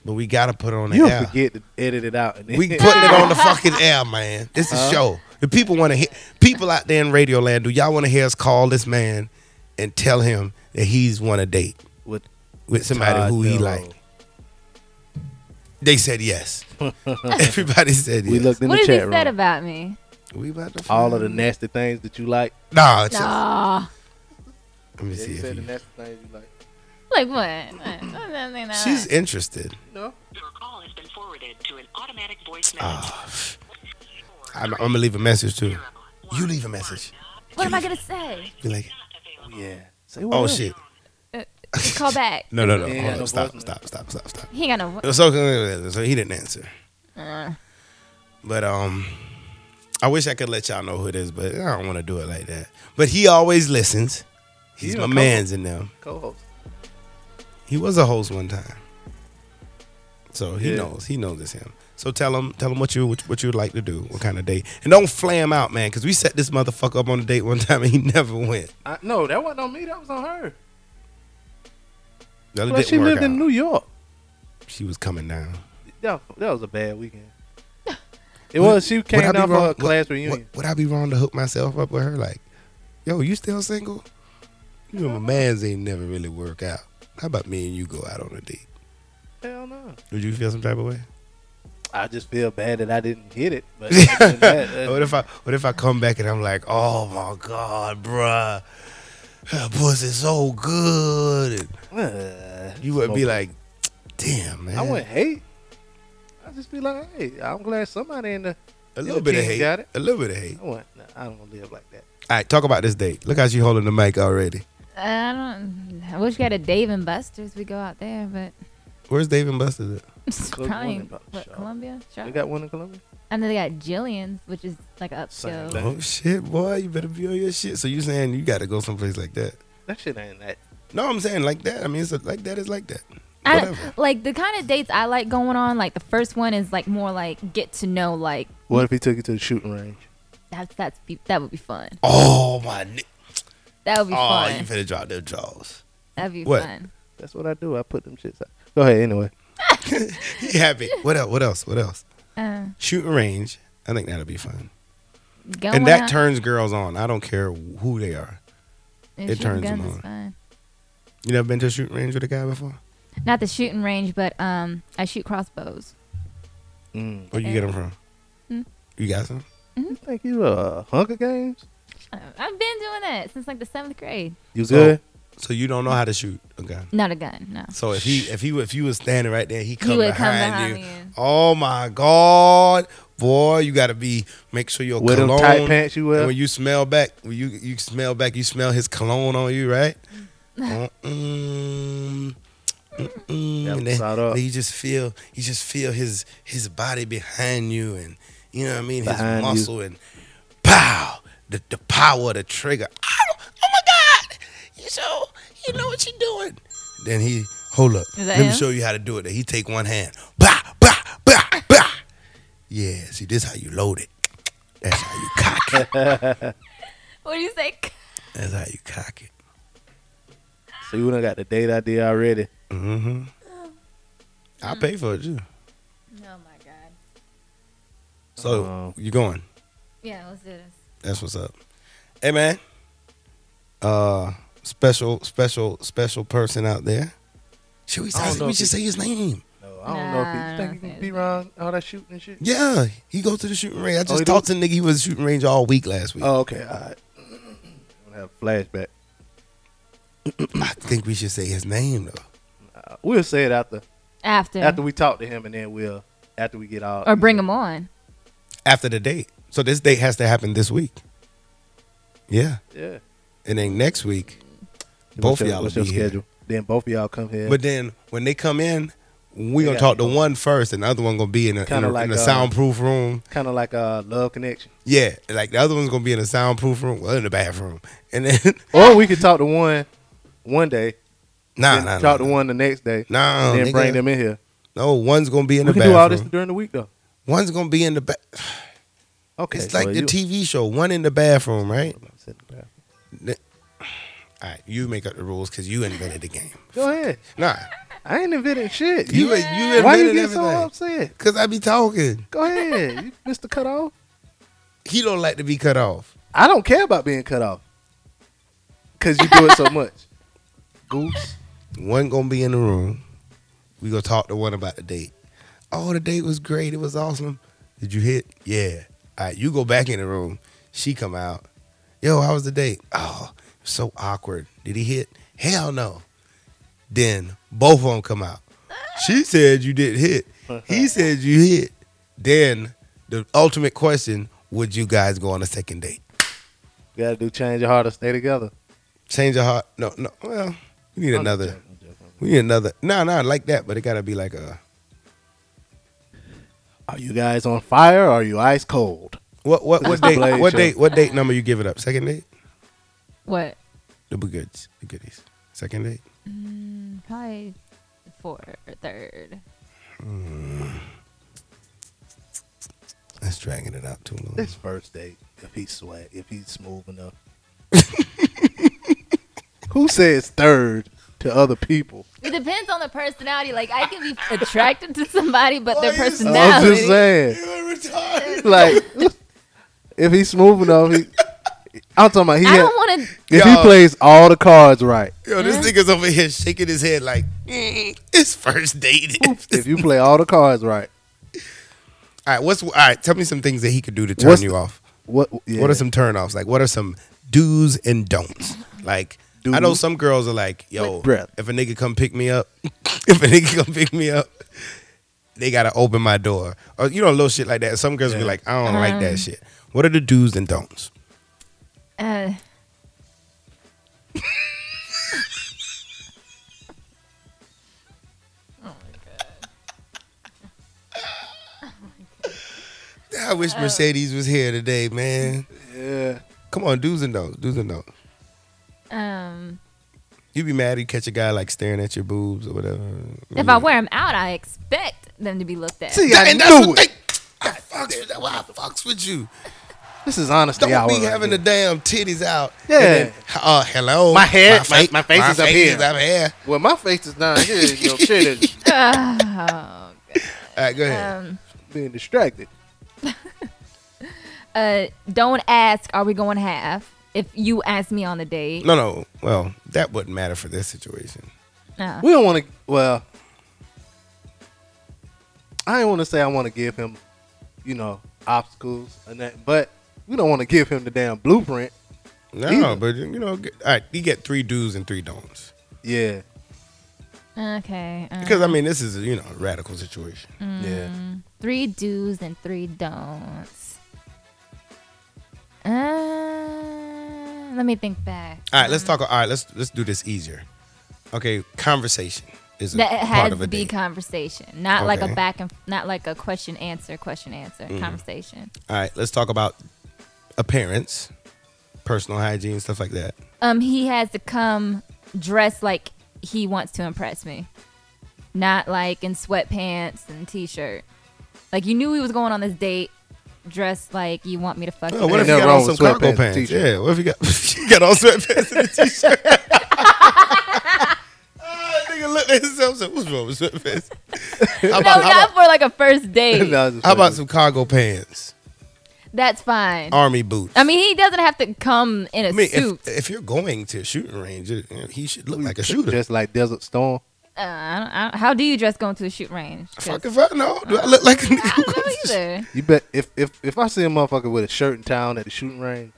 But we gotta put it on the
You'll
air.
forget to edit it out. And then
We putting it on the fucking air, man. This is show. The people want to hear people out there in Radio Land. Do y'all want to hear us call this man and tell him that he's won a date
with
with somebody
Todd
who he
Dillo.
like? They said yes. Everybody said yes.
We looked in
What has
the
he
chat
said
room.
about me?
We about to
All of the
find-
nasty things that you like.
Nah, it's just,
Ah,
let me
Yeah,
see.
he
If
said the
you,
nasty things you like.
like what? What? What?
she's interested. Ah.
Your call has been forwarded to an automatic voice message.
Ah. I'm, I'm gonna leave a message too. You leave a message.
What am I gonna say?
Be like,
Yeah. Say what
oh
else?
shit.
Just call back.
No, no, no.
Yeah,
Hold
no
up. Stop,
voicemail.
stop, stop, stop, stop.
He ain't got no.
It was so so he didn't answer.
Mm.
Uh,
But um, I wish I could let y'all know who it is, but I don't want to do it like that. But he always listens. He's
He
my
a
man's in them.
Co-host.
He was a host one time, so he
Yeah.
knows. He knows it's him. So tell him, tell him what you what, what you would like to do, what kind of date, and don't flam out, man, because we set this motherfucker up on a date one time and he never went.
I, no, that wasn't on me. That was on her.
That
Well,
didn't
she
work
lived
out.
in New York.
She was coming down.
That, that was a bad weekend. It was. She came down for her class
would,
reunion.
Would, I be wrong to hook myself up with her? Like, yo, you still single? You know, my man's ain't never really work out. How about me and you go out on a date?
Hell no.
Would you feel some type of way?
I just feel bad that I didn't hit it. But other than that, uh,
what if I what if I come back and I'm like, oh my god, bruh, her pussy so good.
uh,
And you would be
smoke.
like, damn man,
I wouldn't hate. I just be like, hey, I'm glad somebody in the.
a
you
little
the
bit of
king,
hate,
got it.
a little bit of hate.
I want. Nah, I don't wanna live like that.
All right, talk about this date. Look how she holding the mic already.
I don't. I wish we had a Dave and Buster's. We go out there, but
Where's Dave and Buster's at?
it's
Close
probably
one about
what
Charlotte.
Columbia.
They
Charlotte?
got one in Columbia.
and then they got Jillian's, which is like a
Same
upscale.
thing.
Oh shit, boy, you better be on your shit. So you saying you got to go someplace like that?
That shit ain't that.
No, I'm saying like that. I mean, it's a, like that is like that.
I
Whatever.
don't, like the kind of dates I like going on. Like the first one is like more like get to know like
What if he took you to the shooting range?
That that's be, that would be fun.
Oh my! Ni-
That would be
oh, you
fun.
finna drop them jaws.
That'd be
What?
fun.
That's what I do. I put them shits out. Go ahead anyway.
He happy. What else? What else? What else?
Uh,
Shooting range. I think that'll be fun.
going
and that
out
turns girls on. I don't care who they are.
and
it
shooting
turns
guns
them
is
on.
fun.
You never been to a shooting range with a guy before?
Not the shooting range, but um, I shoot crossbows.
Mm.
Where you get them from?
Hmm.
You got some?
Mm-hmm.
You think you uh Hunger Games?
Uh, I've been doing that since like the seventh grade.
You
So-
good?
So you don't know how to shoot a gun.
Not a gun, no.
So if he if he if you was standing right there, he come,
would
behind,
come
you.
behind me.
Oh my God, boy! You gotta be make sure your
With them
cologne.
tight pants you wear?
and when you smell back, when you you smell back. You smell his cologne on you, right? Mm-mm. Mm-mm.
That
And then,
side up.
then you just feel you just feel his his body behind you, and you know what I mean.
Behind you.
his muscle and pow the the power of the trigger. Ow! Oh my God! You so you know what you're doing. Then he hold up.
that
Let me
him?
show you how to do it. Then he take one hand. Bah bah bah bah. Yeah, see this how you load it. That's how you cock it.
What do you say?
That's how you cock it.
So you done got the date idea already.
Mm-hmm. I pay for it too.
Oh my god.
So
Wow.
you going?
Yeah, let's do this.
That's what's up. Hey man. Uh, special, special, special person out there. Should we
I don't
say?
know
We
if
should
he-
say his name.
No, I don't know if
Nah,
he
I
think
don't
he
think
can be around all that shooting and shit.
Yeah, he goes to the shooting range. I just
Oh, he do?
talked to the nigga. He was shooting range all week last week.
Oh, okay. All right. I have a flashback.
I think we should say his name though.
Uh, we'll say it after
After.
after we talk to him, and then we'll after we get all
or bring them on.
After the date, so this date has to happen this week. Yeah,
Yeah.
and then next week,
What's
both
your-
of y'all will
what's
be
your
here.
schedule? Then both of y'all come here.
But then when they come in, we
They
gonna
got
talk to
people.
one first, and the other one gonna be in a, in
Kinda
a,
like,
in a
uh,
soundproof room.
kind of like a love connection.
Yeah, like the other one's gonna be in a soundproof room, well, in the bathroom, and then
Or we could talk to one one day,
nah,
then
nah,
talk
nah,
to one the next day,
Nah,
and
nigga.
then bring them in here.
No, one's gonna be in
We
the
can do all this
bathroom.
during the week though.
one's gonna be in the ba-
Okay,
It's like
so
the
you-
TV show. One in the bathroom, right?
Go
All right, you make up the rules because you invented the game.
ahead.
Nah,
I ain't inventing shit.
you you
why you
invented
get so
everything.
upset?
Cause I be talking.
Go ahead, you, Mr. Cut Off.
He don't like to be cut off.
I don't care about being cut off because you do it so much. Goose.
One gonna be in the room. We gonna talk to one about the date. Oh, the date was great. It was awesome. Did you hit? Yeah. All right, you go back in the room. She come out. Yo, how was the date? Oh, so awkward. Did he hit? Hell no. Then both of them come out. She said you didn't hit. He said you hit. Then the ultimate question: Would you guys go on a second date?
You gotta do change your heart to stay together.
Change your heart? No, no. Well, you need
I'm
another.
joking, I'm joking.
We need another. No, no, like that, but it gotta be like a.
Are you guys on fire or are you ice cold?
What what
It's
what
the
date?
Blade
What
Show.
date? What date number you give it up? Second date?
What?
The goods, the goodies. Second date.
Probably four or third.
That's dragging it out too long.
This first date, if he's sweat, if he's smooth enough. Who says third to other people?
It depends on the personality. Like I can be attracted to somebody, but
Why
their
you so-
I'm Oh, just
personality.
saying.
are retarded.
like if he's smooth enough, he, I'm talking about he.
I
Had,
don't want to.
if he
Y'all.
plays all the cards right,
Yo, this nigga's over here shaking his head like mm, it's first date. All
if you play all the cards right,
right, what's all right? Tell me some things that he could do to turn
What's
you
the-
off.
what yeah,
What are some turnoffs? Like, what are some do's and don'ts? Like, I know
Do's.
some girls are like, yo,
With breath.
if a nigga come pick me up, if a nigga come pick me up, they gotta open my door. Or, you know, little shit like that. Some girls be like, I don't like that shit. What are the do's and don'ts?
Uh,
I wish Mercedes was here today, man.
yeah?
Come on, do's and don'ts, do's and don'ts.
um,
You be mad you catch a guy like staring at your boobs or whatever.
if I wear them out, I expect them to be looked at.
Mm. See, I
Dang, that's
knew
what
it.
they- God, fucks with that. Why I fucks with you?
This is honesty
Don't
hour.
be
right
having
here.
the damn titties out.
Yeah.
And then, uh, hello.
My head- my- my face is up here.
Is up here.
well, my face is not here. Your shit is
Oh,
All right, go ahead.
um,
being distracted.
uh, don't ask, are we going half? If you ask me on a date,
no, no. Well, that wouldn't matter for this situation.
Uh,
We don't want to. Well, I don't want to say I want to give him, you know, obstacles and that, but we don't want to give him the damn blueprint.
No,
Either.
but you know, get, all right, you get three do's and three don'ts.
Yeah,
okay. uh,
Because I mean, this is you know a radical situation.
yeah.
three do's and three don'ts. Uh, let me think back.
All right, let's
Mm-hmm.
talk. All right, let's let's do this easier. Okay, conversation is a
That it
part
has
of a
to be
date.
conversation, not like
Okay. Mm-hmm.
a back and not like a question answer, question answer conversation.
all right, let's talk about appearance, personal hygiene, stuff like that.
Um, he has to come dressed like he wants to impress me, not like in sweatpants and t-shirt. Like you knew he was going on this date dressed like you want me to fuck.
Oh,
you.
what if you
nothing
got
wrong
on some
with
cargo
sweatpants and
pants?
t-shirt.
Yeah, what if you got you got on sweatpants and a t-shirt? Ah, nigga looked at himself and said, "What's wrong with sweatpants?" How
no,
about, how
not
about,
for like a first date.
No, I was just
how about
fucking-
some cargo pants,
That's fine.
army boots?
I mean, he doesn't have to come in a
I mean,
suit.
if, if you're going to a shooting range, it- he should look like a shooter.
just like Desert Storm.
Uh, I don't, I don't- how do you dress going to a shoot range? 'Cause
Fuck if I know. Do I look like a nigga?
I don't know either.
You bet if if if I see a motherfucker with a shirt and tie on at the shooting range,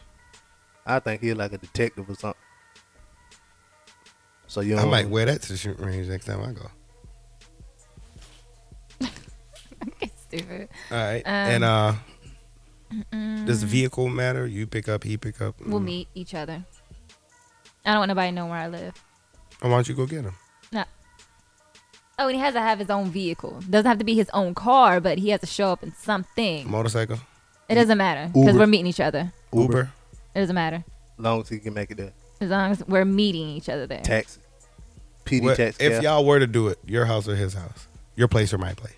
I think he's like a detective or something. So you
I
don't
might wear that to the shooting range next time I go. All
Stupid.
right, and
Um,
uh, does the vehicle matter? You pick up, he pick up.
We'll
Mm.
Hmm.
meet each other. I don't want nobody to know where I live.
Why don't you go get him?
No. Oh, and he has to have his own vehicle. Doesn't have to be his own car, but he has to show up in something.
Motorcycle,
It doesn't matter because
Uber.
we're meeting each other.
Uber.
Uber.
It doesn't matter
as long as he can make it there.
as long as we're meeting each other there.
Taxi, PD
What-
taxi,
if
cab.
y'all were to do it, your house or his house, your place or my place.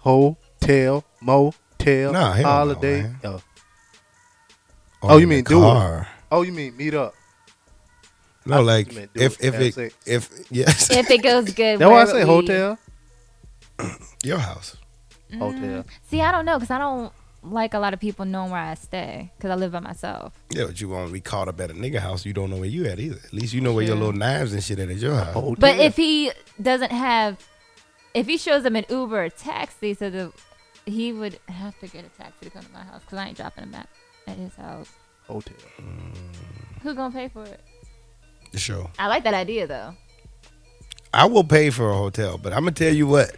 hotel, motel,
Nah, hell no,
holiday.
man.
oh.
Or
Oh, you
in the
mean do it.
car.
oh, you mean meet up?
No, like
meant do
if
it,
if
have
it
sex.
if yes,
If it goes good,
That's why I
where
say
would we-
hotel.
your house.
Mm-hmm.
Hotel.
See, I don't know because I don't like a lot of people knowing where I stay because I live by myself.
Yeah, but you won't be caught up at a nigga house. You don't know where you at either. At least you know where your little knives and shit at at your house.
Hotel.
But if he doesn't have, if he shows up an Uber or taxi, so the he would have to get a taxi to come to my house because I ain't dropping him at, at his house.
hotel.
Who gonna pay for it?
The show.
I like that idea though.
I will pay for a hotel, but I'm gonna tell you what.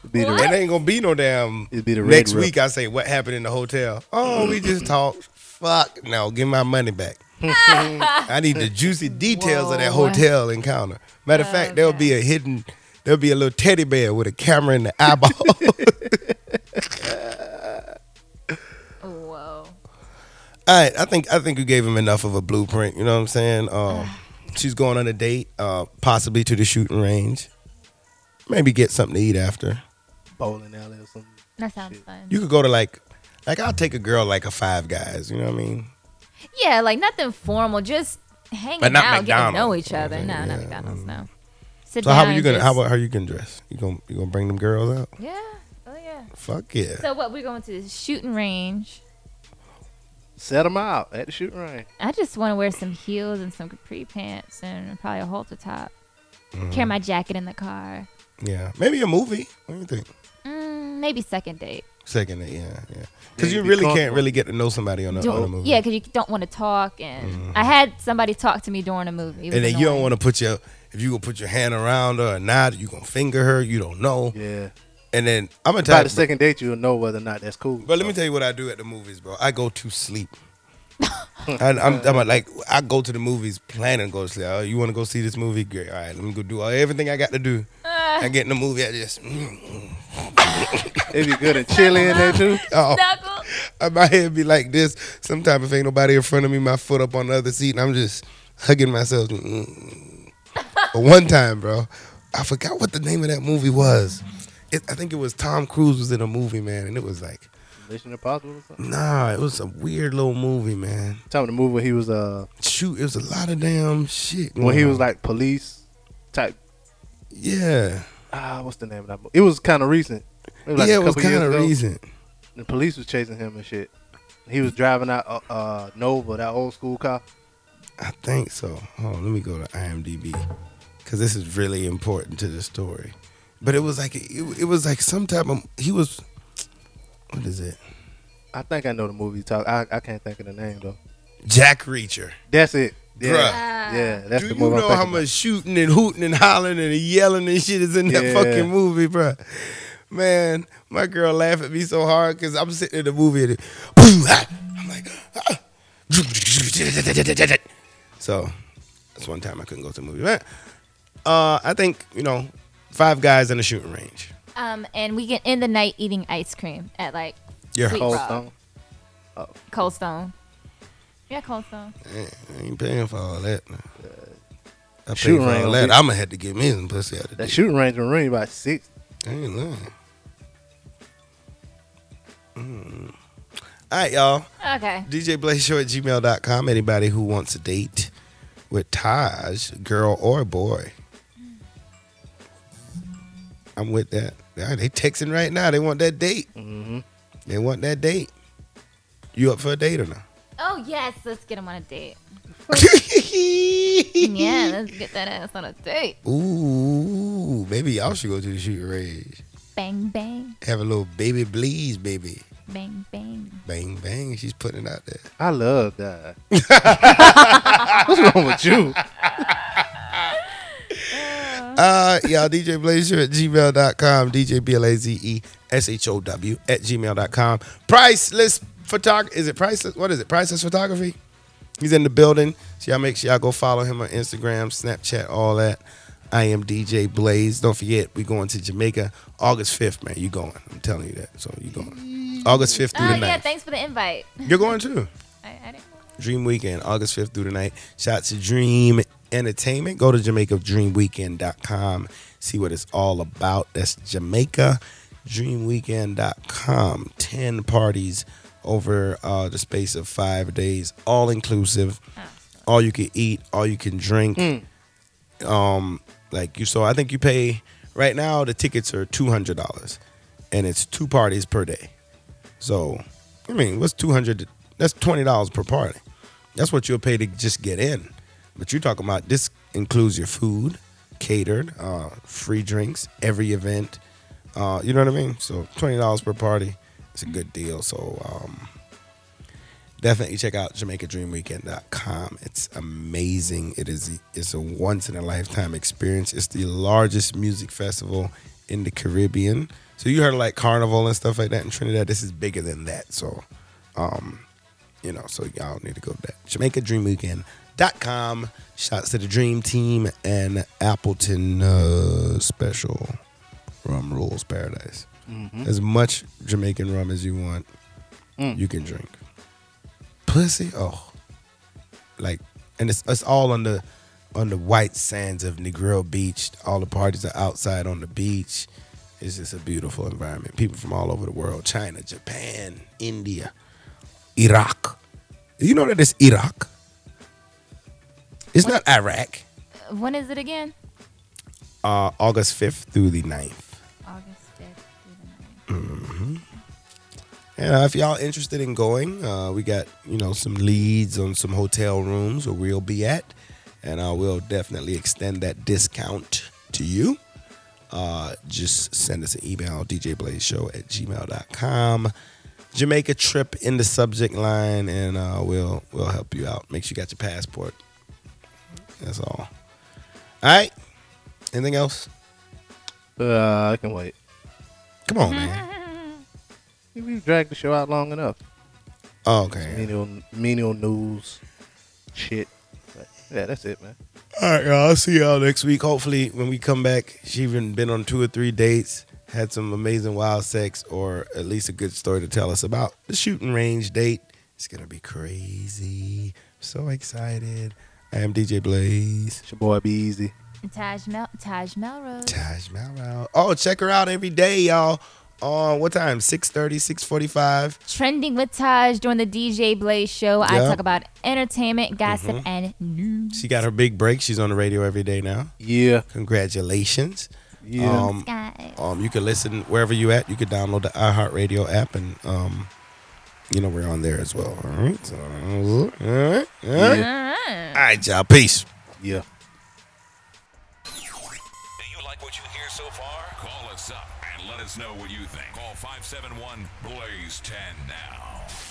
It'd be the
What?
It ain't gonna be no damn.
It'd be the
next
Red
week. I say what happened in the hotel. Oh, we just talked. Fuck no, give my money back. I need the juicy details of that
Whoa.
hotel encounter. Matter of fact, there'll be a hidden. There'll be a little teddy bear with a camera in the eyeball.
Oh, Whoa.
All right, I think I think you gave him enough of a blueprint. You know what I'm saying? Um, she's going on a date, uh, possibly to the shooting range. Maybe get something to eat after.
bowling alley or something.
That sounds fun.
You could go to like, like I'll take a girl like a Five Guys. You know what I mean?
yeah, like nothing formal, just hanging
But not
out, getting
McDonald's.
to know each other.
Yeah,
No,
yeah, um,
not McDonald's. No. Sit
So how
down
are you
and
gonna
just-
how about how you gonna dress? You gonna you gonna bring them girls out?
Yeah. Oh yeah.
Fuck yeah.
So what? We're going to the shooting range.
Set them out at the shooting range.
I just want to wear some heels and some capri pants and probably a halter top.
Mm-hmm.
Carry my jacket in the car.
yeah, maybe a movie. What do you think?
Mm, maybe second date.
Second, date, yeah, yeah. Because
Yeah,
you
you'd be
really can't
comfortable.
really get to know somebody Uh, on a, on a
Do,
movie.
yeah, because you don't want to talk. And I had somebody talk to me during a movie. It was
and then you don't
annoying.
want to put your if you gonna put your hand around her or not, you gonna finger her. You don't know.
Yeah.
And then I'm gonna
By
tell
the
you,
second date, you'll know whether or not that's cool.
but let me tell you what I do at the movies, bro. I go to sleep. and I'm, I'm like I go to the movies planning to go to sleep. Oh, you want to go see this movie? Great. All right, let me go do all, everything I got to do. I get in the movie. I just mm,
It'd be good and chilly in there too.
oh.
Knuckle.
Uh, my head be like this. Sometimes if ain't nobody in front of me, my foot up on the other seat, and I'm just hugging myself. Mm. but one time, bro, I forgot what the name of that movie was. it, I think it was Tom Cruise was in a movie, man, and it was like,
Mission Impossible or something.
nah, it was a weird little movie, man.
Time to move where he was uh
Shoot, it was a lot of damn shit.
when he
going
was
on.
like police type
yeah,
ah what's the name of that movie? It was kinda recent. was, like,
yeah,
a
it was
couple years
kind of
ago.
recent.
The police was chasing him and shit. He was driving out uh, uh Nova, that old school car.
I think so. Hold on, let me go to IMDb because this is really important to the story. But it was like it, it was like some type of he was. What is it?
I think I know the movie you talk I, I can't think of the name though.
Jack Reacher.
That's it. Yeah.
Bruh.
Yeah, that's
Do
the
you
movie.
know
I'm
how much shooting and hooting and hollering and yelling and shit is in that
Yeah.
fucking movie, bruh? Man, my girl laugh at me so hard because I'm sitting in the movie and it, I'm like, ah. so that's one time I couldn't go to the movie. But uh, I think you know, five guys in a shooting range.
Um, and we can end the night eating ice cream at like
Yeah,
Sweet.
Cold
Rock.
Stone.
Cold Stone. Yeah, Cold Stone.
I ain't paying for all that. man. I pay
Shooting
for all
range
that.
be-
I'm gonna have to get me some pussy out of
That
this.
shooting range in ring about six.
I ain't lying. Mm. All right, y'all.
Okay.
DJ Show at gmail.com. Anybody who wants a date with Taj, girl or boy. I'm with that. Yeah, they texting right now. They want that date. They want that date. You up for a date or not?
Oh yes, let's get him on a date. Yeah, let's get that ass on a date.
Ooh, maybe y'all should go to the shooting range.
Bang bang,
Have a little baby bleeds, baby.
bang bang.
Bang, bang. She's putting it out there.
I love that. What's wrong with you?
Uh, y'all, DJ Blazer at gmail.com, DJ B L A Z E S H O W at gmail.com. Priceless photography. Is it priceless? What is it? Priceless photography? He's in the building. So y'all make sure y'all go follow him on Instagram, Snapchat, all that. I am DJ Blaze. Don't forget, we going to Jamaica August 5th, man. You going. I'm telling you that. So you going. August 5th through
Oh
the
yeah,
9th.
thanks for the invite.
You're going too.
I, I didn't.
Dream Weekend, August 5th through the 9th. Shout out to Dream Entertainment. Go to JamaicaDreamWeekend.com. See what it's all about. That's Jamaica dreamweekend.com 10 parties over uh, the space of five days all inclusive all you can eat all you can drink um like you so i think you pay right now the tickets are $200 and it's two parties per day so i mean what's 200 that's $20 per party that's what you'll pay to just get in but you're talking about this includes your food catered uh, free drinks every event uh, you know what i mean so $20 per party it's a good deal so um, definitely check out jamaicadreamweekend.com it's amazing it is it's a once in a lifetime experience it's the largest music festival in the caribbean so you heard of like carnival and stuff like that in trinidad this is bigger than that so um you know so y'all need to go to that jamaicadreamweekend.com shouts to the dream team and appleton uh, special rum rules paradise as much jamaican rum as you want you can drink pussy. Oh, like, and it's it's all on the on the white sands of Negril Beach. All the parties are outside on the beach. It's just a beautiful environment. People from all over the world: China, Japan, India, Iraq. You know that it's Iraq. It's not Iraq.
When is it again?
Uh, August fifth through the 9th.
August fifth through the ninth.
And uh, if y'all interested in going, uh, we got you know some leads on some hotel rooms where we'll be at, and I will definitely extend that discount to you. Uh, just send us an email, djblazeshow at gmail.com. Jamaica trip in the subject line, and uh, we'll we'll help you out. Make sure you got your passport. That's all. All right. Anything else?
Uh, I can wait.
Come on, man.
We've dragged the show out long enough.
Oh, Okay.
Menial, menial news, shit. But, yeah, that's it, man.
All right, y'all. I'll see y'all next week. Hopefully, when we come back, she even been on two or three dates, had some amazing wild sex, or at least a good story to tell us about the shooting range date. It's gonna be crazy. So excited. I am DJ Blaze.
It's your boy, Be Easy.
Taj Mel Taj Melrose.
Taj Mahal. Oh, check her out every day, y'all. On what time? 6.30, 6.45.
Trending with Taj during the DJ Blaze show. I
Yeah.
talk about entertainment, gossip, and news.
She got her big break. She's on the radio every day now.
Yeah,
Congratulations.
yeah.
Um,
Guys.
um, you can listen wherever you at. You can download the iHeartRadio app, and um, you know we're on there as well. All right, so, all right, all right. All right, y'all. Peace.
yeah.
Do you like what you hear so far? Call us up and let us know what you think. Call 571 Blaze 10 now.